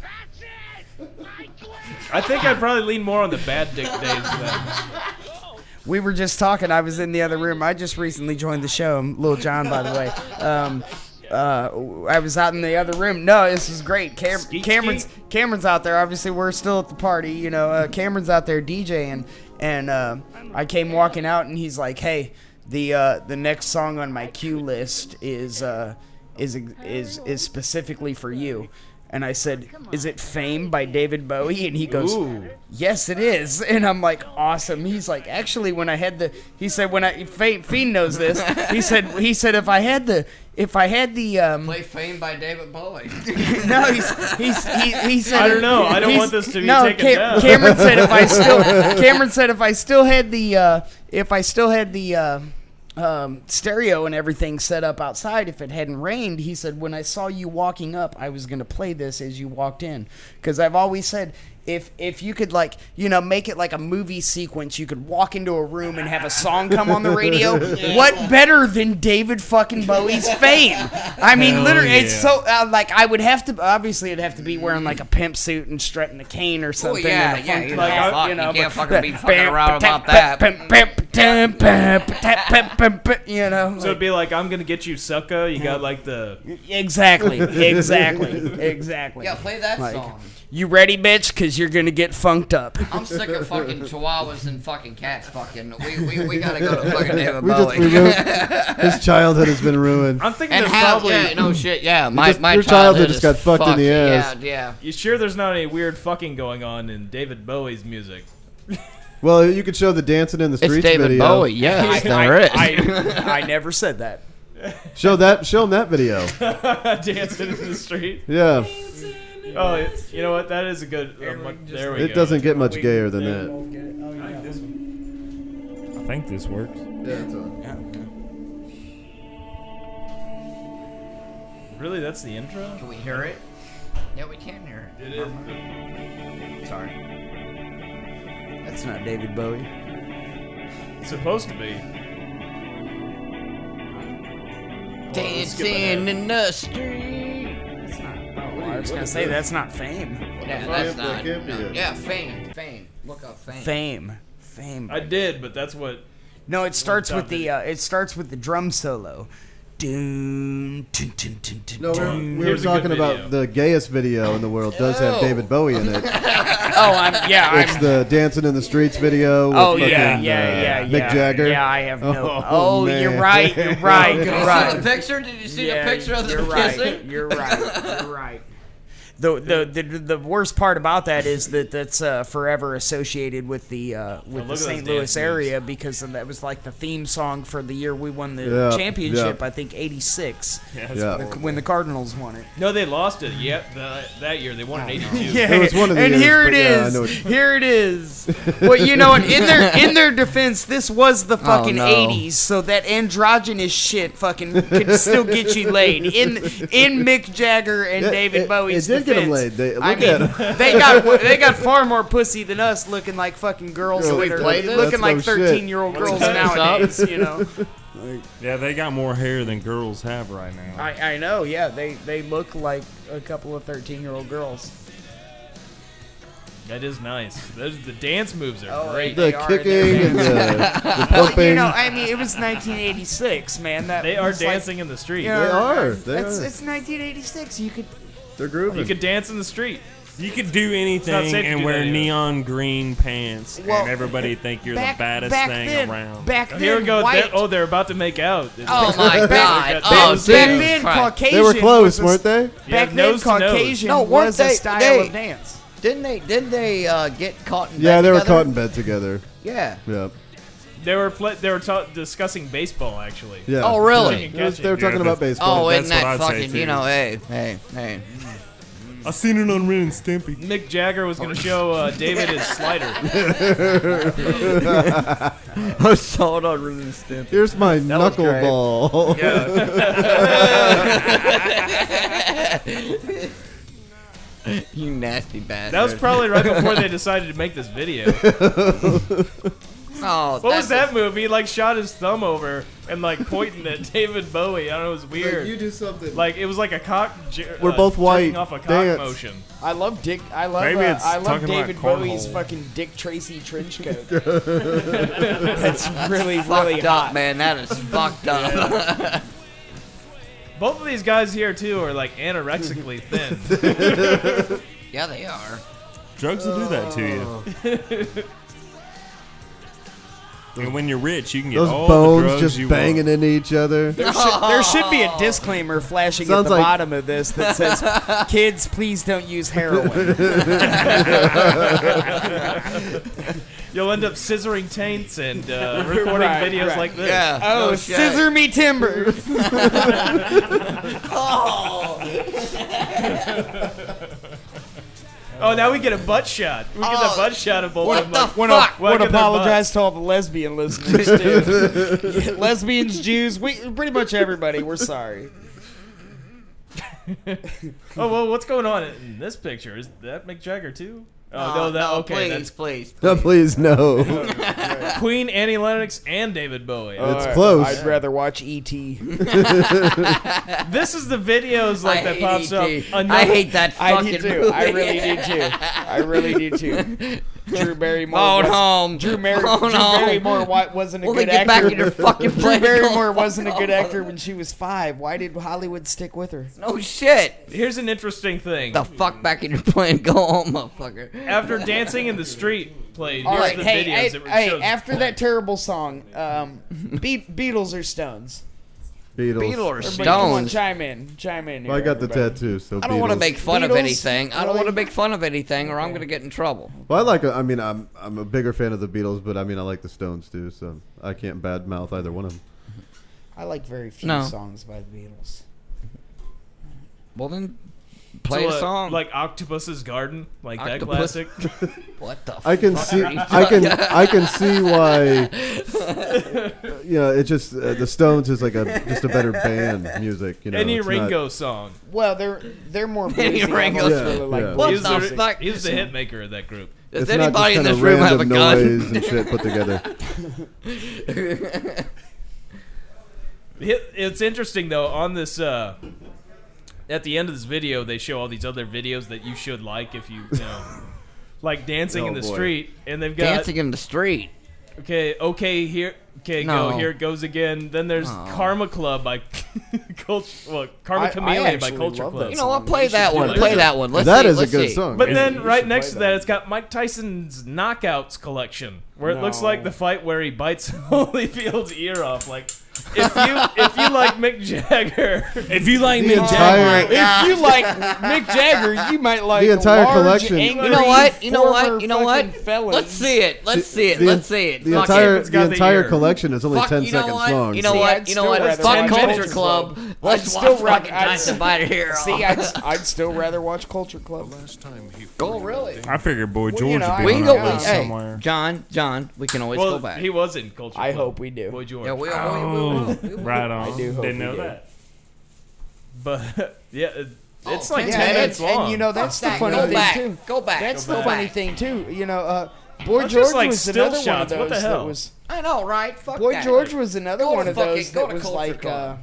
J: That's it! I quit!
D: I think I'd probably lean more on the bad dick days. Than,
K: We were just talking. I was in the other room. I just recently joined the show. I'm Lil John, by the way. Um, uh, I was out in the other room. No, this is great. Cam-
D: Skeet,
K: Cameron's Cameron's out there. Obviously, we're still at the party. You know, uh, Cameron's out there DJing, and uh, I came walking out, and he's like, "Hey, the uh, the next song on my cue list is uh, is is is specifically for you." And I said, "Is it Fame by David Bowie?" And he goes,
D: Ooh.
K: Yes, it is. And I'm like, awesome. He's like, actually, when I had the, he said, when I, Fe- Fiend knows this. He said, he said, if I had the, if I had the, um,
F: Play Fame by David Bowie.
K: no, he's, he's, he, he said,
D: I don't know. I don't
K: he's-
D: want this to be
K: no,
D: taken
K: Cam-
D: down.
K: Cameron said, if I still, Cameron said, if I still had the, uh, if I still had the, uh, um, stereo and everything set up outside. If it hadn't rained, he said, when I saw you walking up, I was gonna play this as you walked in, because I've always said if if you could like you know make it like a movie sequence, you could walk into a room and have a song come on the radio. What better than David fucking Bowie's fame? I mean, literally, it's so uh, like I would have to obviously I'd have to be wearing like a pimp suit and strutting a cane or something.
F: yeah,
K: and a
F: yeah,
K: funky-
F: you know, fuck, you can't
K: but-
F: fucking be fucking around about that.
K: You know,
D: so it'd be like, I'm gonna get you, sucker. You got like the
K: exactly, exactly, exactly.
F: yeah, play that song.
K: You ready, bitch? Cause you're gonna get funked up.
F: I'm sick of fucking chihuahuas and fucking cats fucking. We, we, we gotta go to fucking David
E: We just
F: Bowie.
E: removed, his childhood has been ruined.
D: I'm thinking
F: and
D: there's
F: have,
D: probably.
F: yeah, no shit, yeah. My,
E: just-
F: my
E: your childhood just
F: is
E: got fucked in the ass.
F: Yeah, yeah.
D: You sure there's not any weird fucking going on in David Bowie's music?
E: Well, you could show the dancing in the
F: It's
E: streets
F: David
E: video.
F: Bowie, yes, there is.
K: I, I never said that.
E: Show that. Show him that video.
D: Dancing in the street.
E: Yeah,
D: Oh, you know what? That is a good. oh my- there we go.
E: it doesn't get much gayer than that.
A: I think this works.
E: Yeah, it's on.
D: Really, that's the intro.
F: Can we hear it? Yeah, we can hear it. Sorry.
K: That's not David Bowie.
D: It's supposed to be.
F: Dancing in the street.
K: That's not. Oh, I was gonna say that's not fame.
E: that's
F: Yeah, that's
E: not-
F: not.
E: can't be no. it.
F: yeah, fame, fame. Look up fame.
K: Fame, fame.
D: I did, but that's what.
K: No, it starts with
D: topic.
K: the uh, it starts with the drum solo. Doom, dun, dun, dun, dun,
E: No, we
K: dun.
E: were, we were
D: Here's a good
E: talking
D: video.
E: about the gayest video in the world does have
F: Ew.
E: David Bowie in it.
K: Oh, I'm, yeah,
E: It's
K: I'm-
E: the dancing in the streets video. With
K: Oh, yeah,
E: fucking,
K: yeah,
E: uh,
K: yeah,
E: Mick
K: yeah.
E: Jagger. Oh,
K: Yeah, I have no- oh, you're right, you're right,
F: Did
K: you're
F: you
K: right.
F: see the picture? Did you see
K: Yeah,
F: the picture of
K: you're
F: them
K: right.
F: kissing?
K: You're right. You're right. The, the, the the worst part about that is that that's uh, forever associated with the
E: Oh,
K: uh, with
D: look
K: the
D: at
K: St.
D: those
K: Louis
D: dance
K: area because that was like the theme song for the year we won the
E: Yeah,
K: championship.
E: yeah.
K: I think '86
D: Yeah,
E: that's Yeah.
K: when, the, when the Cardinals won it.
D: No, they lost it. Yep, the, that year they won in '82.
K: Yeah, and here it is. here it is. Well, you know, what? in their in their defense, this was
E: Oh,
K: the fucking
F: no.
K: '80s, so that androgynous shit fucking could still get you laid. In in Mick Jagger and
E: Yeah,
K: David
E: it- it
K: Bowie's
E: did get 'em
K: defense,
E: laid. They-
K: I
E: look at
K: mean,
E: 'em.
K: they got they got far more pussy than us, looking like fucking girls.
E: Girls,
K: that are
E: that's-
K: looking
E: that's
K: like
E: no shit.
K: thirteen year old girls nowadays. You know,
H: Yeah, they got more hair than girls have right now.
K: I I know. Yeah, they they look like a couple of thirteen year old girls.
D: That is nice. Those the dance moves are
K: Oh,
D: great.
K: they
E: The
K: are,
E: kicking and the, the
K: Well, you
E: pumping.
K: know, I mean, it was 1986, man. That
D: They are
K: was like-
D: dancing in the street.
K: you know,
E: They are. They
K: it's,
E: are.
K: it's 1986. You could.
E: They're grooving.
D: You could dance in the street.
H: You could do
D: It's not
H: anything
D: safe to
H: and
D: do
H: wear
D: that, yeah.
H: neon green pants,
K: Well,
H: and everybody think you're
K: back,
H: the baddest
K: back
H: thing
K: then,
H: around.
K: Back then,
D: Here we go.
K: White,
D: They're- oh, they're about to make out.
F: Oh my god.
D: Back-
F: Oh,
K: back then,
F: Jesus Christ.
K: Caucasian.
E: they were close,
K: was a-
E: weren't they?
D: Yeah,
K: Back then,
D: nose to nose.
K: Caucasian
F: No, weren't
K: was a
F: they-
K: style
F: they-
K: of dance.
F: Didn't they? Didn't they uh, get caught in?
E: Yeah,
F: bed
E: they were
F: together?
E: caught in bed together.
F: Yeah.
E: Yeah.
D: They were pl- they were ta- discussing baseball actually.
E: Yeah.
F: Oh,
E: It
F: really?
E: was- they were
H: Yeah,
E: talking about
H: that's-
E: baseball.
F: Oh,
H: that's
F: isn't that
H: what I'd say,
F: fucking? You
H: too.
F: know, hey, hey, hey.
H: I seen it on Ren and Stimpy.
D: Mick Jagger was
K: Oh.
D: going to show uh, David his slider.
F: I saw it on Ruben Stimpy.
E: Here's my
F: was great.
E: knuckleball.
F: You nasty bastard.
D: That was probably right before they decided to make this video.
F: Oh,
D: What was that movie? He, like shot his thumb over and like pointing at David Bowie. I don't know. It was weird. Like,
E: do something.
D: it was like a cock. J-
E: We're
D: uh,
E: both
D: jerking
E: white.
D: Off a cock
E: Dance.
D: motion.
K: I love Dick. I love.
H: Maybe
K: uh,
H: it's
K: I love
H: talking about
K: David
H: cornhole.
K: Bowie's fucking Dick Tracy trench coat. That's really
F: Fucked
K: really
F: up,
K: hot.
F: man. That is fucked up.
D: Both of these guys here too are like anorexically thin.
F: yeah, they are.
K: Oh,
H: Drugs will do that to you. and when you're rich, you can get
E: Those
H: all the
E: bones
H: drugs
E: just
H: you
E: banging
H: want.
E: into each other.
K: There should, there should be a
F: Oh.
K: disclaimer flashing at
E: Sounds
K: the
E: like-
K: bottom of this that says, "Kids, please don't use heroin."
D: You'll end up scissoring taints and uh, recording
K: Right,
D: videos
K: right.
D: like this.
F: Yeah.
K: Oh,
F: no shit.
K: scissor me timbers.
D: Oh, now we get a butt shot. We get
F: Oh,
D: the butt shot of both
F: what
D: of
F: the
D: them.
F: Wanna- fuck?
K: Would
D: wanna
K: apologize to all the lesbian listeners too. Lesbians, Jews, we pretty much everybody. We're sorry.
D: oh, well, what's going on in this picture? Is that Mick Jagger too? Oh, no, that okay.
F: Please,
D: That's
F: please.
E: No, please no.
D: Queen Annie Lennox and David Bowie.
F: Oh.
E: It's close.
K: I'd rather watch E E.T.
D: this is the videos
F: I
D: like that
F: hate
D: pops up.
F: ET. I
D: Another-
F: hate that
K: I
F: fucking
K: do too.
F: movie.
K: I really do too. I really do too. Drew Barrymore.
F: Phone
K: was-
F: home.
K: Drew, Mar-
F: Phone
K: Drew
F: home.
K: Barrymore wa- wasn't a
F: Well, they
K: good
F: get back
K: actor.
F: in your fucking
K: Drew
F: plane.
K: Barrymore wasn't a good actor when she was five. Why did Hollywood stick with her?
F: No Oh, shit.
D: Here's an interesting thing.
F: The fuck back in your plane. Go home, motherfucker.
D: After dancing in the street played,
K: All
D: here's
K: right,
D: the
K: hey,
D: videos.
K: hey,
D: that were uh,
K: hey,
D: shown.
K: after that terrible song, um, Be- Beatles or Stones?
E: Beatles.
F: Beatles or
K: Everybody, come on,
F: Stones.
K: chime in, chime in. Here,
E: Well, I got the
K: everybody.
E: tattoo, so
F: I don't want to
E: Beatles.
F: make fun of
K: Beatles,
F: anything. I don't want to
K: really?
F: make fun of anything, or I'm gonna get in trouble.
E: Well, I like. I mean, I'm I'm a bigger fan of the Beatles, but I mean, I like the Stones too. So I can't badmouth either one of them.
K: I like very few
F: No.
K: songs by the Beatles.
F: Well then,
D: So,
F: play
D: uh,
F: a song.
D: like Octopus's Garden, like
F: Octopus-
D: that classic.
F: what the?
E: I can see. I can. I can see why. You know, it just uh, the Stones is like a just a better band music. You know,
D: Any
E: it's not-
D: Ringo song.
K: Well, they're they're more bluesy. I've
F: Ringo.
K: always
E: Yeah,
K: really liked
E: yeah.
F: What
D: He's
F: the
D: the,
F: fuck?
D: he's the hit maker of that group.
F: Does
E: it's not
F: anybody
E: just
F: in
E: kinda
F: this room have a
E: random
F: gun?
E: noise and shit put together.
D: Hit- It's interesting though. On this, uh, at the end of this video, they show all these other videos that you should like if you, you know, like dancing in
E: Oh,
D: the
E: boy.
D: street, and they've got
F: Dancing in the street.
D: okay, okay here. Okay,
F: No.
D: go. Here it goes again. Then there's
F: Oh.
D: Karma Club by Culture. Well, Karma
F: I- I
D: Chameleon by
F: actually
D: Culture
F: love that
D: Club.
F: You know what, song. play We that should one, do play that. that one. Let's
E: That
F: see,
E: is
F: let's
E: a good
F: see.
E: song.
D: But
E: man.
D: then right next to that, it's got Mike Tyson's knockouts collection, where it looks like the fight where he bites Holyfield's ear off. Like, if you if you like Mick Jagger,
H: if you like
E: The Mick entire-
D: if
E: Jagger-
D: you like
K: Mick Jagger, you might like
E: The entire
K: large,
E: collection.
K: Angry,
F: You know what? You know
K: former
F: what? You know what?
K: fucking Felons.
F: Let's see it. Let's see it.
E: The-
F: Let's see it.
E: The
F: Fuck
E: entire
F: it.
E: the entire collection is only
F: Fuck,
E: ten
F: you know
E: seconds
F: what?
E: long.
F: You know
K: See,
F: what?
K: I'd
F: you know
K: still
F: what?
K: rather
F: Fuck
K: watch
F: Culture
K: Culture
F: Club.
K: Club.
F: Let's
K: I'd
F: still
K: still
F: watch
K: rather-
F: fucking
K: I'd
F: Tyson
K: s-
F: Biter Hero.
K: See, I'd, I'd still rather watch Culture Club. Last time he
F: oh, really?
H: I figured Boy
K: Well,
H: George
K: you know,
H: would be
F: We
H: on
F: can
H: that
F: go.
H: list
F: Hey,
H: somewhere.
F: John, John, we can always go
D: well,
F: back.
D: he was in Culture
K: I
D: Club.
K: hope we do.
D: Boy George.
F: Yeah, we,
H: Oh,
F: we, we, we,
H: right on.
K: I do hope
H: Didn't
K: we
H: know
K: do.
H: that.
D: But yeah, uh, it- it's like
K: Oh, Yeah,
D: ten
K: and-
D: minutes long.
K: And you know that's the
F: that.
K: funny
F: Go
K: thing
F: back.
K: too.
F: Go back.
K: That's
F: Go
K: the
F: back.
K: funny thing too. You know, uh, Boy
D: That's
K: George
D: just like
K: was
D: still
K: another
D: shots.
K: one
D: What
K: of
D: the
K: those
D: hell?
K: that was.
F: I know, right? Fuck
K: Boy
F: that.
K: George was another
F: Go
K: one
F: to
K: of
F: fucking-
K: those
F: go
K: that
F: to
K: was
F: Culture
K: like uh,
F: Club.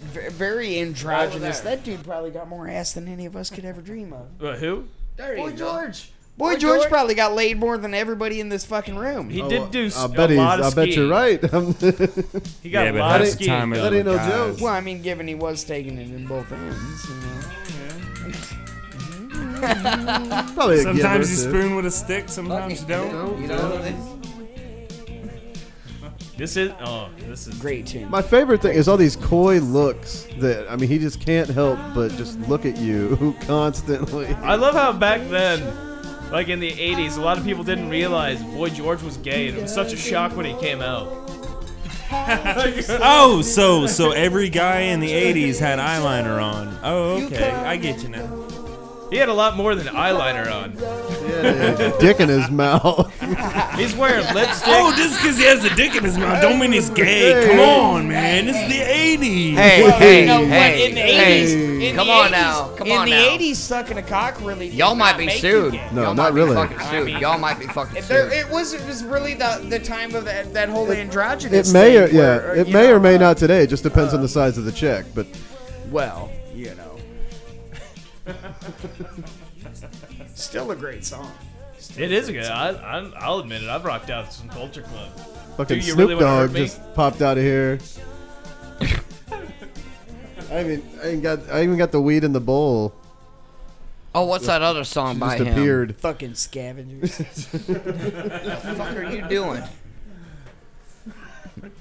K: ve- very androgynous.
F: there.
K: That dude probably got more ass than any of us could ever dream of.
D: Uh, who?
F: There you
K: Boy
F: go.
K: George. Boy,
F: Boy
K: George,
F: George.
K: probably got laid more than everybody in this fucking room.
D: He did do s-
E: I
D: a
E: bet he's,
D: lot
E: Oh, uh, I
D: of
E: bet you're
D: skiing.
E: right. I'm-
D: He got
H: yeah,
D: a
H: but
D: lot of
H: that's the
D: skiing.
H: time
E: That
H: of
E: ain't no
H: guys.
E: joke.
K: Well, I mean, given he was taking it in both ends, you know.
E: Probably a
H: Sometimes you
E: giver, too.
H: spoon with a stick, sometimes you don't.
F: You know, this-
D: This is oh, this is
K: Great tune.
E: My favorite thing is all these coy looks that I mean he just can't help but just look at you constantly.
D: I love how back then, like in the 80s, a lot of people didn't realize Boy George was gay, and it was such a shock when he came out.
H: Oh, so so every guy in the '80s had eyeliner on. Oh, okay, I get you now.
D: He had a lot more than eyeliner on.
E: Dick in his mouth.
D: He's wearing lipstick.
H: Oh, just because he has a dick in his mouth don't mean he's gay. Come on, man, it's the '80s.
F: Hey, hey,
K: you know what?
F: hey,
K: in the
F: hey.
K: 80s,
E: Hey.
K: in
F: Come
K: the
F: on
K: 80s,
F: now, come
K: in
F: on
K: the
F: now.
K: 80s, sucking a cock really. did
F: Y'all
K: not
F: might be
K: make you
F: sued.
K: gay.
E: No,
F: Y'all
E: not
F: might be
E: really.
F: fucking sued.
K: mean-
F: Y'all might be fucking sued.
K: There, it was it was really the the time of that, that whole androgynous.
E: It may or
K: thing where,
E: yeah, it
K: you
E: may
K: know,
E: or may not today. It just depends on the size of the check. But
K: Well, you know. Still a great song.
D: It is good. I, I'm, I'll admit it. I've rocked out to some Culture Club.
E: fucking
D: Do you
E: Snoop
D: really wanna
E: Dogg
D: hurt me?
E: just popped out of here. I mean, I ain't got I even got the weed in the bowl.
F: Oh, what's that other song
E: It
F: by
E: just
F: him?
E: appeared.
K: Fucking scavengers.
F: What the fuck are you doing?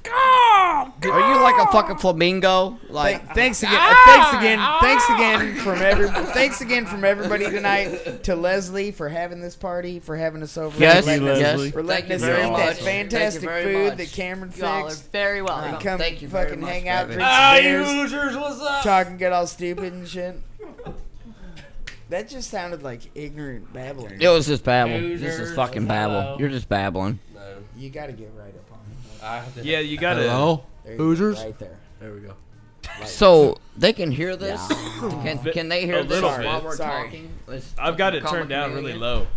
F: Are you like a fucking flamingo? Like,
K: thanks again. uh, thanks again. Thanks again from every. Thanks again from everybody tonight to Leslie for having this party, for having us over.
F: yes,
K: for letting us-
F: yes.
K: For letting
F: Thank
K: us
F: you very
K: eat
F: much.
K: that
F: Thank you
K: fantastic
F: very
K: food
F: much.
K: that Cameron
L: Y'all are
K: fixed.
L: very welcome.
K: And come
F: Thank you very
K: fucking
F: much
K: hang
F: for
K: out,
F: having
K: drink
F: us.
K: some beers,
D: losers, what's up?
K: talk and get all stupid and shit. That just sounded like ignorant babbling.
F: It was just babble. This is fucking babble.
L: Hello.
F: You're just babbling.
K: You gotta get right up on it.
D: Yeah, you gotta.
K: There you go,
E: Hoosiers?
K: Right there.
M: There we go.
F: So they can hear this. Can, can they hear
D: A
F: this
D: little
F: while
D: bit.
F: we're
K: Sorry.
F: talking? Let's
D: I've got it
F: call
D: turned down really
F: comedian.
D: low.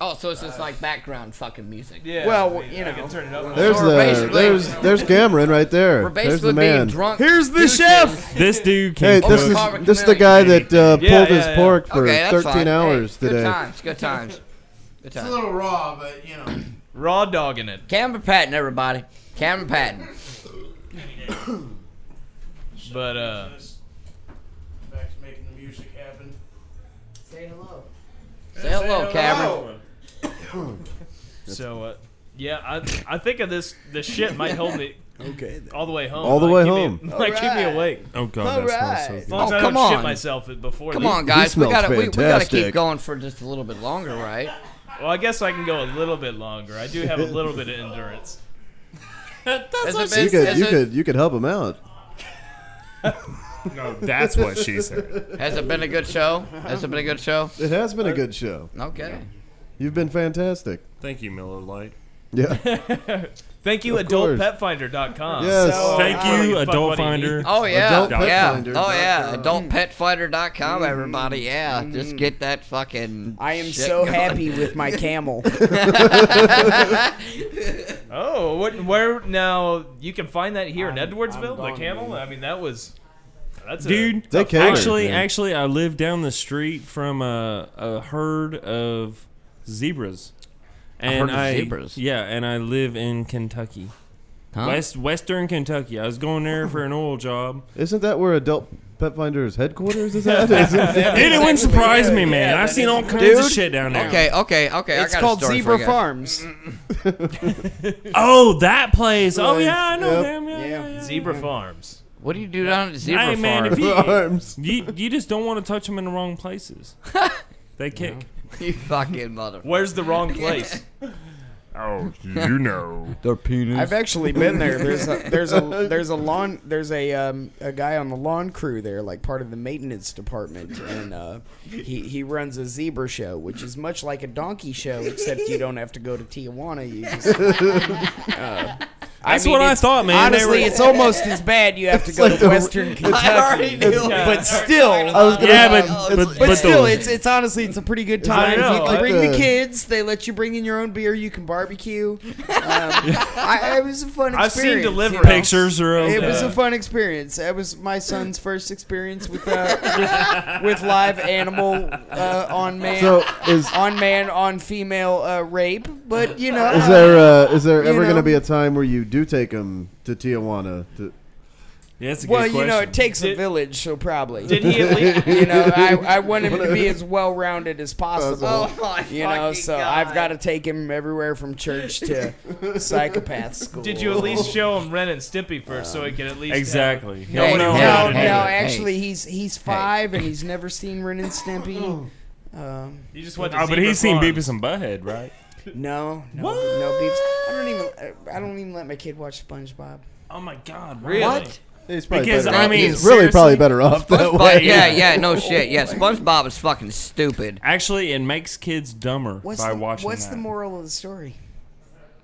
F: Oh, so it's just like background fucking music.
D: Yeah.
K: Well,
D: I mean,
K: you
D: I
K: know.
D: can turn it up.
E: There's
F: So we're
E: the
F: basically-
E: there's there's Cameron right there.
F: We're
E: There's the
F: basically being
E: man.
F: drunk.
K: Here's the
F: douches.
K: chef!
H: This dude
E: Hey,
H: can.
E: this
F: Over
E: is
F: Carver
E: this is the guy
F: Chameleon.
E: that uh, pulled
D: Yeah, yeah,
E: his
D: yeah.
E: pork for
F: Okay, that's
E: 13
F: fine. Hey,
E: hours
F: Good
E: today.
F: times. Good times. Good times.
M: little raw, but you know.
D: Raw dogging it.
F: Cameron Patton, everybody. Cameron Patton.
D: But, uh.
N: Back to making the music happen.
K: Say hello.
F: Say hello, Cameron.
D: So, uh, yeah, I, I think of this. This shit might hold me
M: Okay. Then.
D: all the way home.
E: All the
D: Like,
E: way
D: keep me-
E: home.
D: like keep me
K: Alright.
D: awake.
H: Oh god, that smells
K: Alright.
H: so
D: As
H: good.
D: long as
F: Oh,
D: I
F: come
D: don't shit
F: on.
D: myself before.
F: Come
D: this.
F: on, guys. We
E: smells
F: gotta we, we gotta keep
E: fantastic.
F: going for just a little bit longer, right?
D: Well, I guess I can go a little bit longer. I do have a little bit of endurance.
F: That's what
E: You could you could you could help him out.
H: No, that's what she said.
F: Has it been a good show? Has it been a good show?
E: It has been a good show.
F: Okay.
E: You've been fantastic.
H: Thank you, Miller Lite.
E: Yeah.
D: Thank you,
E: Of course.
D: adultpetfinder.com.
E: Yes.
K: So,
H: Thank
K: uh,
H: you,
D: fuck
H: Adult
D: what he
H: Finder.
F: Oh yeah,
E: Adult Pet
F: yeah.
E: Finder uh, Mm-hmm.
F: oh
E: dot
F: yeah,
E: com.
F: adultpetfinder.com. Everybody, yeah,
E: Mm-hmm.
F: just get that fucking.
K: I am
F: shit
K: so
F: going.
K: happy with my camel.
D: Oh, what? Where now? You can find that here in Edwardsville,
K: I'm
D: the
K: gone,
D: camel. I mean, that was. That's a-
H: Dude,
E: They catered,
H: actually,
E: man.
H: actually, I live down the street from a, a herd of zebras. and
F: heard of zebras.
H: yeah, and I live in Kentucky,
E: Huh?
H: West Western Kentucky. I was going there for an oil job.
E: Isn't that where Adult Pet Finder's headquarters is at? Is it-
H: it wouldn't surprise me, man. I've seen all kinds of shit down there.
F: Okay, okay, okay. I
K: It's
F: got a
K: called
F: story for
K: Zebra
F: you guys. Mm-hmm.
K: Farms.
H: Oh, that place. Oh
F: Place.
H: yeah, I know
F: Yep.
H: them. Yeah, yeah.
D: Zebra Farms.
F: What do you do down at Zebra
H: Hey, man, if
F: Farms?
H: you- You, you just don't want to touch them in the wrong places. they kick.
F: you fucking mother.
D: Where's the wrong place?
H: oh,
K: you
H: know.
F: Their penis.
K: I've actually been there. There's a there's a there's a lawn there's a um, a guy on the lawn crew there, like part of the maintenance department, and uh, he he runs a zebra show, which is much like a donkey show, except you don't have to go to Tijuana. You just, uh,
H: That's what I
K: it's-
H: thought, man. They
K: Honestly,
H: were-
K: it's almost as bad. You have to
H: It's
K: go
H: like
K: to
H: the-
K: Western
H: I already
K: Kentucky,
H: knew it.
K: but still,
H: I was gonna- Yeah, but- but- but
K: still,
H: the-
K: it's it's honestly it's a pretty good
H: I
K: time.
H: know,
K: you
H: like
K: can bring
H: the-
K: the kids. They let you bring in your own beer. You can barbecue. Um, I, it was a fun
D: I've
K: experience.
D: seen Deliverance.
K: you know?
H: Pictures are up
K: It was
H: there.
K: a fun experience. That was my son's first experience with uh, with live animal uh, on man
E: So, is-
K: on man on female uh, rape. But you know,
E: Is there uh, is there
K: you
E: ever going
K: know.
E: to be a time where you do take him to Tijuana? To,
H: Yeah, that's a
K: well,
H: good
K: you know,
H: question.
K: it takes a village, so probably.
H: Did he at least-
K: you know, I, I want him to be as well rounded as possible.
F: Oh my
K: you know,
F: fucking
K: so
F: God.
K: I've got to take him everywhere from church to psychopath school.
D: Did you at least show him Ren and Stimpy first, so he could at least
H: Exactly.
D: Have,
H: He'll Hey, know hey, how
K: No,
H: to
K: no.
H: do it.
K: Actually, he's he's five and he's never seen Ren and Stimpy. Um,
D: He just went
H: Oh, but he's seen Beavis and Butthead, right?
K: No, no, no beefs. I don't even. I don't even let my kid watch SpongeBob.
H: Oh my God!
F: Really? What?
E: He's
H: probably Because, better I off- mean,
E: he's really probably
H: seriously?
E: better off that
F: SpongeBob-
E: way.
F: Yeah, yeah, no shit. Yeah, SpongeBob is fucking stupid.
H: Actually, it makes kids dumber
K: What's
H: by
K: the,
H: watching
K: What's
H: that
K: the moral of the story?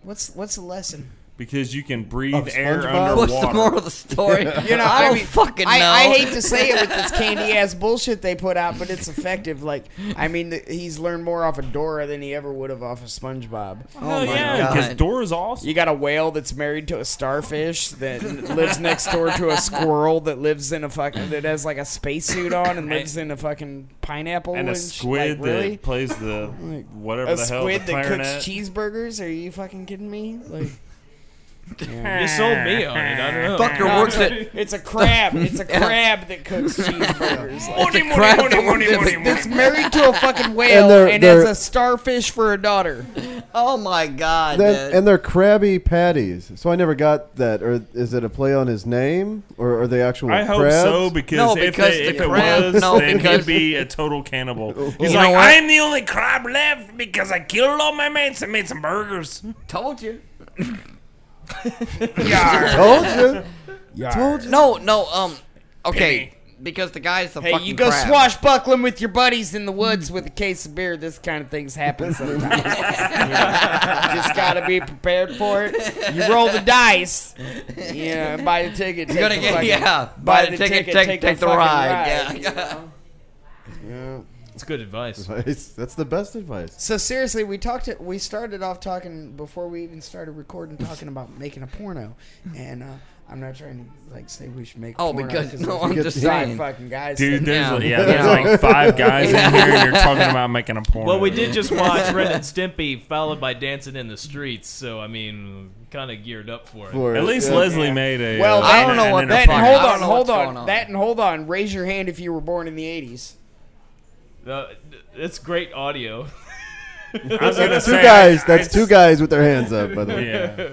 K: What's what's the lesson?
H: because you can breathe
E: Of
H: air
E: SpongeBob?
H: underwater.
E: What's the moral of the
F: story?
K: You know,
F: I
K: I,
F: don't
K: mean,
F: fucking
K: I, I
F: know.
K: hate to say it with this candy ass bullshit they put out, but it's effective. Like, I mean, th- he's learned more off of Dora than he ever would have off of SpongeBob.
H: Oh, yeah, because Dora's awesome.
K: You got a whale that's married to a starfish that lives next door to a squirrel that lives in a fucking that has like a spacesuit on and lives in a fucking pineapple
H: and a
K: sh-
H: squid
K: like, really?
H: that plays the whatever
K: a
H: the hell
K: squid
H: the
K: that
H: clarinet.
K: cooks cheeseburgers? Are you fucking kidding me? Like.
D: You sold me on it. I don't know.
K: Fucker
D: No,
K: works
D: no.
K: at- It's a crab. It's a
D: Yeah.
K: crab that cooks cheeseburgers.
D: It's a crab that
K: that's-
D: cooks-
K: that's married to a fucking whale and,
E: And they're-
K: has
E: they're-
K: a starfish for a daughter.
F: Oh my god,
E: Then- and they're crabby patties. So I never got that. Or is it a play on his name? Or are they actual
H: I hope
E: crabs?
H: so because,
F: No,
H: if,
F: because
H: they,
F: the
H: if
F: crab-
H: it was,
F: no,
H: then
F: because-
H: he'd be a total cannibal. He's
F: know
H: like,
F: what?
H: I'm the only crab left because I killed all my mates and made some burgers.
F: Told you.
E: Told
F: you. No, no. Um. Okay. Because the guy's the
K: Hey,
F: fucking
K: you go
F: crab.
K: swashbuckling with your buddies in the woods with a case of beer. This kind of things happen sometimes. You know, just gotta be prepared for it. You roll the dice. You know, buy the ticket.
F: You
K: take
F: gotta
K: the
F: get-
K: fucking-
F: yeah, buy the ticket, take- take the
K: fucking
F: ride, yeah.
K: you know?
E: Yeah.
D: It's good advice.
E: That's the best advice.
K: So seriously, we talked. we started off talking before we even started recording, talking about making a porno, and uh, I'm not trying to like say we should make. a
F: Oh,
K: porno
F: because-
K: because
F: no,
K: there's
F: I'm
K: five
F: just saying.
K: fucking guys.
H: Dude,
K: sitting
H: there's
K: down.
H: like, yeah, there's like five guys in here, and you're talking about making a porn.
D: Well, we did just watch Ren and Stimpy, followed by Dancing in the Streets. So I mean, kind of geared up for it.
H: At least Leslie made a.
K: Well,
H: uh,
K: that-
H: an- an
K: that. And
H: interference.
K: hold
D: I don't
K: on,
D: know
K: hold
D: what's
K: on,
D: going on.
K: That and hold on. Raise your hand if you were born in the '80s.
D: Uh, it's great audio.
H: I was gonna
E: That's two
H: say,
E: guys.
H: I-
E: that's
H: I-
E: two guys with their hands up. By the way.
H: Yeah.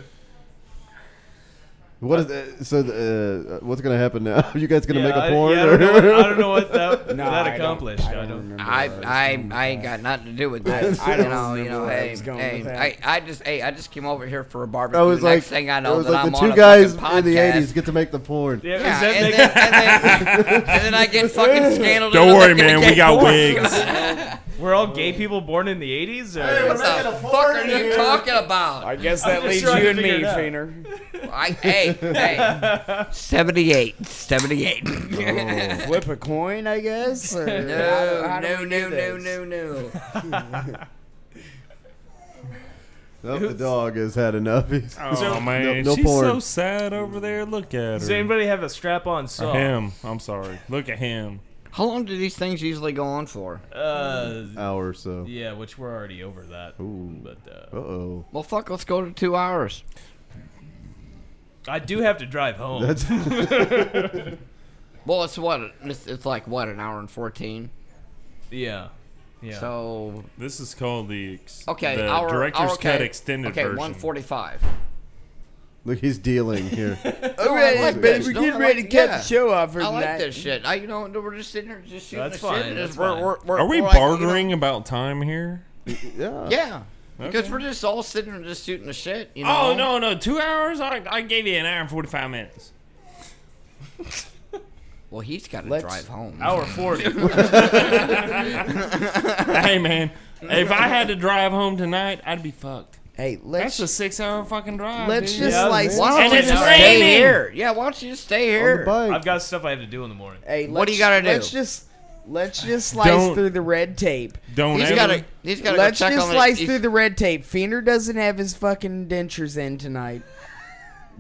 E: What is that? so? The, uh, what's gonna happen now? Are you guys gonna
D: Yeah,
E: make
D: I-
E: a porn?
D: yeah, I don't know
E: or-
D: what- I don't know what that- No, that I don't- accomplished. I I don't don't- remember
F: I I, I ain't got nothing to do with that.
K: I- I don't
F: you know, you
K: remember
F: know,
K: where I
F: hey,
K: was going
F: hey,
K: with that.
F: I, I just hey, I just came over here for a barbecue.
E: I was
F: the
E: like,
F: next thing I
E: I
F: know
E: was
F: that
E: like
F: I'm
E: the
F: on
E: two
F: a
E: guys
F: fucking
E: in the
F: podcast.
E: '80s get to make the porn.
D: Yeah,
F: Yeah, and, then, and, then, and then I get fucking scandaled.
H: Don't
F: into
H: worry,
F: the
H: man, we got
F: porn.
H: wigs.
D: We're all gay people born in the '80s. Or?
F: What the fuck are you talking about?
K: I guess
D: I'm
K: that
D: just
K: leaves you
D: trying to
K: and me,
D: figure it out.
K: Feener.
F: I, hey, hey, seventy-eight, seventy-eight.
K: Flip a coin, I guess. Or
F: No,
K: how do- how
F: no,
K: do we
F: no,
K: do
F: no,
K: this?
F: no, no.
E: Nope, the dog has had enough. He's-
H: Oh
E: no-
H: man,
E: no
H: she's
E: porn.
H: so sad over there. Look at her.
D: Does anybody have a strap-on saw?
H: him. I'm sorry. Look at him.
F: How long do these things usually go on for?
D: Uh,
E: hour or so.
D: Yeah, which we're already over that.
E: Ooh.
D: But
E: uh oh.
F: Well, fuck. Let's go to two hours.
D: I do have to drive home.
F: well, it's what it's, it's like what an hour and fourteen.
D: Yeah. Yeah.
F: So
H: this is called the ex-
F: Okay,
H: the
F: hour,
H: director's
F: hour- okay,
H: cut extended
F: okay,
H: version.
F: one forty-five.
E: Look, he's dealing here.
F: No, I
K: ready,
F: like
K: baby,
F: this.
K: we're
F: No,
K: getting
F: I
K: ready
F: like-
K: to cut the
F: yeah.
K: show off for
F: I like
K: tonight.
F: this shit. I, you know, we're just sitting here just shooting
D: That's
F: the shit.
D: fine,
F: and
D: that's
F: it's- we're-
D: fine.
F: we're- we're-
H: Are we
F: we're like, you know,
H: bartering about time here?
E: Yeah.
F: Yeah.
H: Okay.
F: Because we're just all sitting there just shooting the shit, you know.
H: Oh no no! Two hours? I, I gave you an hour and forty five minutes.
F: Well, he's got to drive home.
H: Hour 40. hey man, if I had to drive home tonight, I'd be fucked.
K: Hey, let's
H: that's a six hour fucking drive.
K: let's
H: dude.
K: just, Yeah, like, man. why
H: and
K: don't
H: it's
K: we just
H: raining.
K: stay
F: here? Yeah, why don't you just stay here?
D: I've got stuff I have to do in the morning.
K: Hey,
F: What do
K: let's-
F: you gotta do?
K: Let's just let's just slice
F: Don't-
K: through the red tape.
H: Don't
F: He's ever- gotta- he's gotta go
K: Let's
F: check
K: just
F: on E it.
K: slice
F: He's-
K: through the red tape. Fiender doesn't have his fucking dentures in tonight.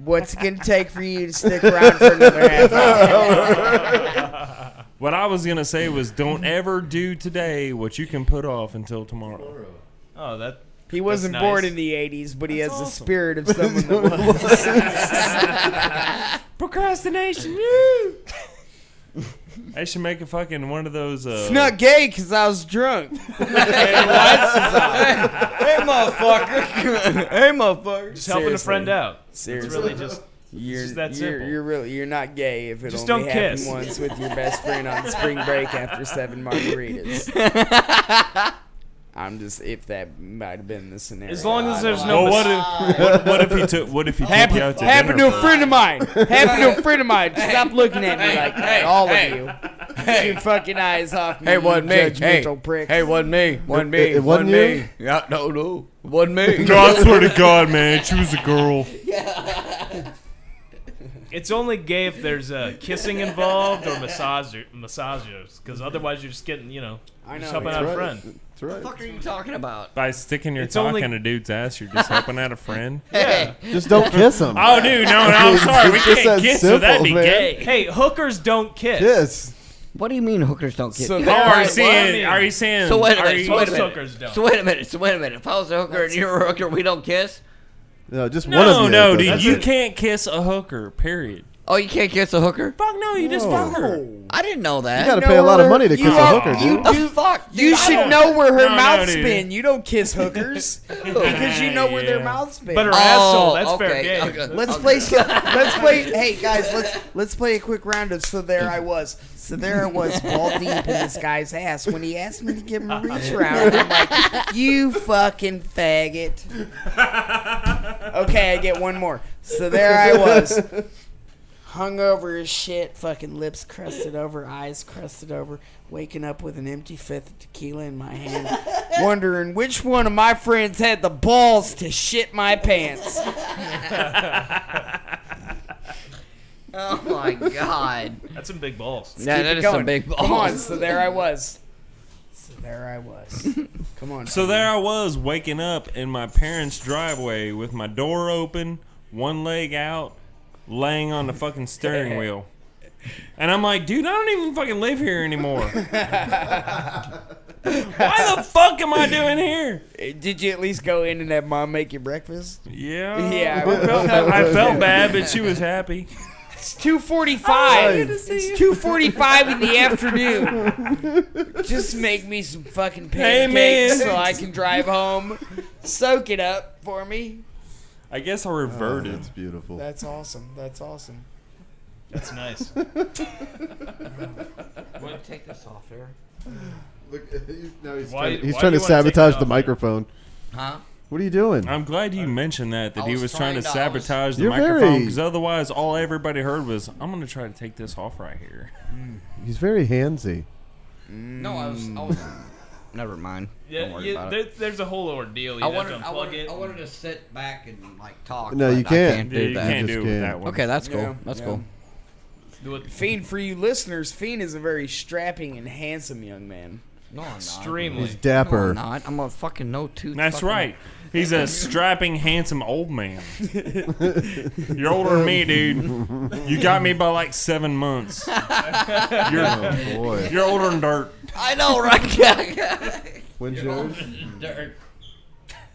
K: What's it gonna take for you to stick around for another half hour?
H: What I was gonna say was, don't ever do today what you can put off until tomorrow.
D: Oh, that.
K: He wasn't
H: That's nice.
K: born in the '80s, but he has the
H: awesome.
K: spirit of someone that was.
H: Procrastination. woo! I should make a fucking one of those. Uh,
K: It's not gay because I was drunk. hey,
D: motherfucker.
K: hey, motherfucker.
D: Just helping a friend out. It's
K: Seriously.
D: really just- it's
K: You're,
D: just that
K: you're,
D: simple.
K: You're really you're not gay if it
D: Just
K: only
D: don't
K: happened
D: kiss.
K: once with your best friend on spring break after seven margaritas. I'm just if that might have been the scenario.
D: As long as
K: I
D: there's
K: don't
D: no
K: know.
H: Well, what if what, what if he took what if he took you out to
K: happened
H: dinner
K: to a friend of mine. happened to a friend of mine. Stop looking at me like that, all of you. Get your fucking eyes off me.
F: Hey, wasn't
K: you
F: me. Hey,
K: Judgmental prick.
F: hey, wasn't me. Wasn't me.
K: it wasn't
F: me.
K: you?
F: Yeah, no, no, wasn't me.
H: No, I swear to God, man, she was a girl.
D: It's only gay if therere's uh, kissing involved or massage massagers, because otherwise you're just getting, you know,
F: I
D: just
F: know,
D: helping
F: that's
D: out a
F: right.
D: friend.
E: That's right.
F: What the fuck are you talking about?
H: By sticking your
D: It's
H: cock
D: only-
H: in a dude's ass, you're just helping out a friend.
F: Yeah.
E: Just don't kiss him.
H: Oh, dude, no, no, I'm sorry, we
E: It's just that
H: can't kiss, so that'd
E: simple,
H: be
E: man.
H: gay.
D: Hey, hookers don't kiss.
E: Yes.
F: What do you mean hookers don't get?
D: So
F: kicked?
D: they're
H: Are you
D: like,
H: saying?
D: what?
H: Are you saying?
F: So wait a
H: are
F: minute.
H: you-
F: So wait a
D: Most hookers
F: minute.
D: don't.
F: So wait a minute. So wait a minute. If I was a hooker and you're a hooker, we don't kiss.
E: No, just one of
H: No,
E: you.
H: no,
E: does
H: dude,
E: it.
H: you can't kiss a hooker. Period.
F: Oh, you can't kiss a hooker.
H: Fuck no, you just fuck her.
F: I didn't know that.
E: You gotta pay a lot of money to kiss a hooker,
K: you
E: dude.
K: do-
F: The fuck.
K: You
F: dude, I
K: should
F: don't-
K: know where her
H: No, no,
K: mouth
H: dude.
K: spin. You don't kiss hookers because you know where their
H: Yeah.
K: mouth spin.
D: But her
F: Oh,
D: asshole, that's
F: okay,
D: fair game.
F: okay.
K: Let's
F: Okay.
K: play. So, let's play. Hey guys, let's let's play a quick round of. So there I was. So there I was, ball deep in this guy's ass when he asked me to give him a reach round. I'm like, you fucking faggot. Okay, I get one more. So there I was, hung over as shit, fucking lips crusted over, eyes crusted over, waking up with an empty fifth of tequila in my hand, wondering which one of my friends had the balls to shit my pants.
F: Oh my god.
D: That's some big balls.
F: Yeah,
K: Keep
F: that
K: it
F: is some
K: going.
F: big balls.
K: Come on, so there I was. So there I was. Come on.
H: So there I was waking up in my parents' driveway with my door open, one leg out, laying on the fucking steering wheel. And I'm like, dude, I don't even fucking live here anymore. Why the fuck am I doing here?
K: Eh, Did you at least go in and have mom make you breakfast?
H: Yeah.
K: Yeah,
H: I felt, I felt bad, but she was happy.
K: It's two forty-five. It's two forty-five in the afternoon. Just make me some fucking
H: Hey,
K: pancakes
H: man.
K: so I can drive home. Soak it up for me.
H: I guess I reverted.
E: It's beautiful.
K: That's awesome. That's awesome.
D: That's nice.
F: Want to take this off here?
E: Look, he's- now he's
D: Why- why do
E: trying, he's trying to
D: you wanna take it
E: sabotage
D: off
E: the
D: there?
E: microphone.
F: Huh?
E: What are you doing?
H: I'm glad you mentioned that, that
F: I
H: he
F: was
H: was trying to,
F: trying to- I was-
H: sabotage the
E: You're
H: microphone,
E: very-
H: because otherwise all everybody heard was, I'm going to try to take this off right here.
E: He's very handsy.
F: No, I was. I was never mind. Don't
D: Yeah,
F: worry
D: yeah
F: about
D: there,
F: it.
D: there's a whole ordeal. You
F: I
D: have
F: wanted,
D: to
F: I,
D: unplug
F: wanted,
D: it.
F: I wanted to sit back and like talk.
E: No,
F: but
E: you
F: I
E: can't.
F: can't
H: Yeah,
F: do
H: you
F: that.
E: Just
H: can't do it with
E: can't.
H: that one.
F: Okay, that's cool.
K: Yeah,
F: that's
K: yeah.
F: cool.
D: Do it.
K: Fiend, for you listeners, Fiend is a very strapping and handsome young man.
F: No, I'm not.
D: Extremely.
E: He's dapper.
F: No, I'm not. I'm a fucking no tooth.
H: That's
F: fucking-
H: right. He's a strapping, handsome old man. You're older than me, dude. You got me by like seven months. You're,
E: Oh, boy.
H: you're older than dirt.
F: I know, right?
E: When's
F: You're
E: yours?
F: older than dirt.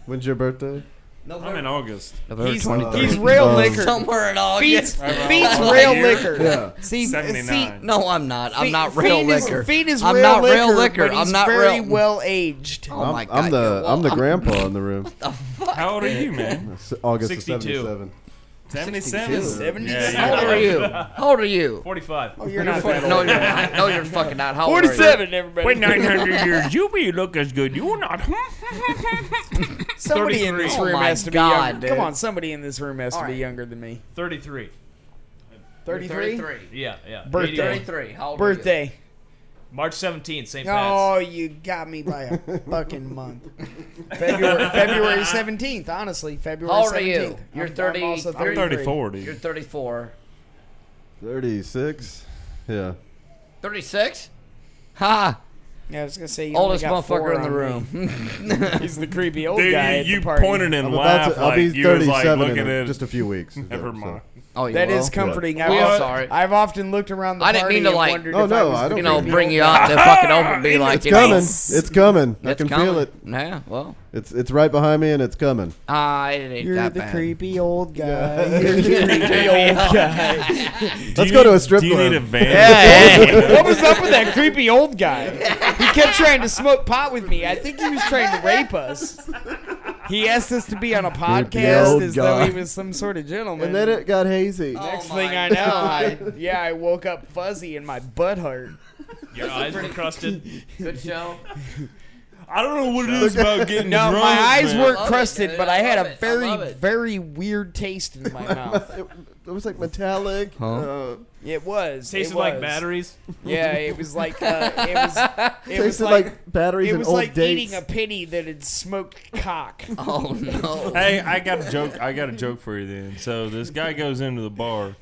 E: When's your birthday?
H: I'm in August.
F: November
K: He's-
F: 23rd.
K: he's real
E: Um,
K: liquor.
F: Somewhere in
K: Feeds,
F: August.
K: feeds
F: Right
K: real
F: here.
K: liquor.
E: Yeah.
K: See, see,
H: 79.
F: No, I'm not. I'm
K: Feed-
F: not real
K: Feed is-
F: liquor.
K: Feed is
F: I'm
K: real
F: not
K: liquor,
F: real liquor.
K: but
F: I'm
K: he's
F: not
K: very
F: real.
K: well aged.
F: oh
E: I'm,
F: my god.
E: I'm the
F: you're-
E: I'm the
F: well,
E: grandpa in the room.
H: How old are you, man?
E: S- August of
D: 62.
E: 77.
H: 77?
E: 72.
H: Yeah,
F: How old are you? How old are you?
D: 45.
K: You're not that
F: No, you're not. No, you're fucking not. How old are you?
K: Forty-seven, everybody.
H: Wait, 900 years, you be look as good. You're not.
K: somebody in this
F: 33.
K: room
F: Oh my
K: has
F: God,
K: to be younger.
F: dude.
K: Come on, somebody in this room has to
F: All
K: be
F: right.
K: younger than me.
D: 33.
K: 33?
D: Yeah, yeah.
K: Birthday.
D: 88.
F: 33. How old Are
K: Birthday.
D: March 17th, St. Pat's.
K: Oh, you got me by a fucking month. February February seventeenth. Honestly, February.
F: How old are
K: 17th.
F: you? You're
K: I'm- I'm
F: 30
K: also
F: I'm
H: 34,
F: you? You're
H: dude.
F: 34.
E: 36. Yeah.
F: 36? Ha!
K: Yeah, I was gonna say you
F: Oldest
K: only got four
F: motherfucker in the
K: on
F: room.
K: me. He's the creepy old
H: Dude,
K: guy.
H: you,
K: at the
H: you
K: party.
H: pointed and
E: I'm about
H: laughed
E: to, I'll be
H: like you was like
E: 37
H: looking
E: in
H: at
E: just a few weeks. is
H: Never
E: up, so.
H: mind.
F: oh, you
K: That
F: will?
K: is comforting.
F: We
K: I've,
F: are sorry.
K: I've often looked around the
F: I didn't
K: party
F: mean to,
K: and
F: like-
K: wondered
E: Oh,
K: if
E: no,
K: I was
E: I
K: the
E: don't
F: You know,
E: mean
K: creepy
F: bring
K: old
F: you
K: guy.
F: out to fucking open and be like,
E: It's coming. It's coming. I
F: It's
E: can
F: coming.
E: feel it.
F: Yeah, well,
E: It's it's right behind me and it's coming.
F: uh, it ain't
K: You're
F: that
K: the
F: bad.
K: creepy old guy. You're the creepy old guy.
E: Let's
H: you
E: go
H: need-
E: to a strip
H: Do you
E: club.
H: need a van?
K: What was up with that creepy old guy? He kept trying to smoke pot with me. I think he was trying to rape us. He asked us to be on a podcast
E: old
K: as
E: guy.
K: though he was some sort of gentleman.
E: And then it got hazy.
K: Next
F: Oh
K: thing
F: my
K: I know, I, yeah, I woke up fuzzy and my butt hurt.
D: Your eyes were crusted.
F: Good show.
H: I don't know what it is about getting
K: No,
H: drunk.
K: my eyes
H: man.
K: were
F: love it,
K: crusted,
F: dude.
K: but
F: I
K: I had
F: love
K: a
F: it. I love
K: very,
F: it.
K: very weird taste in my mouth.
E: It, it was like metallic. Uh,
K: It was.
D: Tasted
K: it
D: like
K: was.
D: batteries.
K: Yeah, it was like uh, it was. It was
E: tasted
K: like,
E: like, batteries
K: it
E: and
K: was
E: old
K: like
E: dates.
K: eating a penny that had smoked cock.
F: Oh, no.
H: Hey, I got a joke. I got a joke for you then. So this guy goes into the bar,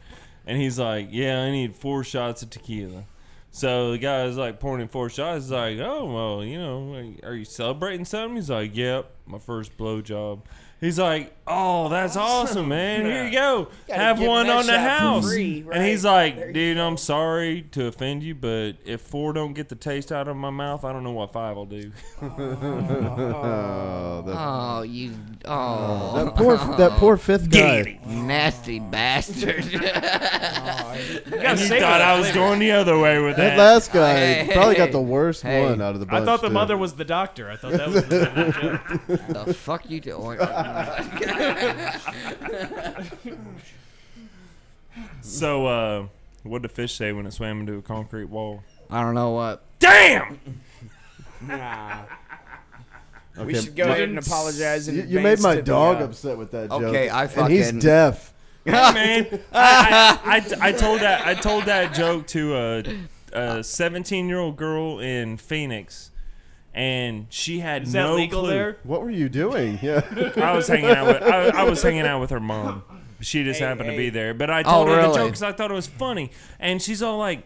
H: and he's like, "Yeah, I need four shots of tequila." So the guy's like pouring in four shots. He's like, "Oh well, you know, are you celebrating something?" He's like, "Yep, my first blowjob." He's like, "Oh, that's awesome, man! Here you go,
K: Gotta
H: have
K: give
H: one
K: that
H: on the
K: shot for
H: house."
K: free,
H: And he's
K: right.
H: like, "Dude, I'm sorry to offend you, but if four don't get the taste out of my mouth, I don't know what five will do."
E: oh, that,
F: Oh, you. Oh,
E: that poor that poor fifth guy.
F: nasty bastard.
H: And you thought I was going the other way with
E: That
H: that.
E: last guy
F: Hey,
E: probably got
F: hey,
E: the worst
F: hey.
E: one out of the bunch.
D: I thought the
E: too.
D: mother was the doctor. I thought that was the joke.
F: the fuck you doing?
H: So, uh, what did the fish say when it swam into a concrete wall?
F: I don't know what.
H: Damn!
K: Nah, we
E: Okay,
K: should go ahead and apologize. In
E: You, you made
K: advance
E: my
K: to the,
E: dog
K: uh,
E: upset with that joke.
F: Okay, I
E: and he's
F: fucking-
E: deaf.
H: Hey, man, I, I, I, I told that I told that joke to a 17 year old girl in Phoenix, and she had
D: Is that
H: no
D: legal
H: clue.
D: there?
E: What were you doing? Yeah,
H: I was hanging out with I, I was hanging out with her mom. She just
K: Hey,
H: happened to
K: hey.
H: be there, but I told
F: Oh,
H: her the
F: really?
H: joke because I thought it was funny, and she's all like,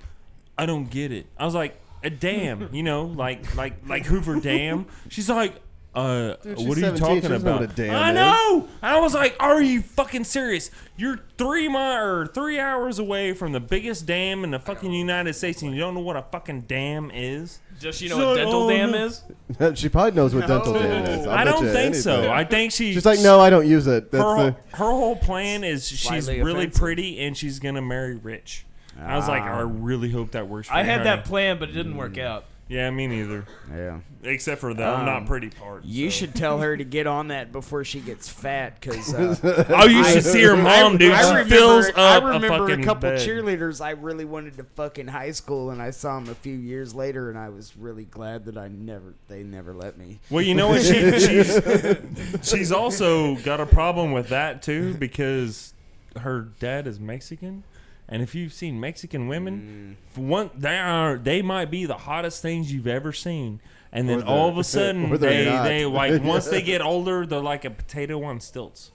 H: "I don't get it." I was like, "A dam," you know, like like like Hoover Dam. She's like. Uh,
E: she's
H: what are you
E: 17.
H: talking
E: She doesn't know
H: about?
E: what a dam
H: I
E: is.
H: know. I was like, "Are you fucking serious? You're three mi- or three hours away from the biggest dam in the fucking United States, and you don't know what a fucking dam is."
D: Just you know
H: So-
D: what dental
H: oh,
D: dam
H: no.
D: is?
E: she probably knows what dental dam is. I'll
H: I
E: bet
H: don't
E: you
H: think so.
E: anything.
H: I think she
E: She's like, no, I don't use it. That's
H: her,
E: the,
H: her whole plan is she's
K: Slightly
H: really
K: offensive. Ah.
H: pretty and she's gonna marry rich. I was like, I really hope that works. for
D: I
H: you,
D: had
H: honey."
D: that plan, but it didn't work out.
H: Yeah, me neither.
F: Yeah.
H: Except for the I'm not pretty part.
K: Um, You
H: so.
K: should tell her to get on that before she gets fat, because uh,
H: Oh, you should see her mom, dude.
K: I
H: she
K: remember,
H: fills up
K: I remember
H: a
K: a,
H: fucking
K: couple
H: bed.
K: cheerleaders I really wanted to fuck in high school, and I saw them a few years later, and I was really glad that I never they never let me.
H: Well, you know what? She, she's she's also got a problem with that too because her dad is Mexican, and if you've seen Mexican women,
D: Mm.
H: for one they are they might be the hottest things you've ever seen, and then
E: Or
H: all
E: they're-
H: of a sudden
E: or they're
H: they
E: not.
H: they like once they get older they're like a potato on stilts.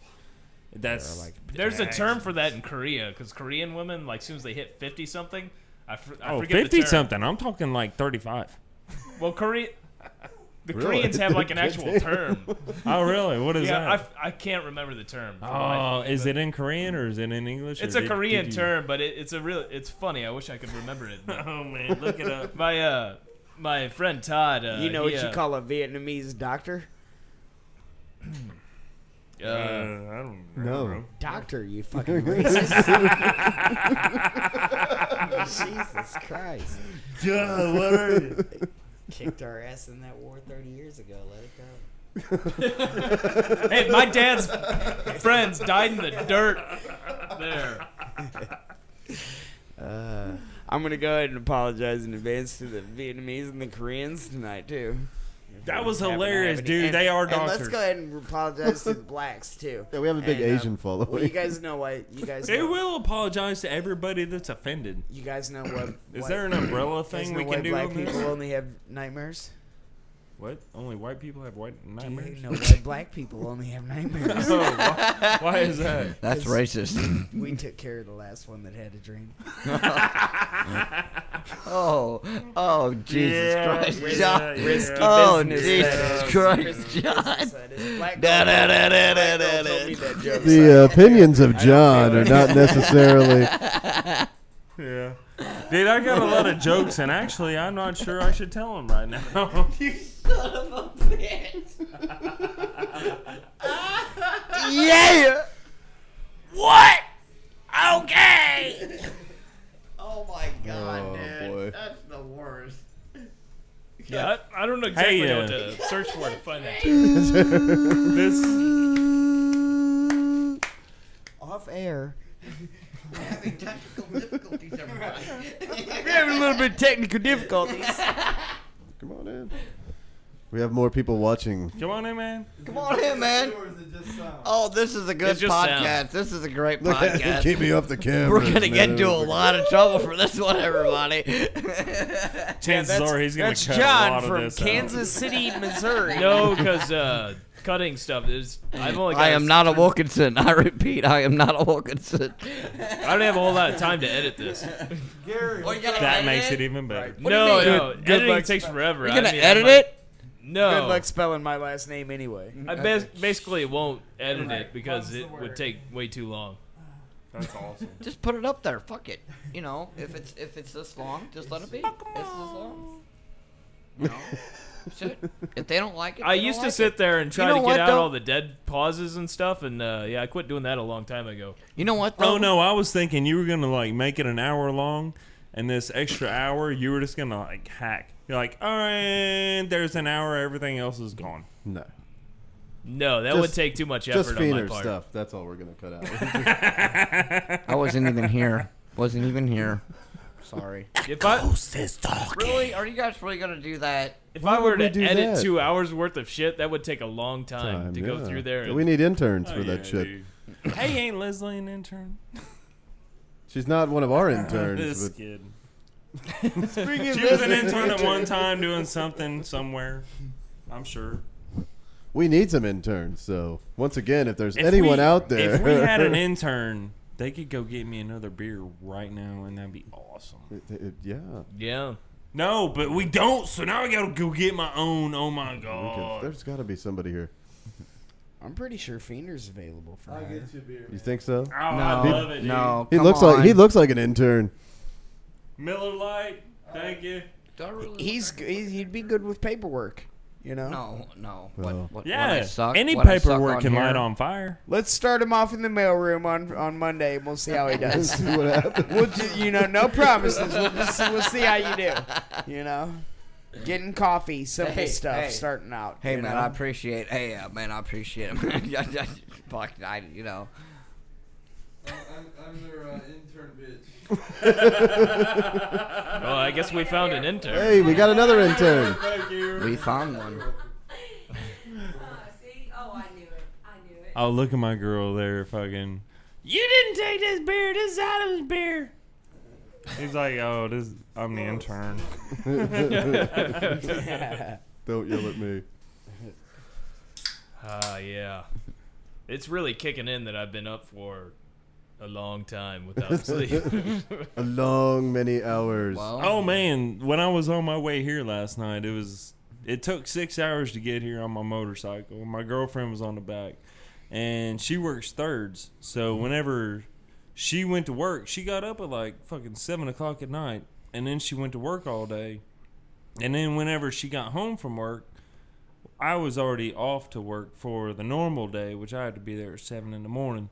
H: That's
D: There's a term for that in Korea because Korean women, like, as soon as they hit 50 something, I, fr- I
H: oh
D: forget the
H: 50
D: term.
H: something. I'm talking like 35.
D: Well, Korea. The
H: Really?
D: Koreans have like an actual term.
H: Oh, really? What is
D: yeah,
H: that?
D: I f- I, can't remember the term. for the life
H: Oh,
D: of me,
H: is
D: but
H: it in Korean or is it in English?
D: It's
H: or
D: a
H: did-
D: Korean
H: did you-
D: term, but it, it's a real. It's funny. I wish I could remember it.
H: oh man, look it up.
D: My uh, my friend Todd. Uh,
K: you know
D: he,
K: what
D: uh,
K: you call a Vietnamese doctor?
D: Uh,
H: I don't
E: No.
K: Doctor, you fucking racist.
O: Jesus Christ.
E: Duh, what are you?
O: Kicked our ass in that war 30 years ago. Let it go.
D: hey, my dad's friends died in the dirt. There.
K: Uh, I'm gonna go ahead and apologize in advance to the Vietnamese and the Koreans tonight too. If
H: That
K: we
H: was
K: happen to have
H: hilarious,
K: any-
H: dude.
K: and-
H: They are
K: and
H: doctors.
K: Let's go ahead and apologize to the blacks too.
E: Yeah, we have a big
K: And, um,
E: Asian following.
K: well, you guys know what? You guys.
H: They
K: know,
H: will apologize to everybody that's offended.
K: You guys know what?
H: Is
K: what-
H: there an umbrella
K: you guys
H: thing
K: know
H: we
K: why
H: can do
K: Black
H: on
K: people
H: this?
K: only have nightmares.
H: What? Only white people have white
K: Do
H: nightmares?
K: you know why black people only have nightmares?
H: No, why- why is that?
F: That's
K: 'Cause
F: racist.
K: We took care of the last one that had a dream.
F: Oh, oh, Jesus
K: Yeah,
F: Christ,
K: risky-
F: John!
K: risky
F: oh,
K: business
F: Jesus
K: that is.
F: Christ,
K: Risky
F: John!
K: business that is. Black
F: Da
K: girl
F: da
K: told
F: da
K: me-
F: da da da
K: black girl
F: da.
K: told me that joke.
E: The uh, opinions of John are not necessarily.
H: Yeah. Dude, I got a lot of jokes, and actually, I'm not sure I should tell them right now.
O: Son of a bitch.
F: yeah!
O: What? Okay! oh my god,
D: Oh,
O: dude.
D: boy.
O: That's the worst.
D: Yeah, I, I don't know exactly
H: Hey, uh,
D: what to search for to find that.
H: this
O: Off air.
F: Having technical difficulties, everybody.
K: We're having a little bit of technical difficulties.
E: Come on in. We have more people watching.
H: Come on in, man.
F: Come on in, man. Oh, this is a good
E: It's just
F: podcast.
E: sound.
F: This is a great
E: Look at it,
F: podcast.
E: keep me off the camera,
F: We're gonna get into a
E: man.
F: lot of trouble for this one, everybody.
H: Chances
D: that's-
H: are he's gonna
D: that's
H: cut
D: John
H: a lot
D: from
H: of this
K: Kansas City, Missouri.
D: No, because uh, cutting stuff is. I've only. Got
F: I am not a Wilkinson. I repeat, I am not a Wilkinson.
D: I don't have a whole lot of time to edit this.
O: Gary,
F: what
H: out. That makes it even better.
D: no,
K: What do you mean?
D: no,
K: Good- good
D: editing
K: luck.
D: takes forever.
K: You're
D: I
K: gonna
D: mean,
K: edit
D: I might-
K: it?
D: No.
K: Good luck spelling my last name anyway.
D: I bas- basically won't edit it because it would take way too long.
H: That's awesome.
F: Just put it up there. Fuck it. You know, if it's if it's this long, just let it be. It's this long. You know? Shit. If they don't like it,
D: I
F: they don't
D: used to
F: like
D: sit
F: it.
D: there and try
F: you
D: to
F: know
D: get
F: what,
D: out
F: though?
D: all the dead pauses and stuff, and uh, yeah, I quit doing that a long time ago.
F: You know what?
H: Oh no, I was thinking you were gonna like make it an hour long, and this extra hour you were just gonna like hack. You're like, all right, there's an hour, everything else is gone.
E: No.
D: No, that
E: Just-
D: would take too much
E: Just
D: effort on my
E: Feener
D: part.
E: stuff. That's all we're gonna cut out.
F: I wasn't even here. Wasn't even here. Sorry.
D: If I-
F: Really? Are you guys really gonna do that?
D: If
E: Why
D: I were
E: would we
D: to
E: do
D: edit
E: that?
D: two hours worth of shit, that would take a long time,
E: Time,
D: to
E: yeah.
D: go through there.
E: We
D: and-
E: need interns
H: Oh,
E: for that
H: yeah,
E: shit.
H: dude. hey, ain't Leslie an intern?
E: She's not one of our interns.
H: this
E: but
H: kid.
K: Speaking
H: she
K: of
H: was an
K: Leslie-
H: intern at one time doing something somewhere. I'm sure.
E: we need some interns. So once again, if there's
H: If
E: anyone
H: we-
E: out there,
H: If we had an intern, they could go get me another beer right now, and that'd be awesome.
E: yeah.
D: Yeah.
H: No, but we don't. So now I gotta go get my own. Oh my
E: we could-
H: god.
E: there's got to be somebody here.
K: I'm pretty sure Feener's available for I'll get
E: you beer. You think so?
H: Oh, I
E: He-
H: love it, dude.
F: No,
E: He
F: come
E: looks like he
F: on.
E: looks like an intern.
H: Miller Lite. Thank you.
K: He's g- he's- he'd be good with paperwork, you know.
F: No, no.
E: Well.
F: What,
H: Yeah,
F: what I suck-
H: any
F: what I suck
H: paperwork
F: on
H: can
F: here.
H: light on fire.
K: Let's start him off in the mailroom on on Monday, and we'll see how he does.
E: See what happens.
K: We'll ju- you know, no promises. We'll, just, we'll see how you do. You know, getting coffee, simple
F: Hey,
K: stuff,
F: hey.
K: starting out.
F: Hey
K: you
F: man,
K: know?
F: I appreciate. Hey uh, man, I appreciate it. Fuck, I you know.
P: I'm, I'm their uh, intern bitch.
D: Oh, I guess we found an intern.
E: Hey, we got another intern.
F: We found one.
J: Ah,
H: Oh, look at my girl there, fucking. You didn't take this beer. This is Adam's beer. He's like, oh, this. I'm the intern.
E: Don't yell at me.
D: Ah, yeah. It's really kicking in that I've been up for a long time without sleep.
E: a long many hours.
H: Oh man, when I was on my way here last night, it was It took six hours to get here on my motorcycle. My girlfriend was on the back, and she works thirds. So whenever she went to work, she got up at like fucking seven o'clock at night, and then she went to work all day. And then whenever she got home from work, I was already off to work for the normal day, which I had to be there at seven in the morning.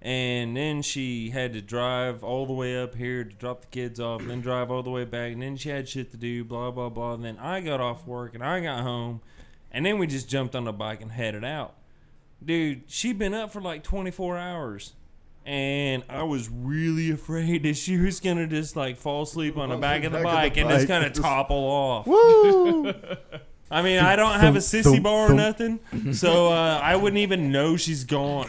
H: And then she had to drive all the way up here to drop the kids off, and then drive all the way back, and then she had shit to do, blah blah blah. And then I got off work and I got home, and then we just jumped on the bike and headed out. Dude, she'd been up for like twenty four hours. And I was really afraid that she was gonna just like fall asleep on the back of the bike and just kind of topple off.
E: Woo!
H: I mean, I don't have a
E: Thump,
H: sissy
E: thump,
H: bar or
E: thump.
H: nothing, so uh, I wouldn't even know she's gone.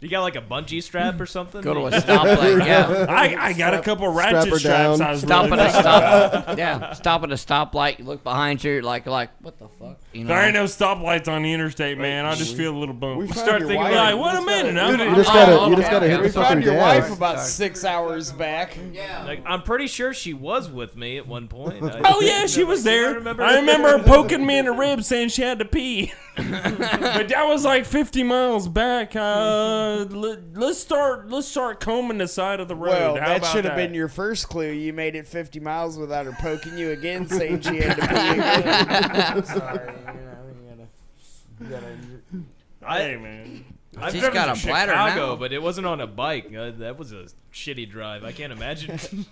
D: You got like a bungee strap or something?
H: Go to a stoplight, yeah. I- I got a
F: Strap-
H: couple ratchet
F: strap her
H: straps I was
F: stop
H: really
F: at a
H: thinking
F: stop.
H: about.
F: yeah, stop at a stoplight. You look behind you, like like what the fuck? You know?
H: There ain't no stoplights on the interstate, man. I just feel a little bump.
F: We found
H: start
F: your
H: thinking
F: wife.
H: like, Uh, what a
F: You just
H: minute,
F: gotta-
H: I'm-
F: Dude,
H: I'm-
F: you just gotta- you just gotta
K: We
F: hit
K: found your
E: gas.
K: wife about six hours back.
D: Like, I'm pretty sure she was with me at one point. I-
H: Oh yeah, she was there. I remember, her poking me in the ribs, saying she had to pee. but that was like 50 miles back. Uh, let, us start. Let's start combing the side of the road.
K: Well,
H: How
K: that
H: about
K: should have
H: that?
K: been your first clue. You made it 50 miles without her poking you again, saying she had to pee. again. Sorry, you know, you gotta, you gotta,
D: I,
H: hey man,
D: I've
K: She's
D: driven
K: got
D: to
K: a bladder
D: Chicago,
K: now.
D: but it wasn't on a bike. Uh, that was a shitty drive. I can't imagine. being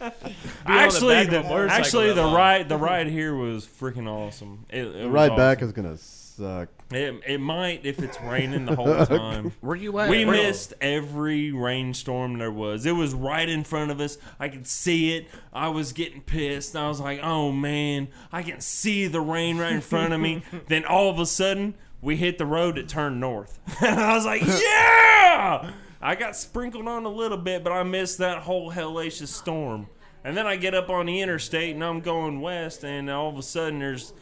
D: on the
H: Actually,
D: back of a
H: the,
D: motorcycle
H: actually
D: that
H: the
D: long.
H: ride the ride here was freaking awesome. It, it
E: The
H: was
E: ride back
H: awesome.
E: is gonna suck.
H: It, it might if it's raining the whole time.
F: Where you at?
H: We
F: Where-
H: missed every rainstorm there was. It was right in front of us. I could see it. I was getting pissed. I was like, "Oh man, I can see the rain right in front of me." then all of a sudden, we hit the road that turned north. I was like, "Yeah!" I got sprinkled on a little bit, but I missed that whole hellacious storm. And then I get up on the interstate and I'm going west, and all of a sudden there's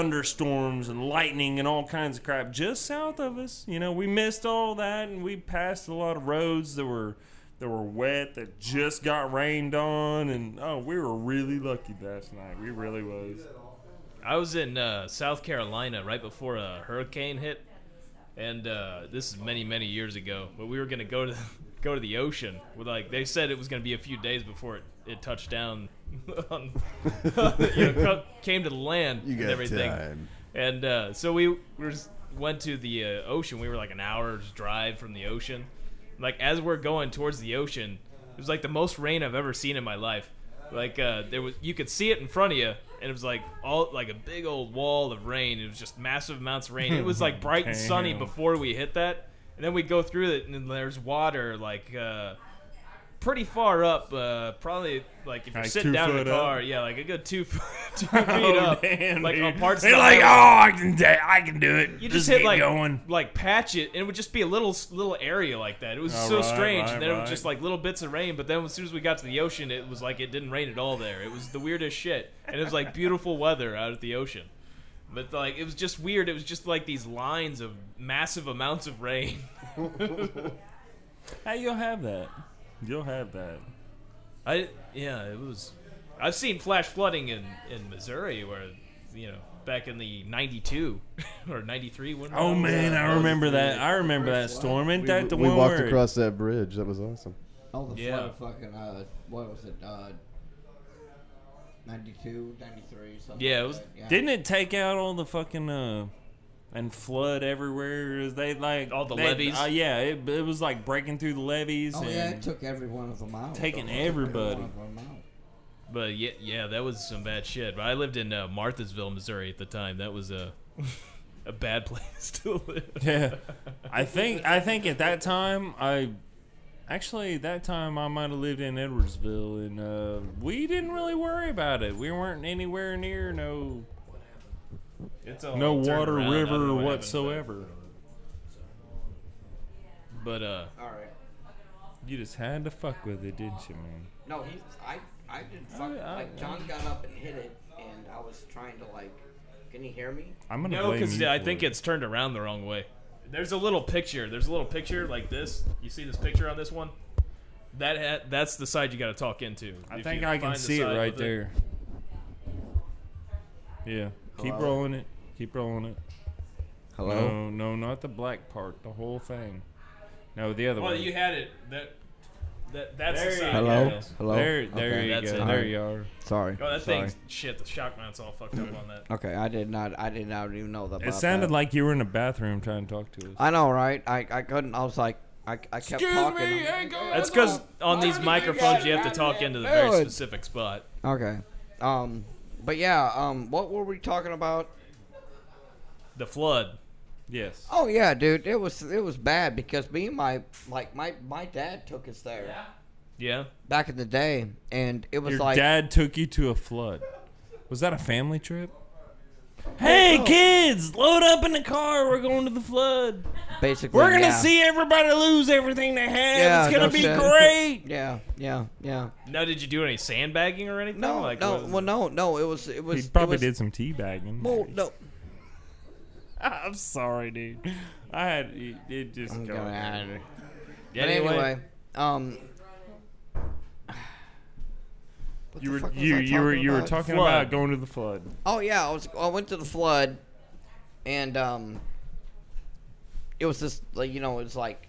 H: thunderstorms and lightning and all kinds of crap just south of us. You know, we missed all that and we passed a lot of roads that were that were wet that just got rained on and oh, we were really lucky last night. We really was.
D: I was in uh, South Carolina right before a hurricane hit, and uh, this is many many years ago. But we were gonna go to go to the ocean. With like they said, it was gonna be a few days before it, it touched down. on, you know, co- came to the land
E: You
D: and
E: got
D: everything.
E: time.
D: And uh, so we were just went to the uh, ocean. We were like an hour's drive from the ocean. Like as we're going towards the ocean, it was like the most rain I've ever seen in my life. Like uh, there was, you could see it in front of you, and it was like all like a big old wall of rain. It was just massive amounts of rain. It was like bright and sunny
H: Damn.
D: before we hit that, and then we go through it, and there's water like uh, pretty far up. Uh, probably like if you're
H: Like
D: sitting
H: two
D: down in
H: foot
D: the
H: up?
D: car, yeah, like a good two, f- two feet
H: Oh,
D: up,
H: damn,
D: like on
H: dude.
D: parts.
H: They're
D: of the
H: like,
D: highway.
H: "Oh, I can da- I can do it.
D: You
H: Just
D: just, hit
H: get
D: like
H: going."
D: like patch it, and it would just be a little little area like that. It was
H: Oh,
D: so
H: right,
D: strange,
H: right,
D: and then it
H: right.
D: was just like little bits of rain. But then as soon as we got to the ocean, it was like it didn't rain at all there. It was the weirdest shit, and it was like beautiful weather out at the ocean. But like it was just weird. It was just like these lines of massive amounts of rain.
H: Hey, you'll have that. You'll have that.
D: I yeah, it was. I've seen flash flooding in in Missouri where you know back in the '92 or '93.
H: Oh man, I remember that. I remember that storm. Ain't
E: We-
H: that the
E: we
H: one
E: walked
H: where
E: across that bridge. That was awesome.
F: Oh, the
D: Yeah.
F: yeah. fucking uh, what was it? Uh, 92, 93, something.
D: Yeah, it
F: like
D: was-
F: that,
H: Didn't it take out all the fucking uh and flood everywhere? Is They like all
D: the
F: levees?
H: Uh, yeah, it, it was like breaking through the levees.
F: Oh
H: and
F: yeah, it took every one of them out.
H: Taking
F: It took every
H: everybody.
F: one of them out.
D: But yeah, yeah, that was some bad shit. But I lived in uh, Marthasville, Missouri at the time. That was a a bad place to live.
H: Yeah, I think I think at that time I actually that time I might have lived in Edwardsville and uh, we didn't really worry about it. We weren't anywhere near no
D: It's
H: no water, river,
D: or
H: whatsoever.
D: But uh,
F: All right.
H: You just had to fuck with it, didn't you, man?
F: No, he. I. I didn't fuck. like John got up and hit it, and I was trying to like. Can you hear me?
H: I'm gonna
D: no,
H: blame
D: because
H: you
D: I
H: for
D: think
H: it.
D: it's turned around the wrong way. There's a little picture. There's a little picture like this. You see this picture on this one? That ha- that's the side you got to talk into.
H: I
D: If
H: think
D: you
H: I
D: find
H: can
D: the
H: see it
D: side
H: right
D: with
H: there. Yeah. Keep
I: Hello?
H: rolling it. Keep rolling it.
I: Hello?
H: No, no, not the black part. The whole thing. No, the other
D: well,
H: one.
D: you had it. That, that that's the
H: There you
D: side.
H: Hello?
D: Yeah.
H: Hello? There- there you
F: that's
H: go.
F: it.
H: There you are.
F: Sorry.
D: Oh, that
F: Sorry.
D: thing's shit. The shock mount's all fucked up on that.
F: Okay, I did not. I did not even know about that.
H: it sounded like you were in a bathroom trying to talk to us.
F: I know, right? I, I couldn't. I was like, I, I kept talking.
D: That's because on these microphones you have to talk into the very
F: Dude.
D: specific spot.
F: Okay. Um, but yeah. Um, what were we talking about?
D: The flood.
H: Yes.
F: Oh yeah, dude. It was it was bad because me and my like my my dad took us there.
D: Yeah.
F: Back in the day, and it was
H: Your
F: like
H: dad took you to a flood. Was that a family trip? Hey kids, load up in the car. We're going to the flood.
F: basically.
H: We're gonna
F: yeah.
H: see everybody lose everything they have.
F: Yeah,
H: it's gonna
F: no
H: be
F: shit.
H: great.
F: Yeah, yeah, yeah.
D: Now, did you do any sandbagging or anything?
F: No,
D: like,
F: no.
D: was-
F: Well, no, no. It was it was.
H: he probably
F: it was,
H: did some teabagging.
F: Well, no.
H: I'm sorry, dude. I had it, it just
F: I'm
H: go
F: going out
H: there.
F: But anyway, um,
H: you were
F: fuck was
H: you
F: I
H: you were
F: talking
H: you were
F: about?
H: talking
F: Flood.
H: about going to the flood.
F: Oh yeah, I was. I went to the flood, and um, it was just like you know, it's like,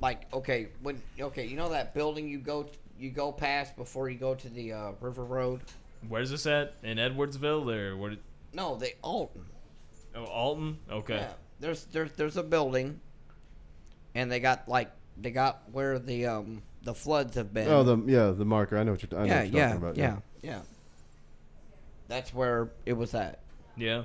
F: like okay, when okay, you know that building you go you go past before you go to the uh, River Road.
D: Where's this at? In Edwardsville or what?
F: No, they Alton.
D: Oh, Alton. Okay.
F: Yeah, there's there's there's a building, and they got like they got where the um the floods have been.
E: Oh, the yeah, the marker. I know what you're, I know
F: yeah,
E: what you're
F: yeah,
E: talking about.
F: yeah, yeah. That's where it was at.
D: Yeah.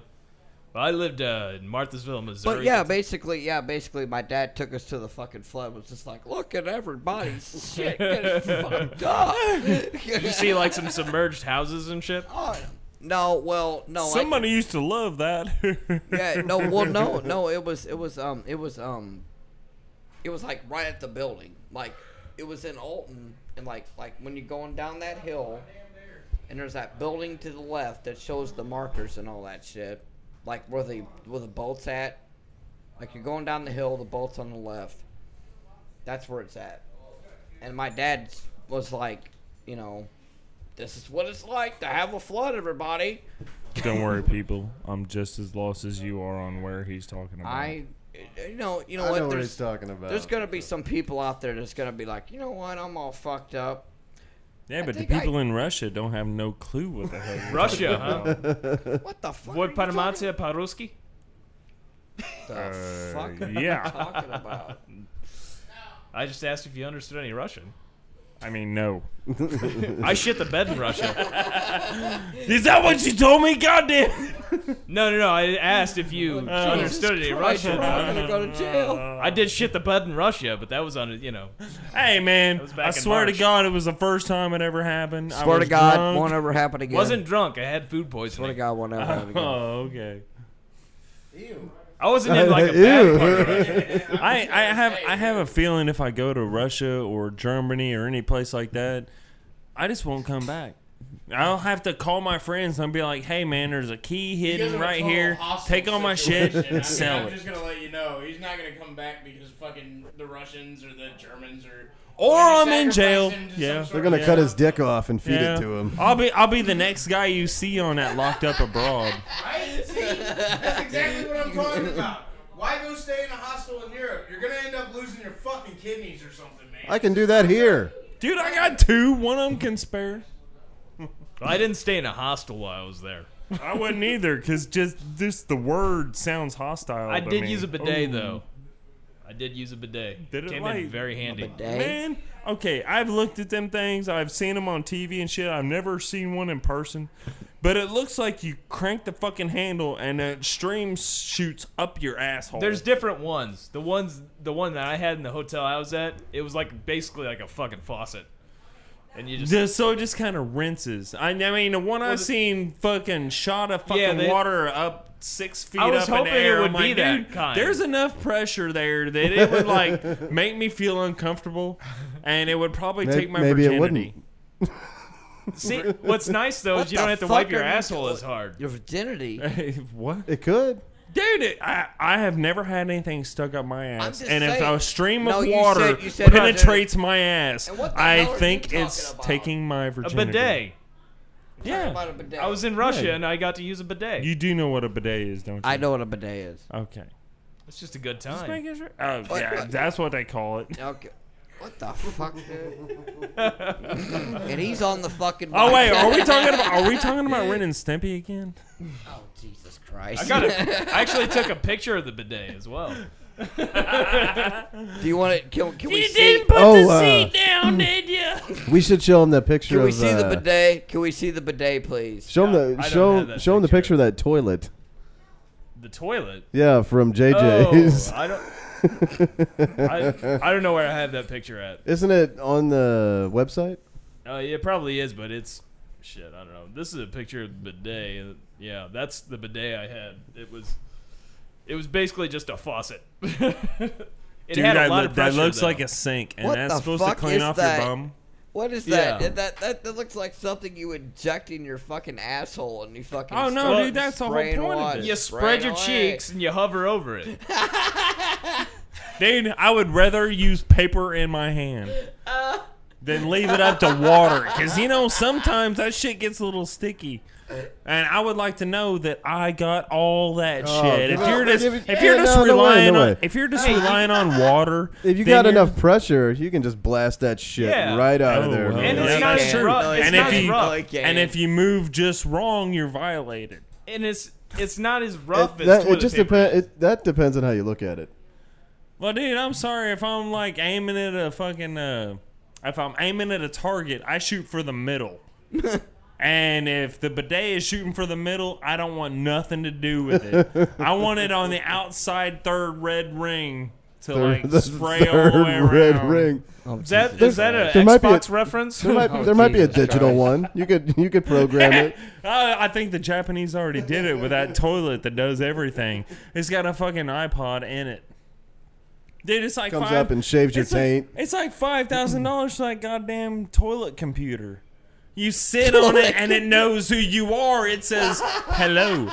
D: Well, I lived uh, in Marthasville, Missouri.
F: But yeah, basically, yeah, basically, my dad took us to the fucking flood. Was just like, look at everybody's shit getting fucked up.
D: Did you see like some submerged houses and shit?
F: Oh, No, well, no. I-
H: Somebody used to love that.
F: yeah, no, well, no, no. It was, it was, um, it was, um, it was like right at the building. Like it was in Alton, and like, like when you're going down that hill, and there's that building to the left that shows the markers and all that shit, like where the where the boat's at. Like you're going down the hill, the boat's on the left. That's where it's at. And my dad was like, you know, this is what it's like to have a flood, everybody.
H: Don't worry, people. I'm just as lost as you are on where he's talking about.
F: I, you know, you know
E: I
F: what?
E: know what
F: there's-
E: he's talking about.
F: There's gonna be some people out there that's gonna be like, you know what? I'm all fucked up.
H: yeah, but the
F: think I-
H: people in Russia don't have no clue what the hell. we're talking
D: Russia,
H: about.
D: huh?
F: what the fuck?
D: What Panamatia Paruski?
F: The
H: Uh,
F: fuck? Are
H: yeah.
F: You talking about?
D: I just asked if you understood any Russian.
H: I mean, no.
D: I shit the bed in Russia.
H: Is that what you told me? Goddamn.
D: No, no, no. I asked if you understood any
H: Christ,
D: Russian.
H: we're all gonna
F: go to jail.
D: I did shit the bed in Russia, but that was on, a- you know.
H: Hey, man.
D: was back
H: I
D: in
H: swear to
D: March.
H: God, it was the first time it ever happened. I
F: Swear to
H: was
F: God,
H: drunk.
F: won't ever happen again.
D: Wasn't drunk. I had food poisoning.
F: Swear to God, won't ever happen again.
H: Oh, okay.
D: I wasn't in like a bad part. of it.
H: I, I have I have a feeling if I go to Russia or Germany or any place like that, I just won't come back. I'll have to call my friends and be like, "Hey man, there's a key
G: guys are
H: hidden
G: a
H: right
G: total
H: here.
G: hostile
H: Take all my shit,
G: situation. I mean,
H: and sell
G: I'm
H: it."
G: just gonna let you know he's not gonna come back because fucking the Russians or the Germans or
H: Or
G: They're
H: I'm
G: gonna
H: in jail.
G: sacrifice him to
H: Yeah,
G: some
E: They're gonna cut his dick off and feed
H: Yeah.
E: it to him.
H: I'll be I'll be the next guy you see on that locked up abroad.
G: Right? See, that's exactly what I'm talking about. Why go stay in a hostel in Europe? You're gonna end up losing your fucking kidneys or something, man.
E: I can do that here.
H: Dude, I got two. One of them can spare.
D: I didn't stay in a hostel while I was there.
H: I wouldn't either, cause just this the word sounds hostile.
D: I
H: to
D: did
H: me.
D: use a bidet
H: Ooh.
D: though. I did use a bidet.
H: Did it
D: Came
H: like-
D: in very handy.
H: Man, okay, I've looked at them things. I've seen them on TV and shit. I've never seen one in person. But it looks like you crank the fucking handle and a stream shoots up your asshole.
D: There's different ones. The ones, the one that I had in the hotel I was at, it was like basically like a fucking faucet, and you just
H: Just- so it just kind of rinses. I, I mean, the one I've
D: the-
H: seen fucking shot a fucking
D: Yeah, they-
H: water up six feet
D: I was
H: up in the
D: hoping it
H: air.
D: would
H: I'm like,
D: be that
H: "Dude,
D: kind."
H: There's enough pressure there that it would like make me feel uncomfortable, and it would probably
E: May-
H: take my
E: maybe
H: virginity.
E: it wouldn't.
D: see. What's nice though is you
F: the
D: don't have to
F: fuck
D: wipe your
F: are you
D: asshole as hard.
F: Your virginity.
H: what?
E: It could.
H: Dude, it- I, I have never had anything stuck up my ass,
F: just
H: and if
F: saying.
H: a stream
F: No,
H: of
F: you
H: water
F: said- you said
H: penetrates my ass,
F: And what the
H: I
F: hell are you
H: think
F: talking
H: it's
F: about?
H: taking my
D: A
H: virginity.
D: bidet.
F: Yeah. About a bidet.
D: I was in Russia
H: Yeah.
D: and I got to use a bidet.
H: You do know what a bidet is, don't you?
F: I know what a bidet is.
H: Okay.
D: It's just a good time.
H: making sure- Oh, yeah, that's what they call it.
F: Okay. What the fuck, dude? and he's on the fucking.
H: Oh
F: mic.
H: wait, are we talking about are we talking about Ren and Stimpy again?
F: Oh Jesus Christ!
D: I got a, I actually took a picture of the bidet as well.
F: Do you want it? Can, can we
H: You
F: see?
H: didn't
E: put Oh, the uh, seat
H: down, did you?
E: We should show him that picture.
F: Can we
E: of,
F: see the
E: uh,
F: bidet? Can we see the bidet, please?
E: Show him the show show him the picture of that toilet.
D: The toilet.
E: Yeah, from JJ's.
D: Oh, I
H: Oh,
D: don't. I, I don't know where I have that picture at.
E: Isn't it on the website?
D: Uh, it probably is, but it's shit. I don't know. This is a picture of the bidet. Yeah, that's the bidet I had. It was, it was basically just a faucet. it
H: Dude,
D: had a
H: that
D: lot
H: look-
D: of
H: that
D: pressure,
H: looks
D: though.
H: like a sink, and
F: What
H: that's
F: the
H: supposed to
F: fuck
H: clean
F: is
H: off
F: that?
H: your bum.
F: What is
D: Yeah.
F: that? that? That that looks like something you inject in your fucking asshole and you fucking.
H: Oh, no,
F: spray-
H: dude, that's the whole
F: spray and
H: point of
F: wash,
H: it.
D: You
F: spray
D: spread
F: and
D: your
F: wash.
D: cheeks and you hover over it.
H: Dude, I would rather use paper in my hand than leave it up to water. Because, you know, sometimes that shit gets a little sticky. And I would like to know that I got all that
E: Oh,
H: shit.
E: give
H: If
E: it-
H: you're just
E: give it-
H: if you're
E: yeah,
H: just
E: no, no way,
H: relying
E: no
H: on
E: way.
H: if you're just relying on water,
E: If you
H: then
E: got
H: you're-
E: enough pressure, you can just blast that shit
H: Yeah.
E: right out of
H: Oh,
E: there.
H: wow.
E: man.
H: And it's Yeah, not that's as true. rough- No, it's And if not as you- rough.
F: Okay.
H: and if you move just wrong, you're violated.
D: and it's it's not as rough as
E: that,
D: toilet
E: it just
D: paper.
E: depends. It, that depends on how you look at it.
H: Well, dude, I'm sorry if I'm like aiming at a fucking. Uh, if I'm aiming at a target, I shoot for the middle. and if the bidet is shooting for the middle, I don't want nothing to do with it. I want it on the outside third red ring to like
E: the
H: spray all the way around.
E: red ring.
D: Is that- is
E: There's-
D: that a
E: there might be
D: Xbox reference?
E: There might,
D: Oh,
E: there might be a
D: Jesus
E: digital
D: Christ.
E: one. You could you could program it.
H: Uh, I think the Japanese already did it with that toilet that does everything. It's got a fucking iPod in it. Dude, it's like
E: Comes
H: five-
E: up and shaves your
H: it's like-
E: taint.
H: it's like five thousand dollars for that goddamn toilet computer. You sit on it and it knows who you are. It says, "Hello,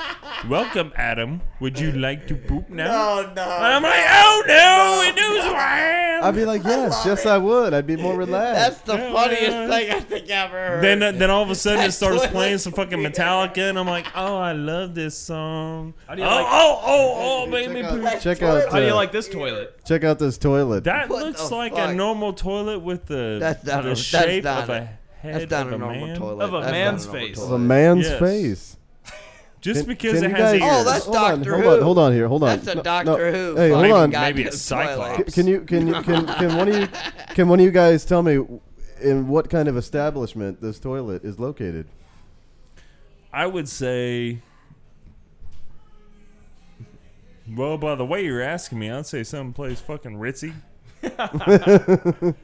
H: welcome, Adam. Would you like to poop now?"
I: No, no,
H: And I'm like, "Oh no, it knows who I am."
E: I'd be like, yes, yes, I would. I'd be more relaxed.
F: That's the funniest thing I think I've ever heard.
H: Then, uh, then all of a sudden it starts
F: toilet
H: playing some fucking Metallica, and I'm like, oh, I love this song. Oh,
D: do you like-
H: oh, oh, oh, made me
E: check
H: poop.
E: out, check out.
D: How do you
E: uh,
D: like this toilet?
E: Check out this toilet.
H: That
F: What
H: looks
F: the
H: like a
F: fuck?
H: normal toilet with the,
F: That's not
H: the
F: a- that's
H: shape
F: not
H: of
F: a-
H: a head
F: that's not
H: of
F: a
H: a
F: normal
H: man.
F: toilet.
D: Of a
F: That's not
D: man's
F: normal
D: face.
E: of a man's
H: Yes.
E: face.
H: Just
E: Can-
H: because
E: can
H: it
E: you
H: has
E: guys-
H: ears.
F: Oh, that's
E: hold on,
F: Doctor
E: hold
F: Who.
E: On, hold on here, hold on.
F: That's a
E: No,
F: Doctor
E: no.
F: Who
E: Hey, hold
F: fucking
E: on.
F: guy.
H: Maybe
F: goddamn
H: it's
E: Can,
H: Cyclops.
E: can you can you can can one of you can one of you guys tell me in what kind of establishment this toilet is located?
H: I would say. Well, by the way you're asking me, I'd say someplace fucking ritzy.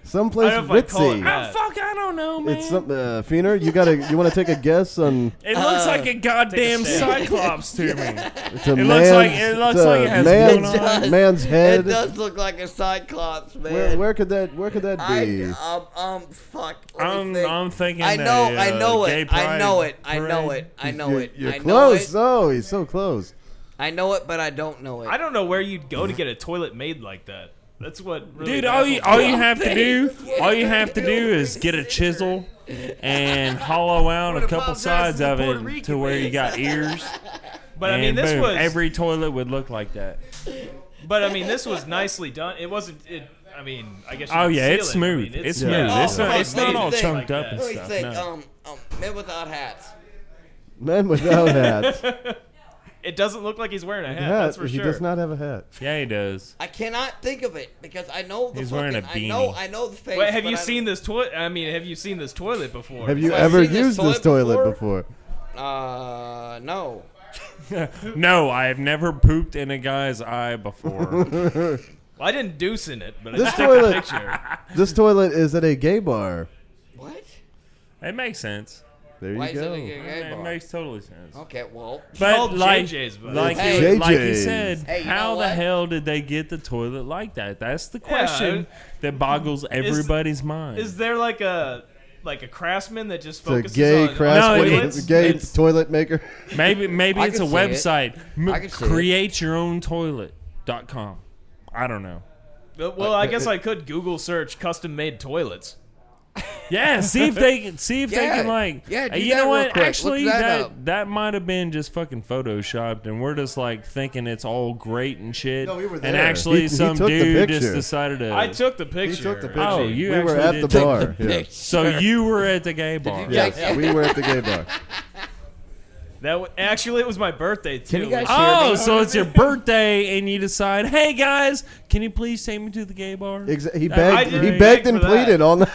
E: Someplace
D: I don't know if I'd call it
E: ritzy.
D: that.
H: Oh, Fuck, I don't know, man.
E: It's some uh, Fiener, you gotta you want to take a guess on
H: it looks
F: Uh,
H: like a goddamn
D: stand.
H: cyclops to me.
E: it's a
H: It
E: man's,
H: looks like- it looks
E: it's a
H: like it has
E: man's,
H: one eye.
E: man's
F: It
E: head.
F: does look like a cyclops, man.
E: Where, where could that where could that be?
F: I, um, um, fuck. Let me
H: I'm,
F: think.
H: I'm thinking.
F: I know,
H: a,
F: I know
H: uh,
F: it,
H: gay
F: I know
H: pride
F: it, I know
H: parade.
F: it, I know
E: you're,
F: it,
E: You're
F: I know
E: close.
F: it.
E: Oh, he's so close.
F: I know it, but I don't know it.
D: I don't know where you'd go to get a toilet made like that. That's what really
H: Dude, all you
D: baffles
H: all
D: me.
H: you have to do, all you have to do is get a chisel and hollow out a couple sides of it to where you got ears.
D: But I mean,
H: and
D: this
H: boom,
D: was
H: every toilet would look like that.
D: But I mean, this was nicely done. It wasn't. It. I mean, I guess. You
H: Oh
D: could
H: yeah,
D: seal
H: it's
D: it.
H: smooth.
D: I mean,
H: it's,
D: it's
H: smooth.
D: Yeah.
H: it's not,
F: Oh,
H: it's
F: fuck,
H: not all
F: let me
H: chunked
D: think.
H: up and
F: Let me
H: stuff.
F: think.
H: no.
F: Um, um, men without hats.
E: Man without hats.
D: It doesn't look like he's wearing a hat.
E: hat.
D: that's for
E: he
D: sure.
E: does not have a hat.
H: Yeah, he does.
F: I cannot think of it because I know the
H: He's
F: fucking.
H: wearing a
F: I know.
H: beanie.
F: I know the face.
D: Wait, have
F: but
D: you
F: I-
D: seen this toilet? I mean, have you seen this toilet before?
E: Have you
F: I've
E: ever
F: seen this
E: used this
F: toilet
E: toilet
F: before.
E: before?
F: Uh, no.
H: no, I have never pooped in a guy's eye before.
D: Well, I didn't deuce in it, but I
E: This
D: just took
E: toilet-
D: a picture.
E: This toilet is at a gay bar.
F: What?
H: it makes sense.
E: There
F: Why
E: you
F: is it a
E: go.
F: gay
H: It
F: bar?
H: makes totally sense.
F: Okay, well,
H: But
D: called
H: like,
D: JJ's, by the
H: like,
F: way.
H: you- like you
E: JJ's.
H: said,
F: Hey, you
H: how
F: know
H: the
F: what?
H: hell did they get the toilet like that? That's the question that boggles everybody's mind.
D: Is there like a like a craftsman that just
E: It's a
D: focuses
E: gay
D: on
E: craftsman,
H: No,
D: toilets?
H: it's-
E: gay
D: It's-
E: toilet maker.
H: maybe maybe
F: I
H: it's a
F: can see it.
H: website.
F: I
H: M-
F: can see it.
H: create your own toilet.com. I don't know.
D: well, I guess I could Google search custom made toilets.
H: Yeah, see if they can see if they
Q: Yeah.
H: can like.
Q: Yeah, do
H: Hey, you
Q: that
H: know
Q: real
H: what?
Q: quick. Look
H: Actually,
Q: that
H: that
Q: up.
H: that, might have been just fucking photoshopped, and we're just like thinking it's all great and shit.
E: No, we were
H: And
E: there.
H: actually,
E: He- he
H: some
E: took the
H: dude just
E: picture.
H: decided to.
D: I took the picture.
E: He took the picture.
H: Oh, you
E: We were
H: actually
E: at
H: did
E: the
H: take
E: bar, yeah.
H: picture. So you were at the gay bar.
E: Yes, we were at the gay bar.
D: That w- actually it was my birthday too. which-
H: oh, so it's your birthday, and you decide, hey guys, can you please take me to the gay bar?
E: Exa- he
H: That
E: begged,
H: would be
E: he
H: great.
E: begged and pleaded all night.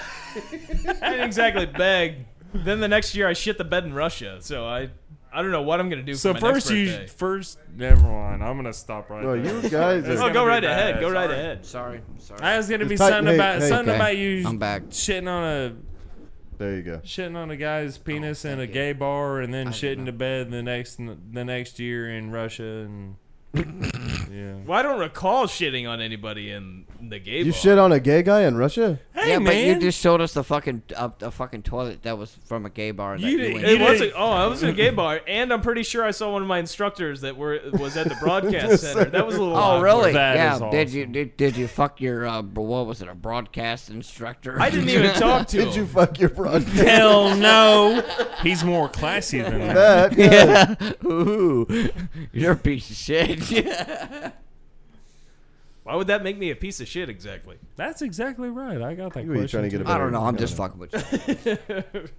D: I didn't exactly beg. Then the next year I shit the bed in Russia. So I I don't know what I'm gonna do.
H: So
D: for my
H: first,
D: next
H: you
D: birthday.
H: first. Never mind. I'm gonna stop right.
E: No,
H: there.
E: you guys
H: It's
E: are-
H: gonna
D: Oh, go
H: be
D: right ahead,
H: bad.
D: go right
H: Sorry.
D: ahead.
F: Sorry, sorry.
H: I was gonna be
E: It's tight-
H: something
E: hey,
H: about
E: hey,
H: something
E: okay.
H: about you.
E: I'm back.
H: Shitting on a
E: There you go.
H: shitting on a
E: Oh,
H: guy's penis in a gay bar, and then shitting to bed the next the next year in Russia, and yeah.
D: Well, I don't recall shitting on anybody in the gay
E: You
D: bar.
E: shit on a gay guy in Russia?
F: yeah, but you
D: man.
F: just showed us the fucking uh, a fucking toilet that was from a gay bar. That
H: You
F: you
H: didn't-
F: went
D: It
F: to.
D: was a, oh, I was in a gay bar, and I'm pretty sure I saw one of my instructors that were was at the broadcast center. That was a little.
F: Oh
E: Uh,
D: awkward.
F: really? yeah. Did you did, did you fuck your uh, bro- what was it a broadcast instructor?
D: I didn't even talk to
E: Did you fuck your broadcast?
H: Hell no. He's more classy than that.
E: That, yeah.
F: Ooh, you're a piece of shit.
D: Why would that make me a piece of shit exactly?
H: That's exactly right. I got that
E: You were
H: question.
E: trying to get a
H: too.
E: better- I don't know, I'm
F: just fucking with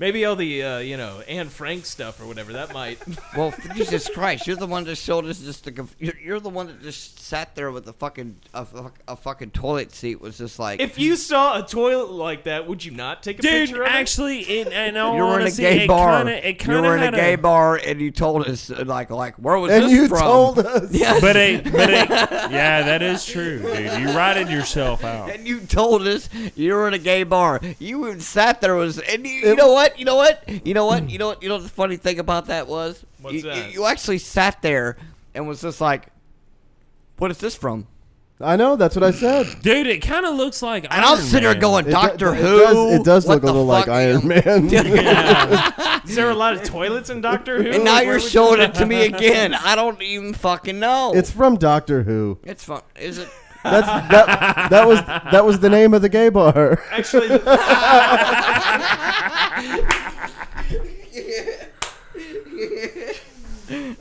D: Maybe all the uh, you know Anne Frank stuff or whatever that might.
F: Well, f- Jesus Christ, you're the one that showed us just the. conf- You're, you're the one that just sat there with a fucking a, fuck- a fucking toilet seat was just like.
D: If you saw a toilet like that, would you not take a
H: Dude,
D: picture of it?
H: actually, in, in all
F: you were in a
H: honesty,
F: gay
H: it
F: bar.
H: Kinda, it
F: you
H: kinda
F: were in a
H: had
F: gay bar, and you told us uh, like like where was
E: And
F: this
E: you
F: from?
E: told us.
F: Yeah.
H: But it, but it, yeah, that is true, dude. You righted yourself out.
F: And you told us you were in a gay bar. You even sat there was, and you, you know what? You know what? You know
E: Hmm.
F: what? You know what? You know what the funny thing about that was?
D: What's
F: you,
D: that?
F: You, you actually sat there and was just like, "What is this from?"
E: I know, that's what I said.
H: Dude, it kind of looks like.
F: And I'm
H: Iron
F: sitting there
H: Man.
F: going, "Doctor
E: Hmm, it
F: Who."
E: Does, it does
F: What
E: look a
F: the
E: little like
F: fuck?"
E: Iron Man.
D: Is there a lot of toilets in Doctor Who?
F: And now
D: Where
F: you're
D: would you-
F: showing it to me again. I don't even fucking know.
E: it's from Doctor Who.
F: It's fun. Is it?
E: That's that. That was that was the name of the gay bar.
D: Actually,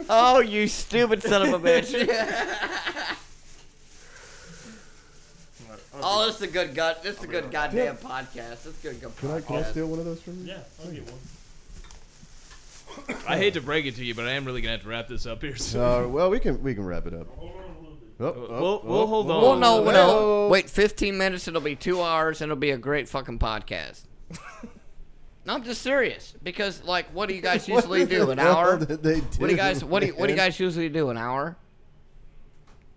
F: oh, you stupid son of a bitch. oh, this is a good gut. This is a good goddamn podcast. This is a good, good
E: Can I, can I
F: podcast.
E: steal one of those from you?
H: Yeah, I'll get one.
D: I hate to break it to you, but I am really gonna have to wrap this up here soon.
E: Uh, well, we can we can wrap it up. Oh, oh,
D: We'll- we'll
E: oh,
D: hold
E: oh.
D: on.
F: Well, no,
D: Oh.
F: no. Wait, 15 minutes. It'll be two hours, and it'll be a great fucking podcast. no, I'm just serious because, like, what do you guys
E: What
F: usually
E: in the
F: do? An
E: hell
F: hour?
E: did they
F: what do you
E: do,
F: guys? What do you, What do you
E: man?
F: guys usually do? An hour?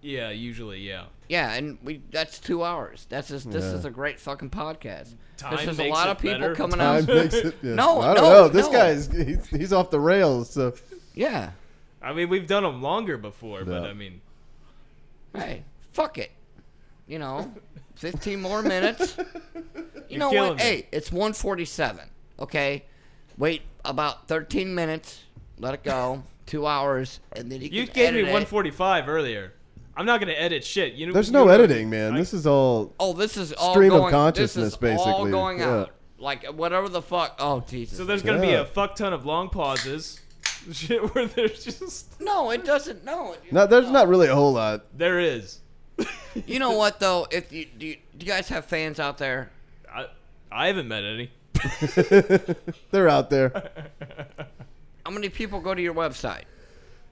D: yeah, usually, yeah.
F: Yeah, and we that's two hours. That's just, this
E: Yeah.
F: is a great fucking podcast.
D: Time
F: this is a
D: makes
F: lot
D: it
F: of people
D: better.
F: coming
E: Time
F: out.
E: makes it- yeah.
F: No,
E: I don't
F: no,
E: know. This
F: no.
E: guy's he's, he's off the rails. So
F: Yeah.
D: I mean, we've done them longer before, but
E: Yeah.
D: I mean,
F: Hey, fuck it. You know, fifteen more minutes. You
D: You're
F: know
D: killing
F: what?
D: me.
F: Hey, it's one forty-seven. Okay, wait about thirteen minutes. Let it go. Two hours, and then you,
D: you
F: can
D: gave me
F: edit it.
D: 145 earlier. I'm not gonna edit shit. You know,
E: there's
D: you
E: no
D: know-
E: editing, man. this is all.
F: Oh, this is all
E: stream
F: going,
E: of
F: this
E: consciousness,
F: is
E: basically.
F: all going
E: Yeah.
F: out. Like whatever the fuck. Oh Jesus.
D: So there's gonna be
E: Yeah.
D: a fuck ton of long pauses, shit where there's just
F: no, it doesn't. No, it,
E: No, there's not really a whole lot.
D: there is.
F: You know what though? If you do, you, do you guys have fans out there?
D: I I haven't met any.
E: They're out there.
F: How many people go to your website?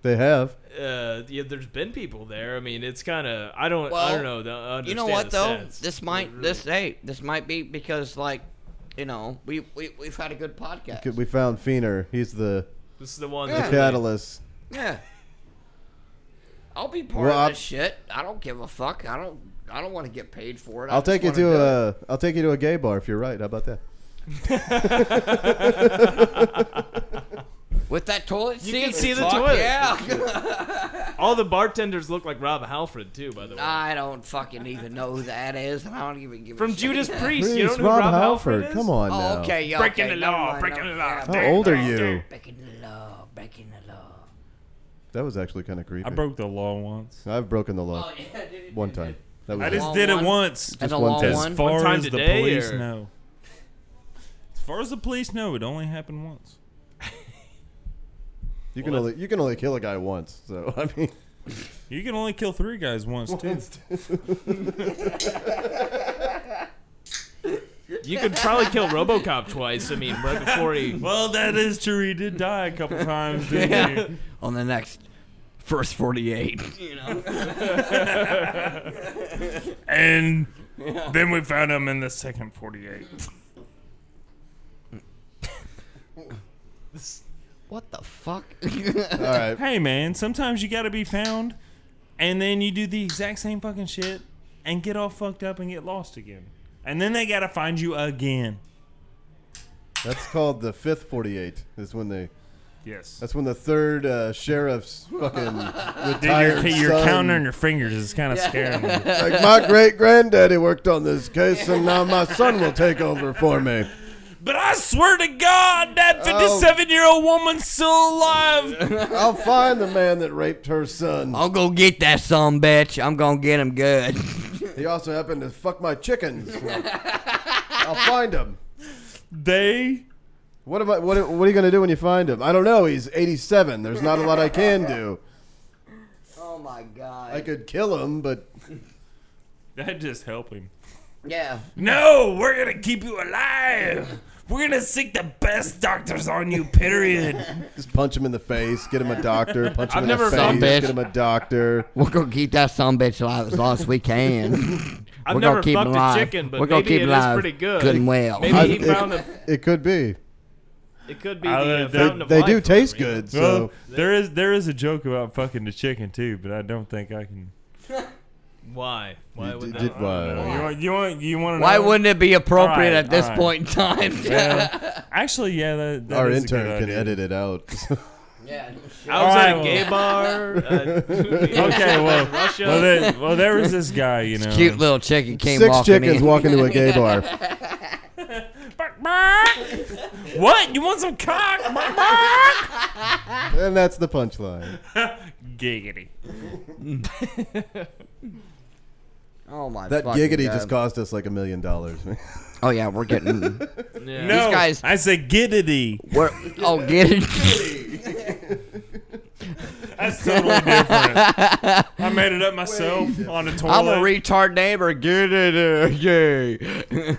E: They have.
D: Uh, yeah, there's been people there. I mean, it's kind of I don't
F: Well,
D: I don't know. the- I
F: You know
D: understand the
F: what though?
D: stats.
F: This
E: Mm-hmm.
F: might this hey this might be because like, you know we we we have had a good podcast.
E: Okay, We found Feener. He's the
D: This is the one.
E: the
D: that-
E: catalyst.
F: Yeah. I'll be part
E: Well,
F: of
E: I'll-
F: this shit. I don't give a fuck. I don't. I don't want to get paid for it. I
E: I'll
F: just
E: take you
F: wanna do
E: to
F: it.
E: a I'll take you to a gay bar if you're right. How about that?
F: with that toilet
D: You
F: seat.
D: can see the
F: Fuck
D: toilet.
F: Yeah.
D: All the bartenders look like Rob Halford too, by the way.
F: I don't fucking even know who that is, and I don't even give. a
D: From
F: shit.
D: Judas Priest,
E: Please,
D: you don't know
E: Rob
D: who Rob
E: Halford.
D: Halford, is?
E: Come on
F: Oh,
E: now.
F: okay, yeah.
D: Breaking
F: okay,
D: the
F: never
D: law,
F: mind,
D: breaking
F: never
D: the law.
F: mind.
E: How old are you?
F: Breaking the law, breaking the law.
E: That was actually kind of creepy.
H: I broke the law once.
E: I've broken the law
F: Oh, yeah, dude.
E: one time. That
H: I just did it once.
E: Just one time.
H: As far
D: One time
H: as the
D: today,
H: police
D: or-
H: know. As far as the police know, it only happened once.
E: You can only you can only kill a guy once, so I mean,
H: you can only kill three guys once,
E: Once,
H: too.
D: You could probably kill RoboCop twice. I mean, right before he.
H: Well, that is true. He did die a couple times, didn't
F: Yeah.
H: he?
F: On the next first 48. You know?
H: and then we found him in the second 48.
F: what the fuck?
H: Hey, man, sometimes you gotta be found, and then you do the exact same fucking shit and get all fucked up and get lost again. And then they gotta find you again.
E: that's called the fifth forty-eight. Is when they.
H: Yes.
E: That's when the third uh, sheriff's fucking
H: Dude, you're,
E: retired
H: you're
E: son-
H: counting on your fingers. It's kind of scaring me.
E: Like my great granddaddy worked on this case, and now my son will take over for me.
H: But I swear to God,
E: Oh.
H: that 57 year old woman's still alive.
E: I'll find the man that raped her son.
F: I'll go get that son bitch. I'm gonna get him good.
E: He also happened to fuck my chickens. I'll find him.
H: They.
E: What about what? What are you gonna do when you find him? I don't know. He's 87. There's not a lot I can do.
F: oh my god.
E: I could kill him, but
H: That just help him.
F: Yeah.
H: No, we're gonna keep you alive. We're gonna seek the best doctors on you. Period.
E: just punch him in the face, get him a doctor, punch him
H: I've
E: in
H: never-
E: the
F: Son
E: face,
F: bitch.
E: get him a doctor.
F: We're gonna keep that son bitch alive as long as we can.
D: I've
F: We're
D: never
F: gonna keep
D: fucked
F: him
D: a
F: alive.
D: chicken, but
F: We're gonna
D: maybe
F: keep
D: it
F: him
D: is
F: alive
D: pretty good.
F: good and well.
D: Maybe
E: I-
D: he
E: it,
D: found
E: it, could be.
D: It could be
H: I
D: the uh,
H: don't know.
D: fountain of
E: They
D: life.
E: do taste good, so
H: there is there is a joke about fucking the chicken too, but I don't think I can.
D: Why? Why would
E: did-
D: that?
E: did why?
H: Oh, You want you want you want to?
F: Why
H: know?
F: wouldn't it be appropriate
H: All
F: at this
H: all
F: point in time?
H: Yeah. Actually, yeah, that, that
E: our
H: is a good
E: intern can
H: idea.
E: edit it out.
F: Yeah.
D: I was at a
H: Alright,
D: gay bar. Uh,
H: okay, well,
D: Russia.
H: well, there, well, there was this guy, you know,
F: Cute little chicken came
E: Six
F: walking
E: chickens
F: in.
E: walk into a gay bar.
H: what? You want some cock? Bark, bark.
E: and that's the punchline.
H: Giggity.
F: Oh my.
E: That
F: fucking
E: giggity
F: God.
E: just cost us like a million dollars.
F: Oh yeah, we're getting.
D: Yeah.
H: No,
F: These guys.
H: I said giggity.
F: We're, oh, get it.
H: That's totally different. I made it up myself on the toilet.
F: I'm a retard neighbor. Get it. uh, Yay.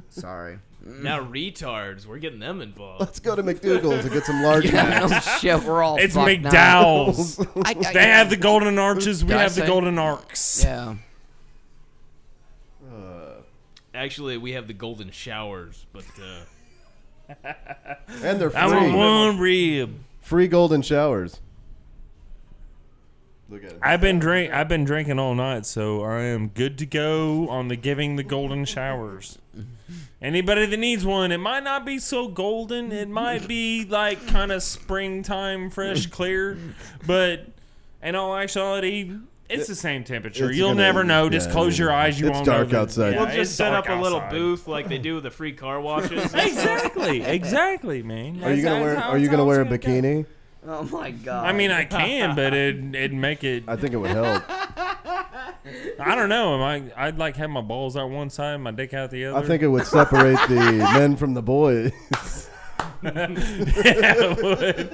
F: Sorry.
D: now retards. We're getting them involved.
E: Let's go to McDougal's and get some large
F: Yeah, no
E: yeah,
F: Oh, shit, we're all
H: It's
F: fucked now.
H: McDowell's.
F: I- I-
H: they have the golden arches. We
F: Did I
H: have the
F: say-
H: golden arcs.
F: Yeah.
D: Actually, we have the golden showers, but uh,
E: and they're
H: I want
E: free.
H: one rib.
E: Free golden showers. Look at it.
H: I've been drink. I've been drinking all night, so I am good to go on the giving the golden showers. Anybody that needs one, it might not be so golden. It might be like kind of springtime, fresh, clear, but in all actuality, it's the same temperature.
E: It's
H: You'll
E: gonna-
H: never know. Just
E: yeah,
H: close your
E: yeah.
H: eyes. You
E: It's
H: won't.
E: dark
H: know that-
E: outside.
H: yeah,
D: we'll just
H: it's
D: set up
H: dark
D: a little
H: outside.
D: booth like they do with the free car washes.
H: Exactly, exactly, man.
E: Are you gonna
H: That's
E: wear?
H: how
E: Are you
H: it's
E: gonna wear a
H: always go.
E: bikini?
F: Oh my god.
H: I mean, I can, but it it'd make it.
E: I think it would help.
H: I don't know. Am I? I'd like have my balls out one side, my dick out the other.
E: I think it would separate the men from the boys.
H: yeah, it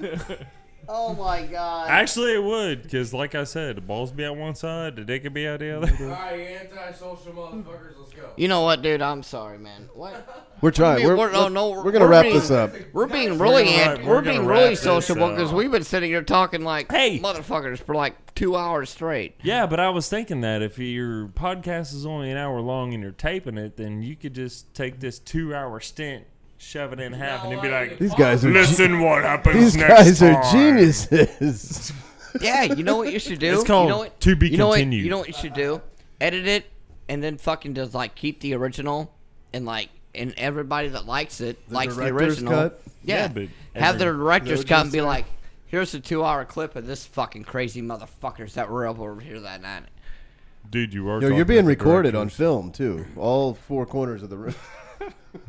H: would.
F: Oh my god.
H: Actually, it would, because like I said, the balls be out one side, the dick could be out the other.
P: Alright, you antisocial motherfuckers, let's go.
F: You know what, dude? I'm sorry, man. What?
E: We're trying.
F: mean,
E: We're,
F: we're-
E: we're,
F: oh, no,
E: we're gonna
F: we're
E: wrap
F: being-
E: this up.
F: We're being really
H: gonna
F: ant-
H: wrap-
F: we're,
H: we're gonna
F: being
H: wrap
F: really
H: this
F: sociable
H: up.
F: because we've been sitting here talking like
H: Hey.
F: motherfuckers for like two hours straight.
H: Yeah, but I was thinking that if your podcast is only an hour long and you're taping it, then you could just take this two-hour stint, shove it in half, and it'd be like,
E: These guys are. ge-
H: "Listen, what happens
E: these
H: next
E: guys are
H: time."
E: geniuses.
F: Yeah, you know what you should do?
H: It's called
F: you know what,
H: To Be
F: you know What,
H: Continued.
F: you know what you should do? Edit it and then fucking just like keep the original and like and everybody that likes it likes the
E: director's
F: original.
E: cut?
H: Yeah,
F: Yeah.
H: but
F: Have the
H: every-
F: directors
E: No,
F: come and
E: just
F: be
E: that.
F: like, here's a two hour clip of this fucking crazy motherfuckers that were up over here that night.
H: Dude, you are.
E: Yo, you're
H: talking
E: being
H: to the
E: recorded on
H: directors.
E: film too. All four corners of the room.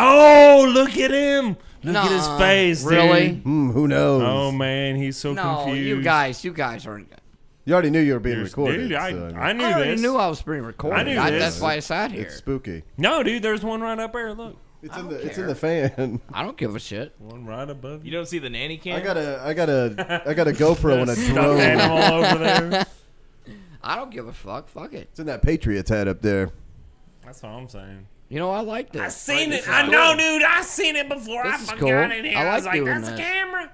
H: Oh, look at him! Look at his
F: Nah,
H: face, dude.
F: really?
E: Hmm, who knows?
H: Oh man, he's so
F: No,
H: confused.
F: you guys, you guys aren't.
E: You already knew you were being
H: There's-
E: recorded.
H: dude, I-
E: so,
H: I knew
F: I already
H: this.
F: knew I was being recorded.
H: I knew
F: I-
H: this.
F: that's why I sat here.
E: It's spooky.
H: No, dude, there's one right up there. Look,
E: it's
F: in the
E: It's in the fan.
F: I don't give a shit.
H: One right above
D: You don't see the nanny cam?
E: I got a I got a I got a GoPro and a
H: Stuffed
E: drone.
H: animal over there.
F: I don't give a fuck. Fuck it.
E: It's in that Patriot's hat up there.
H: That's what I'm saying.
F: You know I liked it.
H: I
F: Like,
H: seen
F: this
H: it.
F: is
H: I
F: cool.
H: know, dude. I seen it before. I
F: This is
H: forgot
F: cool.
H: it here.
F: I
H: I,
F: like
H: was like,
F: doing
H: that's
F: that.
H: a camera.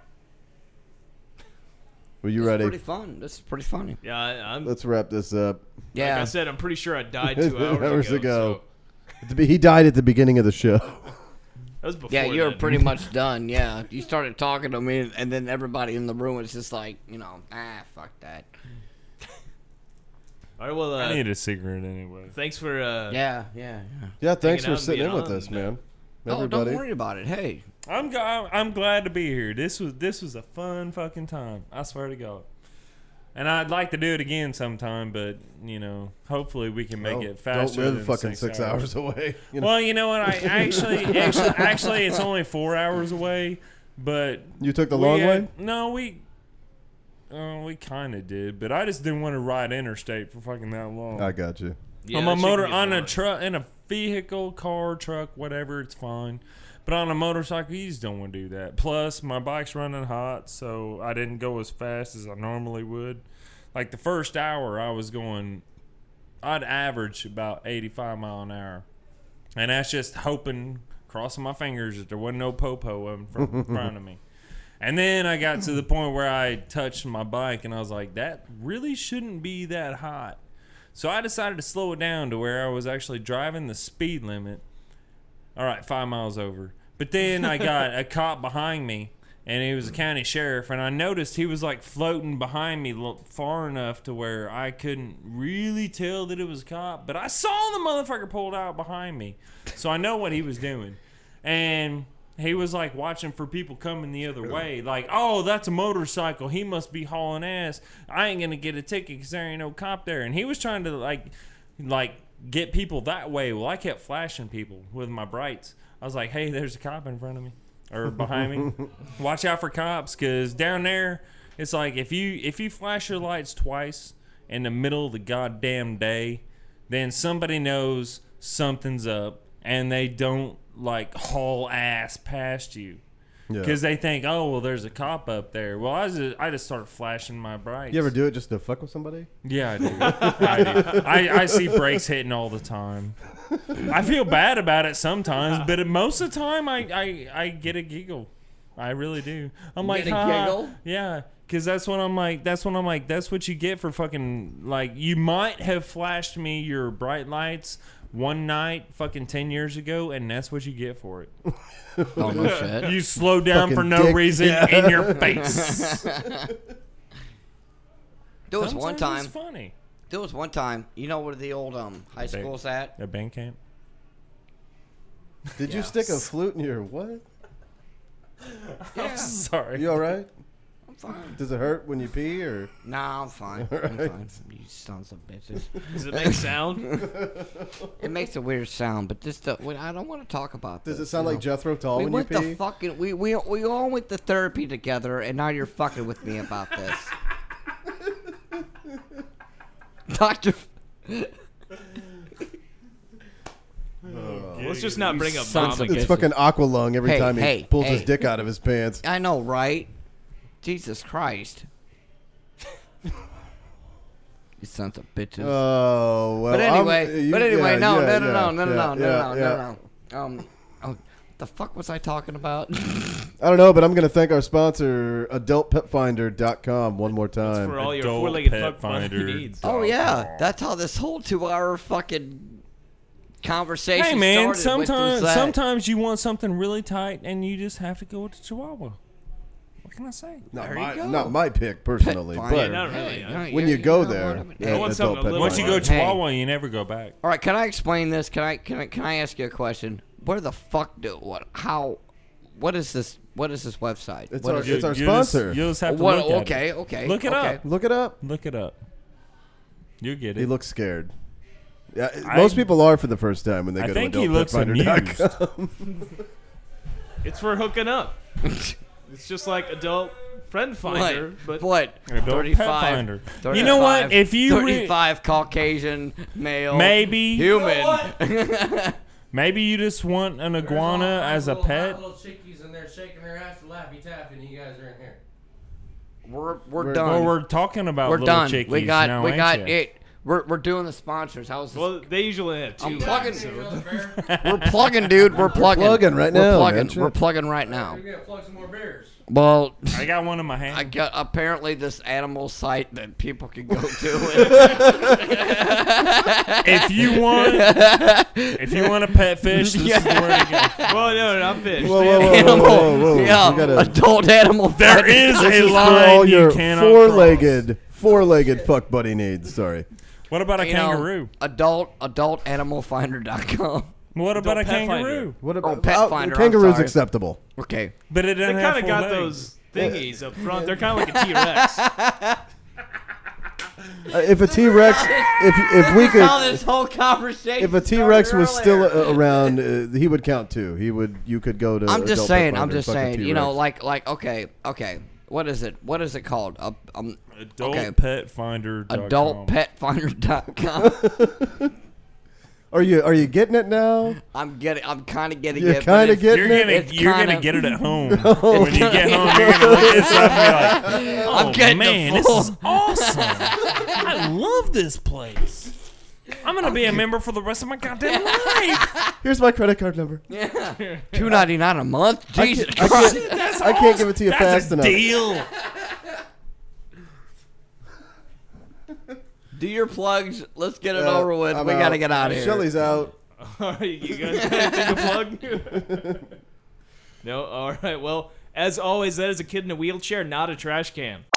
E: Were you ready?
F: Pretty fun. This is pretty funny.
D: Yeah, I, I'm.
E: Let's wrap this up.
D: Like I said, I'm pretty sure I died two hours, ago.
E: At the be- he died at the beginning of the show.
D: That was before.
F: Yeah, you were
D: then.
F: pretty much done. Yeah, you started talking to me, and then everybody in the room was just like, you know, ah, fuck that.
D: All right, well, uh,
H: I need a cigarette anyway.
D: Thanks for. Uh,
F: Yeah, yeah, yeah.
E: Yeah,
D: hanging
E: thanks for
D: out and
E: sitting in
D: being
E: with
D: on.
E: us, man.
F: No, Oh, don't
E: Everybody.
F: worry about it. Hey,
H: I'm g- I'm I'm glad to be here. This was this was a fun fucking time. I swear to God. And I'd like to do it again sometime, but you know, hopefully we can make
E: Well,
H: it faster.
E: don't live
H: than
E: fucking
H: six,
E: six hours away, you know.
H: Well, you know what? I actually, actually, actually, it's only four hours away. But
E: You took the
H: we
E: long
H: had-
E: way?
H: No, we. Uh, we kind of did, but I just didn't want to ride interstate for fucking that long.
E: I got you.
D: Yeah,
H: on my
D: that shit
H: motor,
D: can get
H: on a truck, in a vehicle, car, truck, whatever, it's fine. But on a motorcycle, you just don't want to do that. Plus, my bike's running hot, so I didn't go as fast as I normally would. Like the first hour, I was going, I'd average about 85 mile an hour, and that's just hoping, crossing my fingers that there wasn't no popo in front, in front of me. And then I got to the point where I touched my bike and I was like, that really shouldn't be that hot. So I decided to slow it down to where I was actually driving the speed limit. All right, five miles over. But then I got a cop behind me and he was a county sheriff. And I noticed he was like floating behind me lo- far enough to where I couldn't really tell that it was a cop. But I saw the motherfucker pulled out behind me. So I know what he was doing and he was like watching for people coming the other way. Like, oh, that's a motorcycle. He must be hauling ass. I ain't gonna get a ticket because there ain't no cop there. And he was trying to like, like get people that way. Well, I kept flashing people with my brights. I was like, hey, there's a cop in front of me or behind me. Watch out for cops because down there, it's like if you if you flash your lights twice in the middle of the goddamn day, then somebody knows something's up and they don't like haul ass past you
E: Yeah.
H: because they think, oh well, there's a cop up there. Well, I just I just start flashing my brights.
E: You ever do it just to fuck with somebody?
H: Yeah, I do. I, do. I, I see brakes hitting all the time. I feel bad about it sometimes, but most of the time, I, I, I get a giggle. I really do. I'm
F: You
H: like,
F: get a
H: "Ha."
F: giggle?
H: yeah, because that's when I'm like, that's when I'm like, that's what you get for fucking like. You might have flashed me your bright lights one night, fucking ten years ago, and that's what you get for it.
F: Oh, no shit.
H: You slow down for
F: Fucking
H: no
F: dick.
H: reason
F: Yeah.
H: in your face.
F: There was one
H: Sometimes
F: time.
H: it's funny.
F: There was one time. You know where the old um high school's at?
H: At band camp.
E: Did you
F: Yeah.
E: stick a flute in your what?
H: I'm sorry.
E: You all right? I'm
F: fine.
E: Does it hurt when you pee or?
F: Nah, I'm fine.
E: All
F: I'm
E: right.
F: fine. You sons of bitches.
D: Does it make sound?
F: it makes a weird sound, but this the, when, I don't want to talk about this.
E: Does it sound
F: you
E: like
F: know.
E: Jethro Tull
F: we
E: when
F: went
E: you
F: to
E: pee?
F: fucking we, we we all went to therapy together, and now you're fucking with me about this, Doctor.
D: Let's just not bring up
F: sons
D: mom
F: of
E: It's
D: again.
E: fucking aqua lung every
F: Hey,
E: time he
F: hey,
E: pulls his
F: hey.
E: dick out of his pants.
F: I know, right? Jesus Christ. you sons of bitches.
E: Oh well.
F: but
E: I'm-
F: anyway,
E: you-
F: but anyway,
E: yeah,
F: no,
E: yeah,
F: no, no,
E: yeah,
F: no, no,
E: yeah,
F: no, no, no,
E: yeah, yeah.
F: no, no. Um, oh, the fuck was I talking about?
E: I don't know, but I'm going to thank our sponsor, AdultPetFinder.com, one more time.
D: for all your
H: Adult
D: four-legged
H: pet
D: fuck finder.
H: finder.
D: needs.
F: oh yeah, that's how this whole two-hour fucking conversation.
H: Hey man,
F: started with uh,
H: sometimes
F: that.
H: sometimes you want something really tight and you just have to go with the Chihuahua. What can I say?
E: Not
F: There you
E: my,
F: go.
E: not my pick personally,
F: Fine.
E: but
F: Yeah,
D: Not really.
F: Hey, no,
E: when
F: you're-
E: you go
F: know what I
E: there,
F: mean?
E: yeah,
D: I want
E: Adult
D: something a
E: Pet
D: little
H: Once you
E: Finder.
H: go
F: Hey.
H: Chihuahua, you never go back.
F: All right, can I explain this? Can I can I can I ask you a question? Where the fuck do what how what is this what is this website?
E: It's
F: What
E: our,
F: is-
E: it's Oh, our
H: you just-
E: sponsor.
H: you just have to
F: What-
H: look at
F: okay,
H: it.
F: okay,
H: Look it
F: okay.
H: up.
E: Look it up.
H: Look it up. You get
E: He
H: it.
E: looks scared. Yeah,
H: I-
E: most people are for the first time when they
H: I
E: go
H: think
E: to
H: he looks amused.
E: adultpetfinder.com.
D: It's for hooking up. it's just like adult friend finder,
F: What?
D: but
F: what?
H: Yeah, don't pet
F: 35,
H: finder. You know what?
F: 35,
H: If you re-
F: 35 Caucasian male
H: Maybe
F: human.
H: Maybe you just want an iguana as a pet.
P: Little chickies in there shaking their ass, laffy taffy, and you guys are in here.
F: We're we're,
H: We're-
F: done.
H: well, we're talking about
F: we're
H: little
F: done. We
H: chickies
F: got
H: now,
F: we
H: ain't
F: got
H: ya?
F: it. We're, we're doing the sponsors. How's this?
D: Well, they usually have two.
F: I'm
D: left,
F: plugging.
D: so-
F: we're plugging, dude. We're plugging.
E: plugging right
F: we're
E: now,
F: Plugging.
E: man. Shit.
F: We're plugging right now.
P: We're gonna plug some more beers.
F: Well,
H: I got one in my hand.
F: I got apparently this animal site that people can go to.
H: if you want, if you want a pet fish, this is where to go.
D: Whoa, no, not fish.
E: Whoa, whoa, whoa, whoa,
F: Animal.
E: whoa, whoa.
F: Yeah,
E: You gotta-
F: adult animal.
H: There is
E: This
H: a
E: is for
H: line
E: all
H: you
E: your
H: cannot
E: four-legged, four-legged fuck buddy needs. Sorry.
H: What about a
F: You know,
H: kangaroo?
F: adult adultanimalfinder.com.
H: What about a
D: Pet Finder.
H: kangaroo?
E: What
F: Or pet
E: oh,
F: finder. I'm
E: Kangaroo's
F: sorry.
E: acceptable.
F: Okay.
H: But it
D: They
H: doesn't
D: kind
H: have
D: of
H: four
D: got
H: legs.
D: those thingies up front. They're kind of like a T Rex.
E: Uh, if a T Rex, if if we
F: How this
E: could,
F: whole conversation.
E: if a T Rex was still a- around, uh, he would count too. He would. You could go to.
F: I'm just
E: Adult Pet
F: saying. I'm
E: Finder,
F: just
E: fuck a
F: saying. You
E: T-Rex.
F: know, like, like, okay, okay. What is it? What is it called? Uh, um,
H: Adult
F: okay.
H: pet finder.
F: AdultPetFinder.com.
E: Are you are you getting it now?
F: I'm getting. I'm kind of getting
E: You're
F: it.
E: kinda getting
H: You're
E: it?
H: gonna
F: It's
H: you're
F: kinda-
H: gonna get it at home. when you get home, you're gonna look at this up and be like,
F: I'm
H: "Oh
F: getting the
H: man, this
F: full-
H: is awesome! I love this place. I'm gonna be a member for the rest of my goddamn life."
E: Here's my credit card number.
F: Yeah. Two ninety nine a month.
E: I
F: Jesus
E: can't- I
F: Christ.
E: can't-
H: That's
E: I can't give it to you
H: awesome. That's
E: fast
H: a
E: enough.
H: Deal.
F: Do your plugs. Let's get it
E: Uh,
F: over with.
E: I'm
F: we gotta
E: out.
F: get out of here.
E: Shelly's out.
D: All right, you guys ready to take a plug? no? All right. Well, as always, that is a kid in a wheelchair, not a trash can.